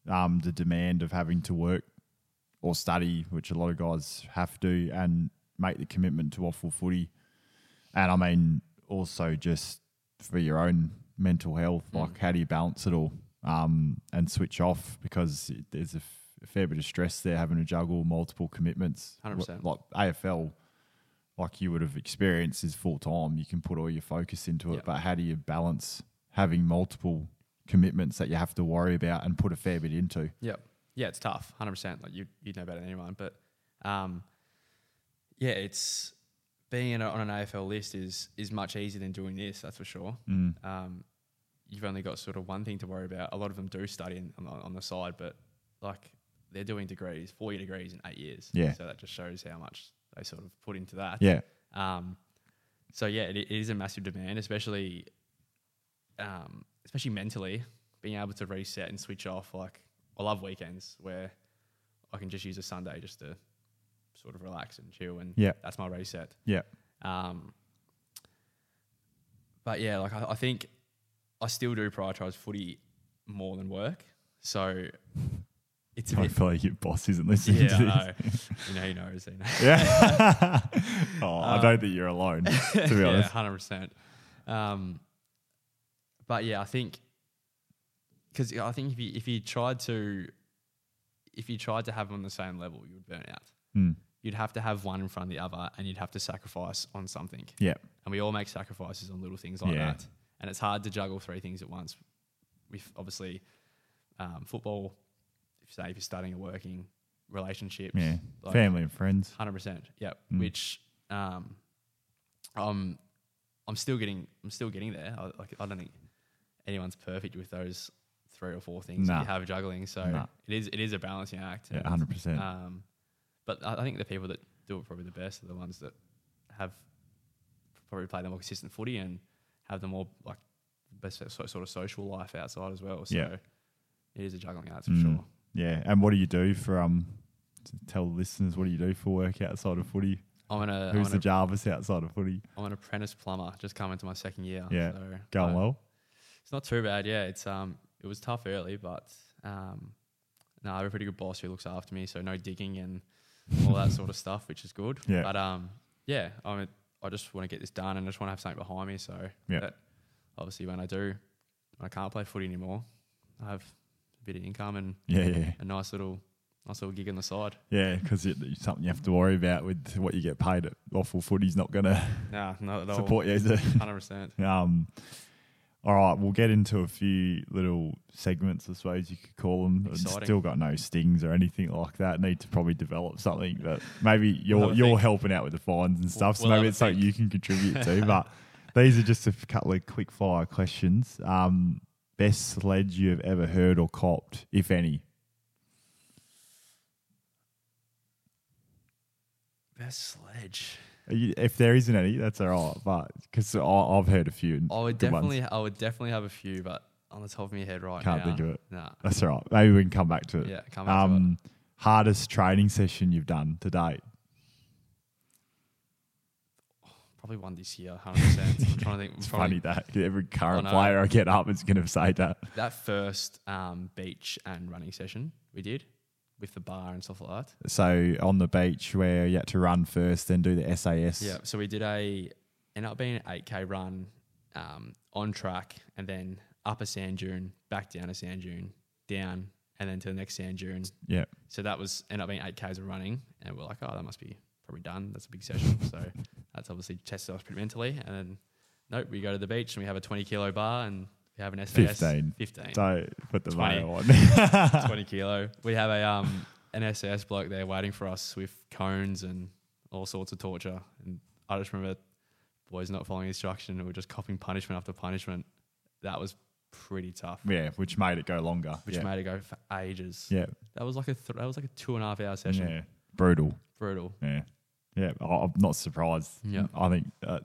Speaker 2: um the demand of having to work or study, which a lot of guys have to, and make the commitment to awful footy, and I mean also just for your own mental health, like how do you balance it all um and switch off because it, there's a, f- a fair bit of stress there having to juggle multiple commitments.
Speaker 3: 100%.
Speaker 2: Like AFL like you would have experienced is full time. You can put all your focus into it,
Speaker 3: Yeah.
Speaker 2: but how do you balance having multiple commitments that you have to worry about and put a fair bit into?
Speaker 3: Yeah. Yeah, it's tough. Hundred percent. Like you you'd know better than anyone. But um yeah, it's being in a, on an AFL list is is much easier than doing this, that's for sure.
Speaker 2: Mm.
Speaker 3: Um you've only got sort of one thing to worry about. A lot of them do study in, on, on the side, but like they're doing degrees, four year degrees in eight years.
Speaker 2: Yeah.
Speaker 3: So that just shows how much they sort of put into that.
Speaker 2: Yeah,
Speaker 3: Um, so yeah, it, it is a massive demand, especially, um, especially mentally, being able to reset and switch off. Like I love weekends where I can just use a Sunday just to sort of relax and chill, and
Speaker 2: Yeah.
Speaker 3: that's my reset.
Speaker 2: yeah,
Speaker 3: Um, but yeah, like I, I think I still do prioritize footy more than work. So it's a bit,
Speaker 2: Hopefully, your boss isn't listening
Speaker 3: yeah,
Speaker 2: to this.
Speaker 3: I know. you know, he knows, he knows.
Speaker 2: Yeah. oh, I don't think you're alone, to be
Speaker 3: Um, yeah,
Speaker 2: honest.
Speaker 3: hundred percent. Um, but yeah, I think because I think if you if you tried to if you tried to have them on the same level, you would burn out.
Speaker 2: Mm.
Speaker 3: You'd have to have one in front of the other, and you'd have to sacrifice on something.
Speaker 2: Yeah.
Speaker 3: And we all make sacrifices on little things like
Speaker 2: Yeah.
Speaker 3: that, and it's hard to juggle three things at once. With obviously um, football, if say if you're studying or working, relationships,
Speaker 2: Yeah.
Speaker 3: like-
Speaker 2: Family and friends.
Speaker 3: Hundred percent. Yeah.
Speaker 2: Mm.
Speaker 3: Which um, um, I'm still getting. I'm still getting there. I, like, I don't think anyone's perfect with those three or four things that
Speaker 2: Nah.
Speaker 3: you have juggling. So
Speaker 2: Nah.
Speaker 3: it is. It is a balancing act.
Speaker 2: Yeah,
Speaker 3: and,
Speaker 2: 100%.
Speaker 3: Um, but I, I think the people that do it probably the best are the ones that have probably played the more consistent footy and have the more like best so- sort of social life outside as well. So
Speaker 2: Yeah.
Speaker 3: it is a juggling act for
Speaker 2: Mm.
Speaker 3: sure.
Speaker 2: Yeah. And what do you do for um tell the listeners what do you do for work outside of footy?
Speaker 3: I'm gonna I'm
Speaker 2: Who's the
Speaker 3: an,
Speaker 2: Jarvis outside of footy?
Speaker 3: I'm an apprentice plumber, just come into my second year.
Speaker 2: Yeah,
Speaker 3: so,
Speaker 2: going
Speaker 3: um,
Speaker 2: well.
Speaker 3: It's not too bad. Yeah, it's um, it was tough early, but um, no, I have a pretty good boss who looks after me, so no digging and all that sort of stuff, which is good.
Speaker 2: Yeah.
Speaker 3: But um, yeah, I mean, I just want to get this done, and I just want to have something behind me. So
Speaker 2: Yeah.
Speaker 3: that obviously, when I do, when I can't play footy anymore, I have a bit of income and
Speaker 2: Yeah, yeah,
Speaker 3: a nice little, nice little gig on the side.
Speaker 2: yeah. Because it's something you have to worry about with what you get paid at awful footy's not going to
Speaker 3: Nah, not at
Speaker 2: support you. Is it?
Speaker 3: all. Hundred percent.
Speaker 2: Um, all right, we'll get into a few little segments, I suppose you could call them. It's
Speaker 3: Exciting.
Speaker 2: Still got no stings or anything like that. Need to probably develop something, but maybe you're
Speaker 3: have a
Speaker 2: you're
Speaker 3: think.
Speaker 2: helping out with the fines and stuff, so
Speaker 3: we'll have
Speaker 2: maybe
Speaker 3: a
Speaker 2: it's something
Speaker 3: think.
Speaker 2: you can contribute to. But these are just a f- couple of quick fire questions. Um, best sledge you have ever heard or copped, if any.
Speaker 3: Best sledge.
Speaker 2: Are you- If there isn't any, that's all right. But because I've heard a few,
Speaker 3: I would
Speaker 2: good ones.
Speaker 3: definitely, I would definitely have a few, but on the top of my head right
Speaker 2: Can't
Speaker 3: now,
Speaker 2: think of it.
Speaker 3: Nah.
Speaker 2: That's all right. Maybe we can come back to it. Um,
Speaker 3: Yeah, come back to
Speaker 2: Hardest training session you've done to date?
Speaker 3: Probably one this year, hundred percent. I'm trying to think.
Speaker 2: It's funny
Speaker 3: probably
Speaker 2: that every current
Speaker 3: know.
Speaker 2: player I get up is going to say that.
Speaker 3: That first um, beach and running session we did with the bar and stuff like that.
Speaker 2: So on the beach where you had to run first, then do the SAS.
Speaker 3: Yeah. So we did a ended up being an eight k run um, on track, and then up a sand dune, back down a sand dune, down, and then to the next sand dune.
Speaker 2: Yeah.
Speaker 3: So that was ended up being eight k's of running, and we're like, oh, that must be probably done. That's a big session. so that's obviously tested us pretty mentally. And then nope, we go to the beach and we have a twenty kilo bar and we have an SAS
Speaker 2: 15.
Speaker 3: fifteen.
Speaker 2: So put the
Speaker 3: 20.
Speaker 2: mayo on.
Speaker 3: 20 kilo. We have a um an SAS bloke there waiting for us with cones and all sorts of torture. And I just remember boys not following instruction and we're just copping punishment after punishment. That was pretty tough,
Speaker 2: yeah, which made it go longer.
Speaker 3: which
Speaker 2: yeah.
Speaker 3: made it go for ages.
Speaker 2: Yeah.
Speaker 3: That was like a th- that was like a two and a half hour session.
Speaker 2: Yeah. Brutal.
Speaker 3: Brutal.
Speaker 2: Yeah. Yeah. I- I'm not surprised.
Speaker 3: Yeah.
Speaker 2: I think uh,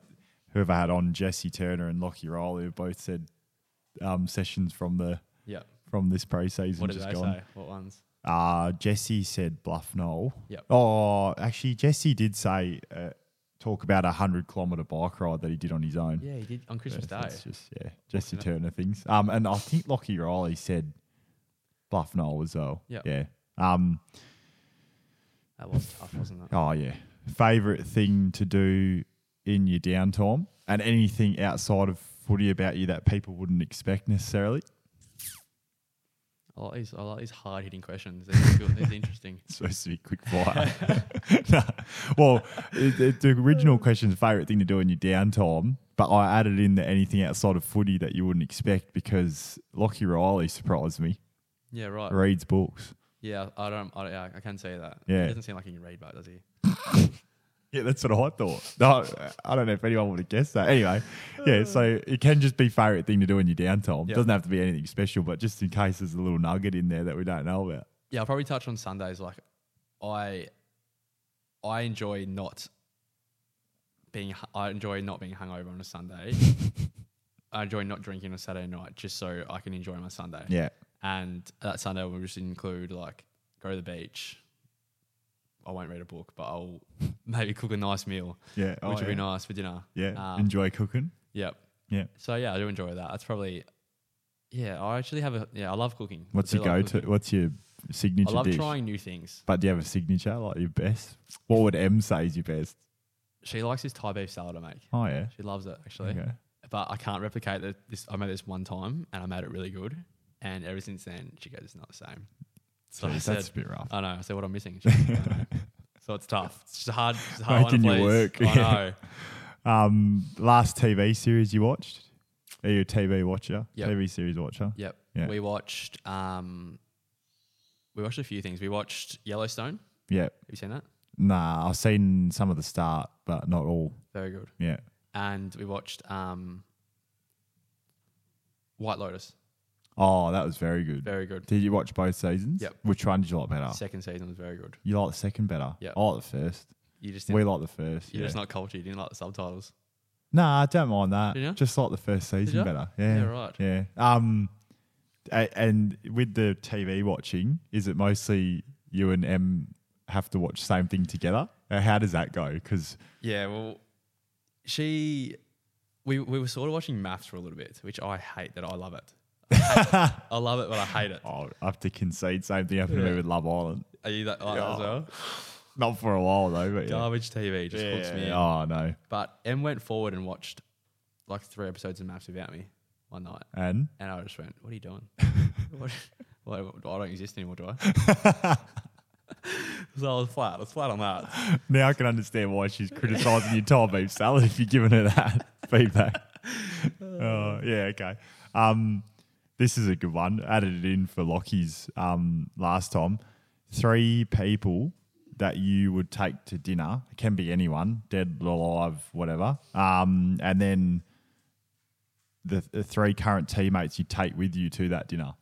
Speaker 2: whoever had on Jesse Turner and Lockie Riley have both said um, sessions from the
Speaker 3: Yeah.
Speaker 2: from this pre-season
Speaker 3: What did
Speaker 2: just
Speaker 3: they
Speaker 2: gone.
Speaker 3: say? What ones?
Speaker 2: Uh, Jesse said Bluff Knoll.
Speaker 3: Yep.
Speaker 2: Oh, actually, Jesse did say uh, talk about a hundred kilometer bike ride that he did on his own.
Speaker 3: Yeah, he did on Christmas Day.
Speaker 2: That's just yeah, Jesse Turner things. Um, and I think Lockie Riley said Bluff Knoll as well.
Speaker 3: Yep.
Speaker 2: Yeah. Um.
Speaker 3: That was tough, wasn't it?
Speaker 2: Oh yeah. Favorite thing to do in your downtime, and anything outside of footy about you that people wouldn't expect necessarily.
Speaker 3: I like these I like these hard hitting questions. These are good. These are interesting.
Speaker 2: It's supposed to be quick fire. No. Well, it, it, the original question's favorite thing to do in your downtime, but I added in the anything outside of footy that you wouldn't expect because Lockie Riley surprised me.
Speaker 3: Yeah, right.
Speaker 2: Reads books.
Speaker 3: Yeah, I don't. I, yeah, I can say that.
Speaker 2: Yeah.
Speaker 3: he doesn't seem like he can read, but does he?
Speaker 2: Yeah, that's what I thought. No, I don't know if anyone would have guessed that. Anyway, yeah, so it can just be favorite thing to do in your downtime.
Speaker 3: Uh. Yeah.
Speaker 2: Doesn't have to be anything special, but just in case there's a little nugget in there that we don't know about.
Speaker 3: Yeah, I'll probably touch on Sundays. Like, I, I enjoy not being. hu- I enjoy not being hungover on a Sunday. I enjoy not drinking on a Saturday night just so I can enjoy my Sunday.
Speaker 2: Yeah.
Speaker 3: and that Sunday will just include like go to the beach. I won't read a book, but I'll maybe cook a nice meal,
Speaker 2: Yeah.
Speaker 3: which
Speaker 2: oh,
Speaker 3: would
Speaker 2: yeah.
Speaker 3: be nice for dinner.
Speaker 2: Yeah.
Speaker 3: Um,
Speaker 2: Enjoy cooking.
Speaker 3: Yep.
Speaker 2: Yeah.
Speaker 3: So yeah, I do enjoy that. That's probably. Yeah, I actually have a. Yeah, I love cooking. I
Speaker 2: What's
Speaker 3: do
Speaker 2: your
Speaker 3: like
Speaker 2: go
Speaker 3: cooking.
Speaker 2: to? What's your signature
Speaker 3: I love
Speaker 2: dish?
Speaker 3: trying new things.
Speaker 2: But do you have a signature, like your best? What would M say is your best?
Speaker 3: She likes this Thai beef salad I make.
Speaker 2: Oh, yeah.
Speaker 3: She loves it actually.
Speaker 2: Okay.
Speaker 3: But I can't replicate that. This I made this one time and I made it really good. And ever since then, she goes, "It's not the same." So I
Speaker 2: Jeez,
Speaker 3: said,
Speaker 2: that's a bit rough.
Speaker 3: "I know." I said, "What I'm missing." She goes, "I know." so it's tough. It's just a hard. It's a hard
Speaker 2: Making you
Speaker 3: one to
Speaker 2: work,
Speaker 3: please. I
Speaker 2: yeah.
Speaker 3: know.
Speaker 2: Um, last TV series you watched? Are you a TV watcher?
Speaker 3: Yep.
Speaker 2: TV series watcher?
Speaker 3: Yep.
Speaker 2: Yeah.
Speaker 3: We watched. Um, we watched a few things. We watched Yellowstone. Have
Speaker 2: Yep.
Speaker 3: you seen that?
Speaker 2: Nah, I've seen some of the start, but not all.
Speaker 3: Very good.
Speaker 2: Yeah.
Speaker 3: and we watched um, White Lotus.
Speaker 2: Oh, that was very good.
Speaker 3: Very good.
Speaker 2: Did you watch both seasons?
Speaker 3: Yep.
Speaker 2: Which one did you like better?
Speaker 3: Second season was very good.
Speaker 2: you like the second better?
Speaker 3: Yep.
Speaker 2: I like the first.
Speaker 3: You just
Speaker 2: We
Speaker 3: didn't,
Speaker 2: like the first.
Speaker 3: you're
Speaker 2: yeah.
Speaker 3: just not cultured. You didn't like the subtitles.
Speaker 2: Nah, I don't mind that.
Speaker 3: Did ya?
Speaker 2: Just like the first season
Speaker 3: ya?
Speaker 2: better. Yeah.
Speaker 3: Yeah, right.
Speaker 2: Yeah. Um, a- and with the TV watching, is it mostly you and M have to watch same thing together? Uh, How does that go? Because
Speaker 3: Yeah, well, she, we, we were sort of watching maths for a little bit, which I hate that I love it. I, hate- I love it, but I hate it.
Speaker 2: oh, I have to concede same thing happened to me with Love Island.
Speaker 3: Are you that, like that as
Speaker 2: Yeah.
Speaker 3: well?
Speaker 2: Not for a while though, but yeah.
Speaker 3: Garbage TV just hooks me in.
Speaker 2: Oh no.
Speaker 3: But Em went forward and watched like three episodes of maths without me one night.
Speaker 2: And
Speaker 3: And I just went, "What are you doing? what, what, I don't exist anymore, do I?" so I was flat. I was flat on that.
Speaker 2: now I can understand why she's criticizing your tall beef salad if you're giving her that feedback. Oh, yeah, okay. Um, this is a good one. Added it in for Lockie's um, last time. Three people that you would take to dinner it can be anyone, dead, alive, whatever. Um, and then the, the three current teammates you take with you to that dinner.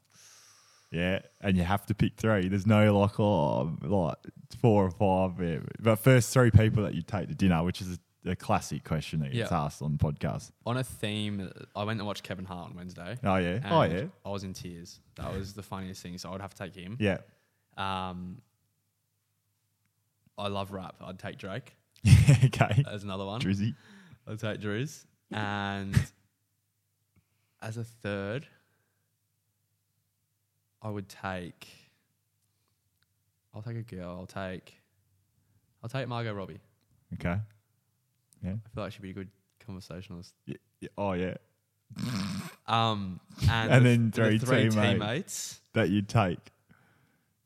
Speaker 2: Yeah, and you have to pick three. There's no like oh like four or five, yeah. but first three people that you take to dinner, which is a, a classic question that gets
Speaker 3: Yeah.
Speaker 2: asked on podcasts.
Speaker 3: On a theme, I went and watched Kevin Hart on Wednesday.
Speaker 2: Oh, yeah?
Speaker 3: And
Speaker 2: Oh, yeah.
Speaker 3: I was in tears. That was the funniest thing. So I would have to take him.
Speaker 2: Yeah,
Speaker 3: Um, I love rap. I'd take Drake
Speaker 2: okay,
Speaker 3: as another one.
Speaker 2: Drizzy.
Speaker 3: I'd take Drews. And as a third, I would take. I'll take a girl. I'll take. I'll take Margot Robbie.
Speaker 2: Okay.
Speaker 3: I feel like she'd be a good conversationalist.
Speaker 2: Y- y- Oh yeah,
Speaker 3: Um, and,
Speaker 2: And
Speaker 3: the-
Speaker 2: then three
Speaker 3: the three
Speaker 2: teammates.
Speaker 3: teammates.
Speaker 2: that you take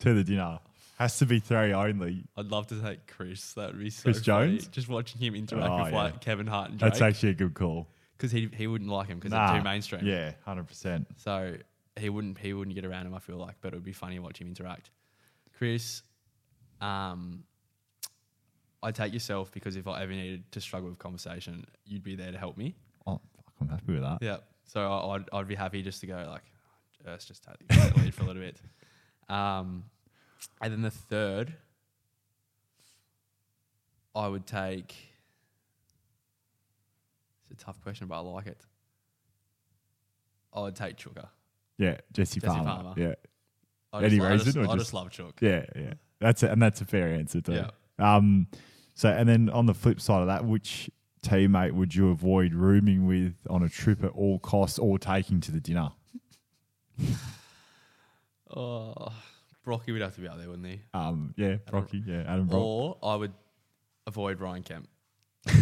Speaker 2: to the dinner has to be three only.
Speaker 3: I'd love to take Chris. That would be so
Speaker 2: Chris
Speaker 3: funny.
Speaker 2: Jones?
Speaker 3: Just watching him interact
Speaker 2: Oh,
Speaker 3: with
Speaker 2: yeah.
Speaker 3: like Kevin Hart and Drake.
Speaker 2: That's actually a good call.
Speaker 3: because he he wouldn't like him because
Speaker 2: Nah,
Speaker 3: they're too mainstream.
Speaker 2: Yeah, hundred percent.
Speaker 3: So he wouldn't he wouldn't get around him. I feel like, but it would be funny to watch him interact. Chris, um, I take yourself because if I ever needed to struggle with conversation, you'd be there to help me.
Speaker 2: Oh, fuck, I'm happy with that.
Speaker 3: Yeah. So I, I'd I'd be happy just to go like, let's just take the lead for a little bit. Um, and then the third, I would take. It's a tough question, but I like it. I would take Chugger.
Speaker 2: Yeah, Jesse,
Speaker 3: Jesse
Speaker 2: Palmer.
Speaker 3: Farmer.
Speaker 2: Yeah,
Speaker 3: I
Speaker 2: Eddie
Speaker 3: just, I
Speaker 2: Raisin
Speaker 3: just,
Speaker 2: or
Speaker 3: I
Speaker 2: just-
Speaker 3: just love Chook.
Speaker 2: yeah, yeah. That's a, and that's a fair answer too. Um. So and then on the flip side of that, which teammate would you avoid rooming with on a trip at all costs or taking to the dinner?
Speaker 3: Oh, Brocky would have to be out there, wouldn't he?
Speaker 2: Um. Yeah, Rocky. Yeah, Adam Brock.
Speaker 3: Or I would avoid Ryan Kemp.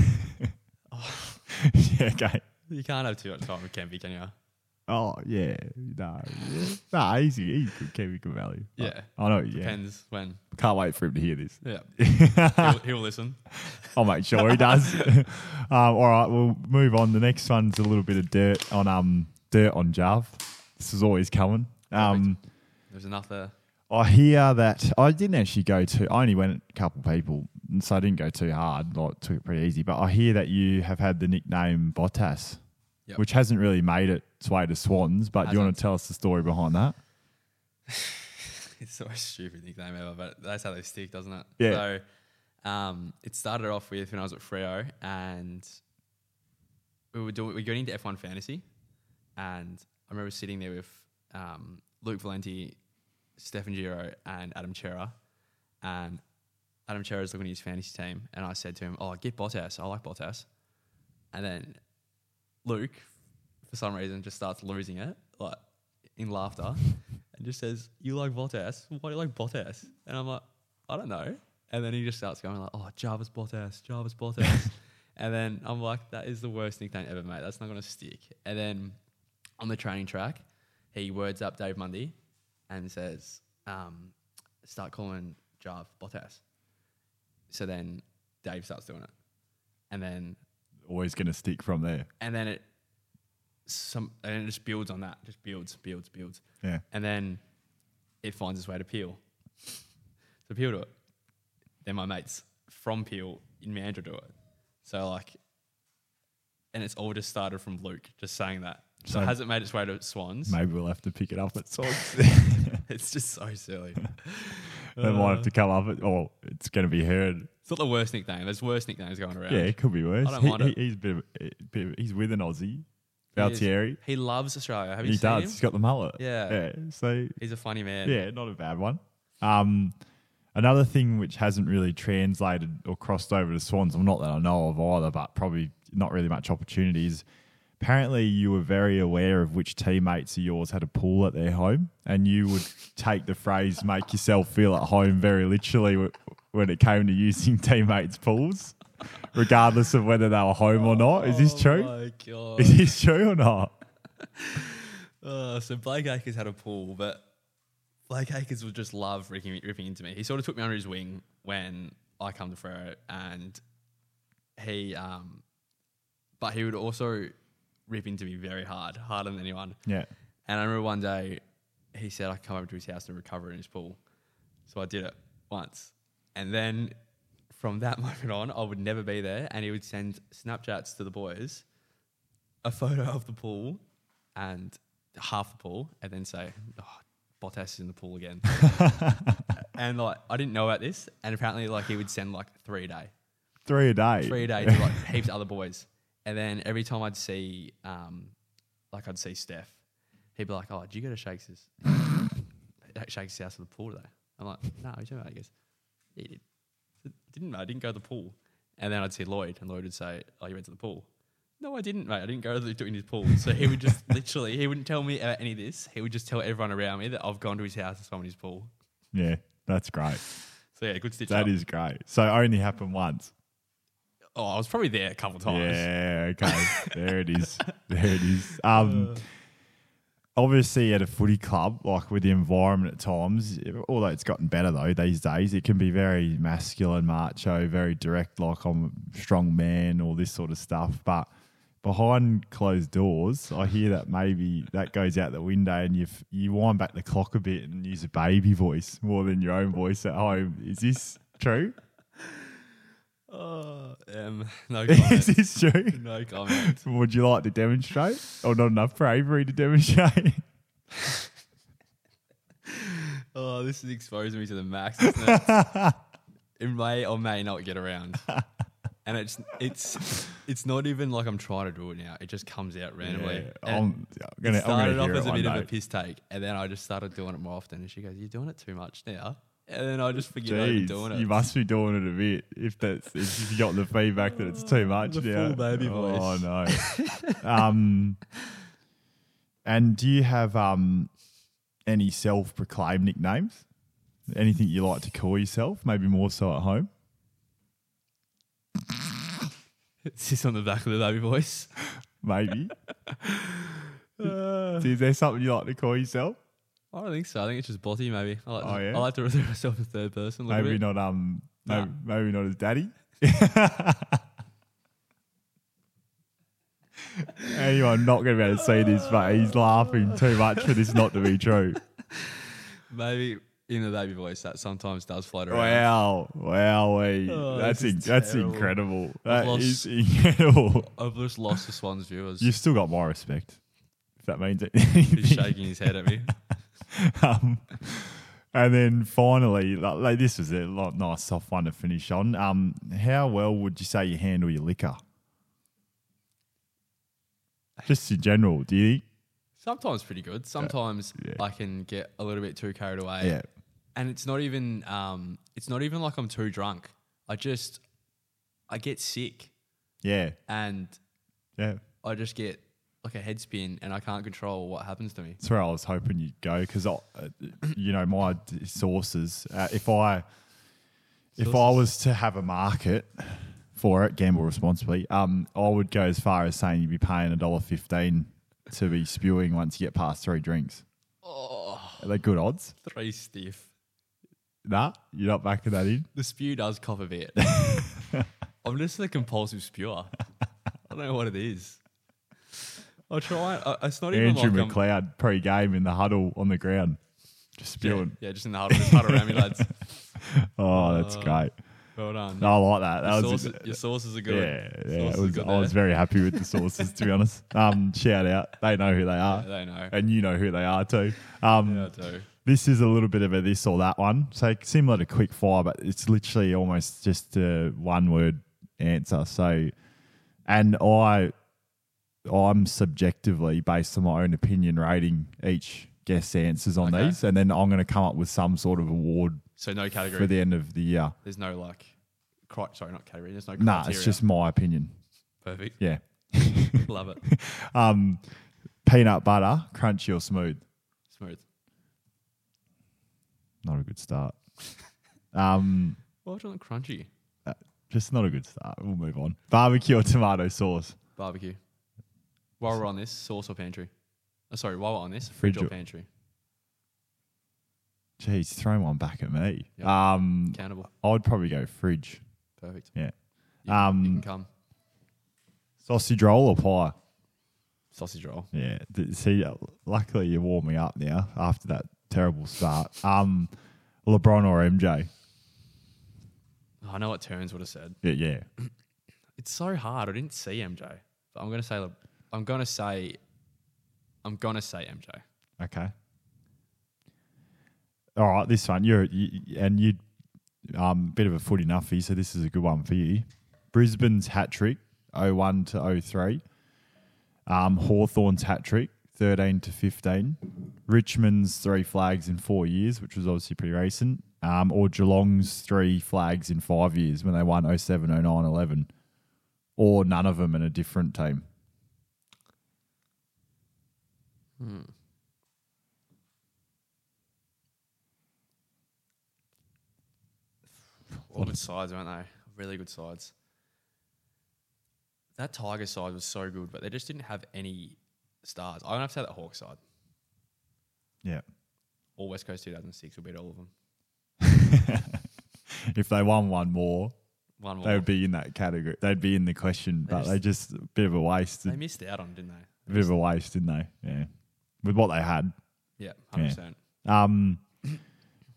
Speaker 2: yeah. Okay.
Speaker 3: You can't have too much time with Kempy, can you?
Speaker 2: Oh yeah, no, yeah. nah, he's he's good, Kevin good value.
Speaker 3: Yeah.
Speaker 2: I know. Yeah,
Speaker 3: Depends when.
Speaker 2: can't wait for him to hear this.
Speaker 3: Yeah. he'll, he'll listen.
Speaker 2: I'll make sure he does. um, all right, we'll move on. The next one's a little bit of dirt on um dirt on Jav. This is always coming. Um,
Speaker 3: There's enough there.
Speaker 2: I hear that I didn't actually go to. I only went a couple people, and so I didn't go too hard. Like took it pretty easy. But I hear that you have had the nickname Bottas,
Speaker 3: Yep.
Speaker 2: which hasn't really made its way to Swans. But do you want
Speaker 3: Hasn't.
Speaker 2: to tell us the story behind that?
Speaker 3: It's the most stupid nickname ever, but that's how they stick, doesn't it?
Speaker 2: Yeah.
Speaker 3: So um, it started off with when I was at Freo and we were doing we were getting into F one fantasy and I remember sitting there with um, Luke Valenti, Stefan Giro and Adam Chera and Adam Chera's looking at his fantasy team and I said to him, Oh, get Bottas, I like Bottas. And then Luke, for some reason, just starts losing it, like in laughter, and just says, "You like Bottas? Why do you like Bottas?" And I'm like, "I don't know." And then he just starts going like, "Oh, Jarvis Bottas, Jarvis Bottas," and then I'm like, "That is the worst nickname ever, mate. That's not going to stick." And then on the training track, he words up Dave Mundy and says, um, "Start calling Jarv Bottas." So then Dave starts doing it, and then
Speaker 2: Always going to stick from there.
Speaker 3: and then it some and it just builds on that, just builds, builds, builds,
Speaker 2: Yeah.
Speaker 3: and then it finds its way to Peel. So Peel do it. Then my mates from Peel in Mandra do it. So like, and it's all just started from Luke just saying that. So,
Speaker 2: So-
Speaker 3: it hasn't made its way to Swans.
Speaker 2: Maybe we'll have to pick it up at Swans.
Speaker 3: It's just so silly.
Speaker 2: They might have to come up, at, or it's going to be heard.
Speaker 3: it's not the worst nickname. There's worse nicknames going around.
Speaker 2: Yeah, it could be worse.
Speaker 3: I don't
Speaker 2: He-
Speaker 3: mind
Speaker 2: he-
Speaker 3: it.
Speaker 2: he's a bit of, a bit of- he's with an Aussie,
Speaker 3: He is-
Speaker 2: Valtieri.
Speaker 3: He loves Australia. Have you
Speaker 2: He
Speaker 3: seen
Speaker 2: does.
Speaker 3: him?
Speaker 2: He's got the mullet.
Speaker 3: Yeah.
Speaker 2: yeah. So
Speaker 3: He's a funny man.
Speaker 2: yeah, not a bad one. Um, Another thing which hasn't really translated or crossed over to Swans, well, not that I know of either, but probably not really much opportunity is apparently you were very aware of which teammates of yours had a pool at their home, and you would take the phrase "make yourself feel at home" very literally w- when it came to using teammates' pools, regardless of whether they were home or not. Is this true?
Speaker 3: Oh my
Speaker 2: Is
Speaker 3: god.
Speaker 2: this true or not?
Speaker 3: Uh, so Blake Acres had a pool, but Blake Acres would just love ripping, ripping into me. He sort of took me under his wing when I come to Freo, and he, um, but he would also rip into me very hard, harder than anyone.
Speaker 2: Yeah.
Speaker 3: And I remember one day he said I could come over to his house and recover in his pool, so I did it once, and then from that moment on, I would never be there, and he would send Snapchats to the boys a photo of the pool and half the pool and then say, oh, Bottas is in the pool again. and like, I didn't know about this. And apparently, like, he would send like three a day,
Speaker 2: Three a day.
Speaker 3: three a day to like heaps of other boys. And then every time I'd see, um, like, I'd see Steph, he'd be like, Oh, did you go to Shakespeare's? Shakespeare's house to the pool today? I'm like, No, what are you talking about? He goes, Yeah, you did. I said, Didn't I? I didn't go to the pool. And then I'd see Lloyd, and Lloyd would say, "Oh, you went to the pool." No, I didn't, mate. I didn't go to, the, to his pool. So he would just literally, he wouldn't tell me about any of this. He would just tell everyone around me that I've gone to his house and swum in his pool.
Speaker 2: Yeah, that's great.
Speaker 3: So yeah, good stitch.
Speaker 2: That
Speaker 3: up.
Speaker 2: is great. So only happened once.
Speaker 3: Oh, I was probably there a couple times.
Speaker 2: Yeah, okay. there it is. There it is. Um, obviously, at a footy club, like with the environment at times, although it's gotten better though these days, it can be very masculine, macho, very direct, like I'm a strong man, all this sort of stuff. But behind closed doors, I hear that maybe that goes out the window and you f- you wind back the clock a bit and use a baby voice more than your own voice at home. Is this true?
Speaker 3: Oh, um, no
Speaker 2: Is
Speaker 3: comment.
Speaker 2: this true?
Speaker 3: no comment.
Speaker 2: Would you like to demonstrate? Or not enough bravery to demonstrate?
Speaker 3: Oh, this is exposing me to the max, isn't it? it may or may not get around. And it's it's it's not even like I'm trying to do it now. It just comes out randomly. And-
Speaker 2: I'm, I'm gonna,
Speaker 3: it started
Speaker 2: I'm gonna
Speaker 3: off
Speaker 2: hear
Speaker 3: as
Speaker 2: it
Speaker 3: a
Speaker 2: one
Speaker 3: bit of a
Speaker 2: day.
Speaker 3: piss take, and then I just started doing it more often. And she goes, "You're doing it too much now," and then I just forget I'm
Speaker 2: Jeez,
Speaker 3: doing it.
Speaker 2: you must be doing it a bit. If that's if you got the feedback that it's too much,
Speaker 3: The
Speaker 2: now.
Speaker 3: full baby voice.
Speaker 2: Oh no. um, and do you have um any self-proclaimed nicknames? Anything you like to call yourself? Maybe more so at home.
Speaker 3: it's just on the back of the baby voice.
Speaker 2: Maybe. Is there something you like to call yourself?
Speaker 3: I don't think so. I think it's just botty. Maybe I like. To,
Speaker 2: Oh, yeah?
Speaker 3: I like to refer to myself in third person. A little
Speaker 2: Maybe
Speaker 3: bit.
Speaker 2: not. Um,
Speaker 3: Nah.
Speaker 2: maybe, maybe not as daddy. Anyone not going to be able to see this, but he's laughing too much for this not to be true.
Speaker 3: Maybe in the baby voice that sometimes does
Speaker 2: Oh,
Speaker 3: float around.
Speaker 2: Wow, wow,
Speaker 3: Oh,
Speaker 2: that's
Speaker 3: this
Speaker 2: in,
Speaker 3: is
Speaker 2: that's
Speaker 3: terrible.
Speaker 2: incredible. That
Speaker 3: lost-
Speaker 2: is incredible.
Speaker 3: I've just lost the Swans viewers.
Speaker 2: You've still got my respect, if that means it.
Speaker 3: He's shaking his head at me.
Speaker 2: um, and then finally, like, like, this was a lot nice soft one to finish on. Um, how well would you say you handle your liquor? Just in general, do you? think?
Speaker 3: Sometimes pretty good. Sometimes
Speaker 2: Yeah.
Speaker 3: I can get a little bit too carried away.
Speaker 2: Yeah.
Speaker 3: And it's not even um it's not even like I'm too drunk. I just I get sick
Speaker 2: Yeah,
Speaker 3: and
Speaker 2: yeah.
Speaker 3: I just get like a head spin and I can't control what happens to me.
Speaker 2: That's where I was hoping you'd go because, uh, you know, my d- sources. Uh, if I if I was to have a market for it, gamble responsibly. Um, I would go as far as saying you'd be paying a dollar fifteen to be spewing once you get past three drinks.
Speaker 3: Oh.
Speaker 2: Are they good odds?
Speaker 3: Three stiff.
Speaker 2: Nah, you're not backing that in.
Speaker 3: The spew does cop a bit. I'm just a compulsive spewer. I don't know what it is. I try. I, it's not even
Speaker 2: Andrew
Speaker 3: like um, I'm-
Speaker 2: McLeod pre-game in the huddle on the ground, just spewing.
Speaker 3: Yeah, just in the huddle, just huddle around me, lads.
Speaker 2: Oh, that's great.
Speaker 3: Well done.
Speaker 2: I like that. That
Speaker 3: Uh, your,
Speaker 2: was
Speaker 3: sources, your sources are good.
Speaker 2: yeah, yeah. It
Speaker 3: Sources are
Speaker 2: was,
Speaker 3: good
Speaker 2: I was
Speaker 3: there.
Speaker 2: very happy with the sources to be honest. Um, shout out, they know who they are,
Speaker 3: They know.
Speaker 2: and you know who they are too. Um,
Speaker 3: Yeah, I do.
Speaker 2: This is a little bit of a this or that one. So similar to quick fire, but it's literally almost just a one word answer. So, and I, I'm subjectively based on my own opinion rating each guest's answers on
Speaker 3: Okay.
Speaker 2: these, and then I'm going to come up with some sort of award
Speaker 3: So no category.
Speaker 2: for the end of the year.
Speaker 3: There's no like, cri- sorry, not category. There's no criteria.
Speaker 2: Nah, it's just my opinion.
Speaker 3: perfect.
Speaker 2: Yeah.
Speaker 3: Love it.
Speaker 2: Um, peanut butter, crunchy or smooth?
Speaker 3: Smooth.
Speaker 2: Not a good start. Um,
Speaker 3: Why would you want crunchy?
Speaker 2: uh, just not a good start. We'll move on. Barbecue or tomato sauce?
Speaker 3: Barbecue. While we're on this, sauce or pantry? Oh, sorry, while we're on this,
Speaker 2: Fridge
Speaker 3: fridge, or
Speaker 2: or-
Speaker 3: pantry?
Speaker 2: Jeez, throwing one back at me.
Speaker 3: Yep.
Speaker 2: Um,
Speaker 3: Countable.
Speaker 2: I'd probably go fridge.
Speaker 3: Perfect.
Speaker 2: Yeah.
Speaker 3: You, can- you
Speaker 2: Um,
Speaker 3: can come.
Speaker 2: Sausage roll or pie?
Speaker 3: Sausage roll.
Speaker 2: Yeah. th- See, uh, luckily you warm me up now after that terrible start. Um, LeBron or MJ?
Speaker 3: Oh, I know what Turns would have said.
Speaker 2: Yeah, yeah.
Speaker 3: It's so hard. I didn't see MJ, but I'm gonna say Le- I'm gonna say I'm gonna say MJ.
Speaker 2: Okay. All right, this one you're you, and you, um, bit of a footy nuffy, so this is a good one for you. Brisbane's hat trick, 01 to 03. Um, Hawthorne's hat trick, 13 to 15. Richmond's three flags in four years, which was obviously pretty recent. Um, or Geelong's three flags in five years when they won 07, 09, 11. Or none of them in a different team.
Speaker 3: All good sides, weren't they? Really good sides. That Tiger side was so good, but they just didn't have any stars. I'm gonna have to say that Hawk side.
Speaker 2: Yeah.
Speaker 3: All West Coast 2006 will beat all of them.
Speaker 2: If they won one more,
Speaker 3: One
Speaker 2: They
Speaker 3: more.
Speaker 2: would be in that category. They'd be in the question, but
Speaker 3: just-
Speaker 2: they just a bit of a waste.
Speaker 3: They
Speaker 2: A
Speaker 3: missed out on, it, didn't they?
Speaker 2: bit of a waste, didn't they? Yeah, with what they had.
Speaker 3: Yeah, hundred percent.
Speaker 2: Um,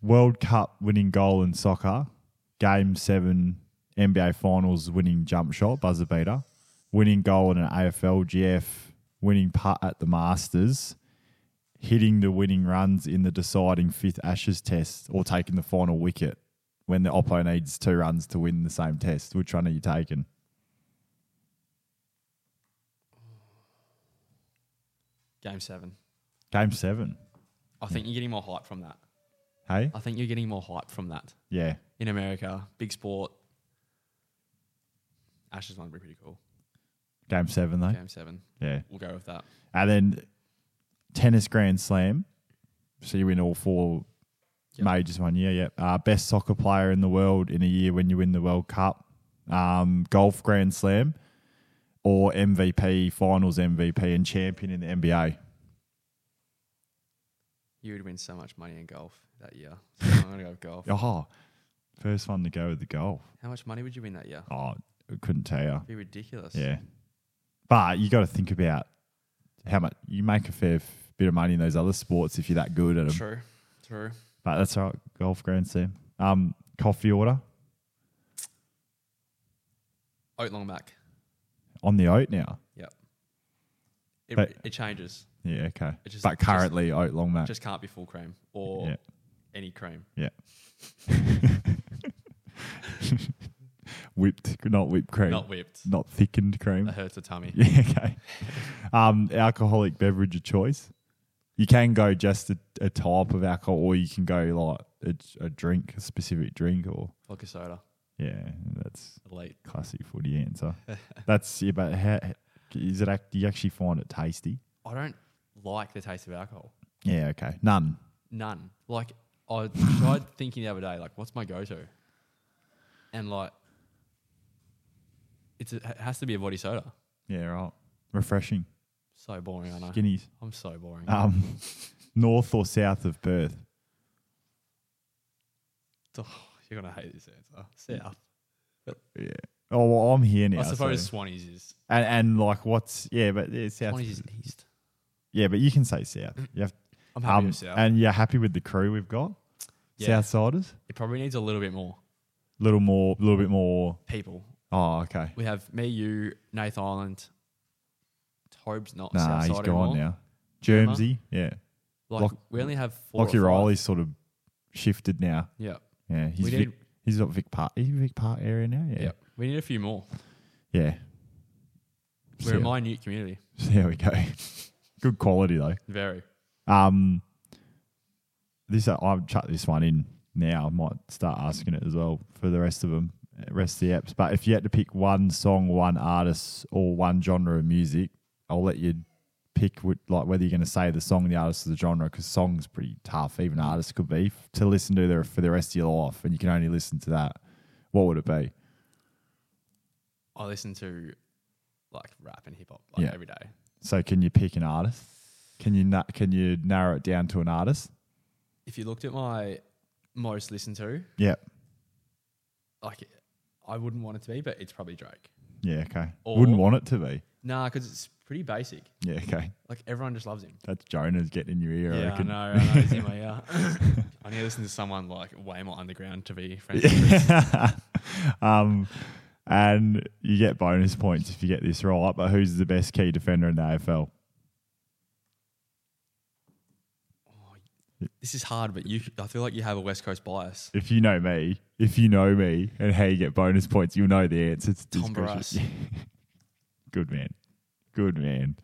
Speaker 2: World Cup winning goal in soccer, Game Seven NBA Finals winning jump shot buzzer beater, winning goal in an AFL GF, winning putt at the Masters, hitting the winning runs in the deciding fifth Ashes Test, or taking the final wicket when the oppo needs two runs to win the same test. Which one are you taking?
Speaker 3: Game seven.
Speaker 2: Game Seven.
Speaker 3: I think you're getting more hype from that.
Speaker 2: Hey?
Speaker 3: I think you're getting more hype from that
Speaker 2: Yeah.
Speaker 3: in America. Big sport. Ashes one would be pretty cool.
Speaker 2: Game seven, though.
Speaker 3: Game seven.
Speaker 2: Yeah.
Speaker 3: We'll go with that.
Speaker 2: And then tennis grand slam. So you win all four
Speaker 3: Yep.
Speaker 2: majors one year. Yeah. Uh, best soccer player in the world in a year when you win the World Cup. Um, golf grand slam or MVP, finals MVP, and champion in the NBA.
Speaker 3: You would win so much money in golf that year. So I'm gonna go with golf.
Speaker 2: Oh, first one to go with the golf.
Speaker 3: How much money would you win that year?
Speaker 2: Oh, I couldn't tell you.
Speaker 3: It'd be ridiculous.
Speaker 2: Yeah. But you got to think about how much you make a fair f- bit of money in those other sports if you're that good at them.
Speaker 3: True. True.
Speaker 2: But that's all right. Golf Grand Slam. Um, coffee order
Speaker 3: Oat long back.
Speaker 2: on the oat now.
Speaker 3: Yep. It,
Speaker 2: But-
Speaker 3: it changes.
Speaker 2: Yeah, okay.
Speaker 3: It just-
Speaker 2: but
Speaker 3: just-
Speaker 2: currently oat long mac.
Speaker 3: Just can't be full cream or
Speaker 2: Yeah.
Speaker 3: any cream.
Speaker 2: yeah. whipped, not whipped cream.
Speaker 3: Not whipped.
Speaker 2: Not thickened cream.
Speaker 3: That hurts the tummy.
Speaker 2: yeah, okay. Um, alcoholic beverage of choice. You can go just a, a type of alcohol, or you can go like a, a drink, a specific drink, or
Speaker 3: Vodka soda.
Speaker 2: yeah, that's
Speaker 3: Elite.
Speaker 2: classic footy answer. That's yeah, but how, is it? ac- Do you actually find it tasty?
Speaker 3: I don't like the taste of alcohol.
Speaker 2: Yeah. Okay. None.
Speaker 3: None. Like I tried thinking the other day, like what's my go-to, and like it's a, it has to be a body soda.
Speaker 2: Yeah. Right. Refreshing.
Speaker 3: So boring, I know.
Speaker 2: Guineas.
Speaker 3: I'm so boring.
Speaker 2: Um, north or south of Perth?
Speaker 3: Oh, you're gonna hate this answer. South.
Speaker 2: Yeah. Oh, well, I'm here now.
Speaker 3: I suppose
Speaker 2: so-
Speaker 3: Swannies is
Speaker 2: And, and like, what's yeah, but yeah, south.
Speaker 3: Swannies is east.
Speaker 2: Yeah, but you can say south. You have,
Speaker 3: Mm.
Speaker 2: um,
Speaker 3: I'm happy with south.
Speaker 2: And you're happy with the crew we've got?
Speaker 3: Yeah.
Speaker 2: Southsiders.
Speaker 3: It probably needs a little bit more
Speaker 2: Little more, little bit more.
Speaker 3: people.
Speaker 2: Oh, okay.
Speaker 3: We have me, you, Nath Island. Tobe's not
Speaker 2: Nah,
Speaker 3: Southside
Speaker 2: he's gone
Speaker 3: anymore.
Speaker 2: now. Jermsy, yeah.
Speaker 3: Like
Speaker 2: Lock-
Speaker 3: we only have four. or
Speaker 2: Lockie
Speaker 3: five.
Speaker 2: Riley's sort of shifted now.
Speaker 3: Yeah.
Speaker 2: Yeah, he's
Speaker 3: We
Speaker 2: Vic,
Speaker 3: need-
Speaker 2: he's not Vic Park. Is he Vic Park area now? Yeah,
Speaker 3: yeah. We need a few more.
Speaker 2: yeah.
Speaker 3: We're
Speaker 2: Yeah.
Speaker 3: a minute community.
Speaker 2: There we go. Good quality though.
Speaker 3: Very.
Speaker 2: Um, uh, this I've chucked this one in. now I might start asking it as well for the rest of them, rest of the apps. But if you had to pick one song, one artist, or one genre of music, I'll let you pick what, like whether you're going to say the song, the artist, or the genre, because songs pretty tough. Even artists could be f- to listen to their, for the rest of your life, and you can only listen to that. What would it be?
Speaker 3: I listen to like rap and hip hop like
Speaker 2: Yeah.
Speaker 3: every day.
Speaker 2: So can you pick an artist? Can you na- can you narrow it down to an artist?
Speaker 3: If you looked at my most listened to,
Speaker 2: Yeah.
Speaker 3: like I wouldn't want it to be, but it's probably Drake.
Speaker 2: Yeah. Okay.
Speaker 3: Or-
Speaker 2: Wouldn't want it to be.
Speaker 3: Nah, because it's pretty basic.
Speaker 2: Yeah. Okay.
Speaker 3: Like everyone just loves him.
Speaker 2: That's Jonah's getting in your ear. I
Speaker 3: yeah, I
Speaker 2: reckon.
Speaker 3: know. I know. It's in my ear. I need to listen to someone like way more underground to be frank.
Speaker 2: um, and you get bonus points if you get this right. But who's the best key defender in the AFL?
Speaker 3: This is hard, but you, I feel like you have a West Coast bias.
Speaker 2: If you know me, if you know me and how you get bonus points, you'll know the answer. to this
Speaker 3: Tom Barras.
Speaker 2: question. Good man. Good man.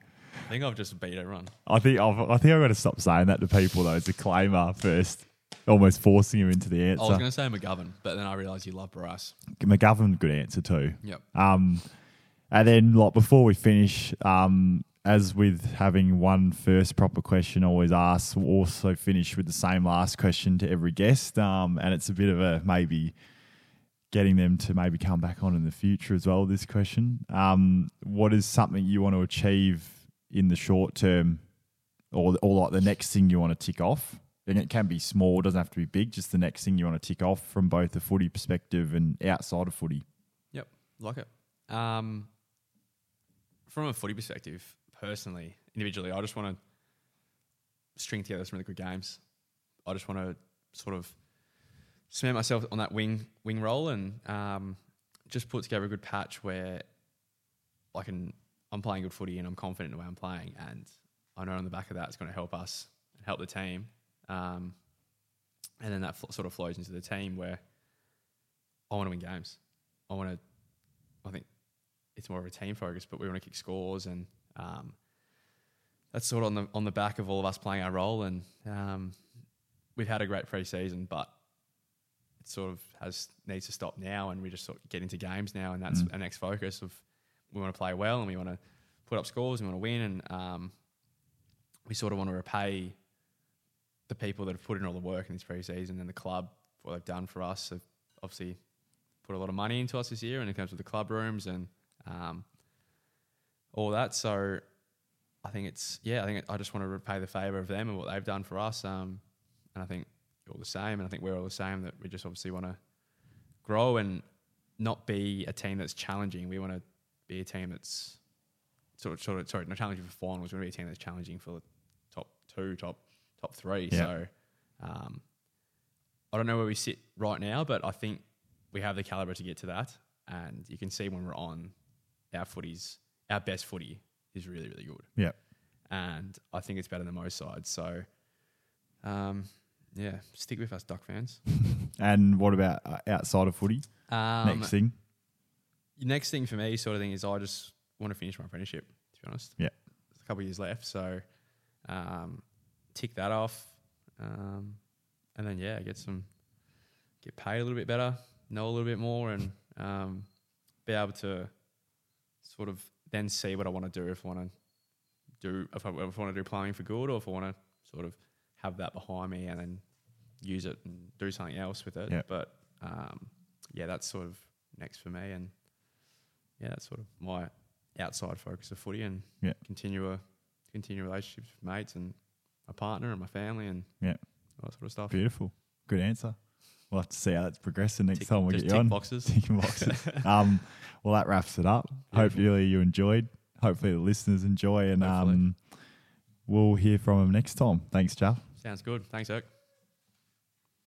Speaker 3: I think I've just beat everyone.
Speaker 2: I think I've, I think I've got to stop saying that to people though. It's a claimer first, almost forcing him into the answer.
Speaker 3: I was going to say McGovern, but then I realised you love Bryce.
Speaker 2: McGovern, good answer too.
Speaker 3: Yep.
Speaker 2: Um, and then like before we finish, um, as with having one first proper question always asked, we'll also finish with the same last question to every guest. Um, and it's a bit of a maybe getting them to maybe come back on in the future as well. This question: um, What is something you want to achieve in the short term, or or like the next thing you want to tick off? And it can be small, doesn't have to be big. Just the next thing you want to tick off from both the footy perspective and outside of footy.
Speaker 3: Yep, like it. Um, from a footy perspective, personally, individually, I just want to string together some really good games. I just want to sort of cement myself on that wing wing role and um, just put together a good patch where I can I'm playing good footy and I'm confident in the way I'm playing, and I know on the back of that it's going to help us and help the team. Um, and then that fl- sort of flows into the team where I want to win games. I want to. I think it's more of a team focus, but we want to kick scores, and um, that's sort of on the on the back of all of us playing our role. And um, we've had a great pre-season, but it sort of has needs to stop now, and we just sort of get into games now, and that's our next focus of we want to play well, and we want to put up scores, and we want to win, and um, we sort of want to repay the people that have put in all the work in this pre-season and the club for what they've done for us. They've obviously put a lot of money into us this year, and in terms of the club rooms and um, all that. So I think it's yeah. I think I just want to repay the favour of them and what they've done for us. Um, and I think you're all the same, and I think we're all the same. That we just obviously want to grow and not be a team that's challenging. We want to be a team that's sort of, sort of sorry, not challenging for finals. We want to be a team that's challenging for the top two, top top three.
Speaker 2: Yeah.
Speaker 3: So um, I don't know where we sit right now, but I think we have the caliber to get to that. And you can see when we're on, our footies, our best footy is really really good
Speaker 2: Yeah.
Speaker 3: and I think it's better than most sides. So, um, yeah, stick with us, Duck fans.
Speaker 2: And what about uh, outside of footy?
Speaker 3: Um,
Speaker 2: Next thing.
Speaker 3: next thing for me, sort of thing, is I just want to finish my apprenticeship. To be honest,
Speaker 2: Yeah.
Speaker 3: There's a couple of years left, so um, tick that off, um, and then yeah, get some, get paid a little bit better, know a little bit more, and um, be able to sort of then see what I want to do if I want to do if I, if I want to do plumbing for good or if I want to sort of have that behind me and then use it and do something else with it.
Speaker 2: Yeah.
Speaker 3: But um, yeah, that's sort of next for me, and yeah, that's sort of my outside focus of footy and
Speaker 2: Yeah.
Speaker 3: continue a continue relationships with mates and my partner and my family and
Speaker 2: Yeah.
Speaker 3: all that sort of stuff.
Speaker 2: Beautiful. Good answer. We'll have to see how that's progressing next
Speaker 3: Tick-
Speaker 2: time we
Speaker 3: just
Speaker 2: get you
Speaker 3: tick
Speaker 2: on.
Speaker 3: boxes.
Speaker 2: Ticking boxes. um, well, that wraps it up. Hopefully you enjoyed. Hopefully the listeners enjoy, and
Speaker 3: Hopefully.
Speaker 2: um, we'll hear from them next time. Thanks, Jeff.
Speaker 3: Sounds good. Thanks, Eric.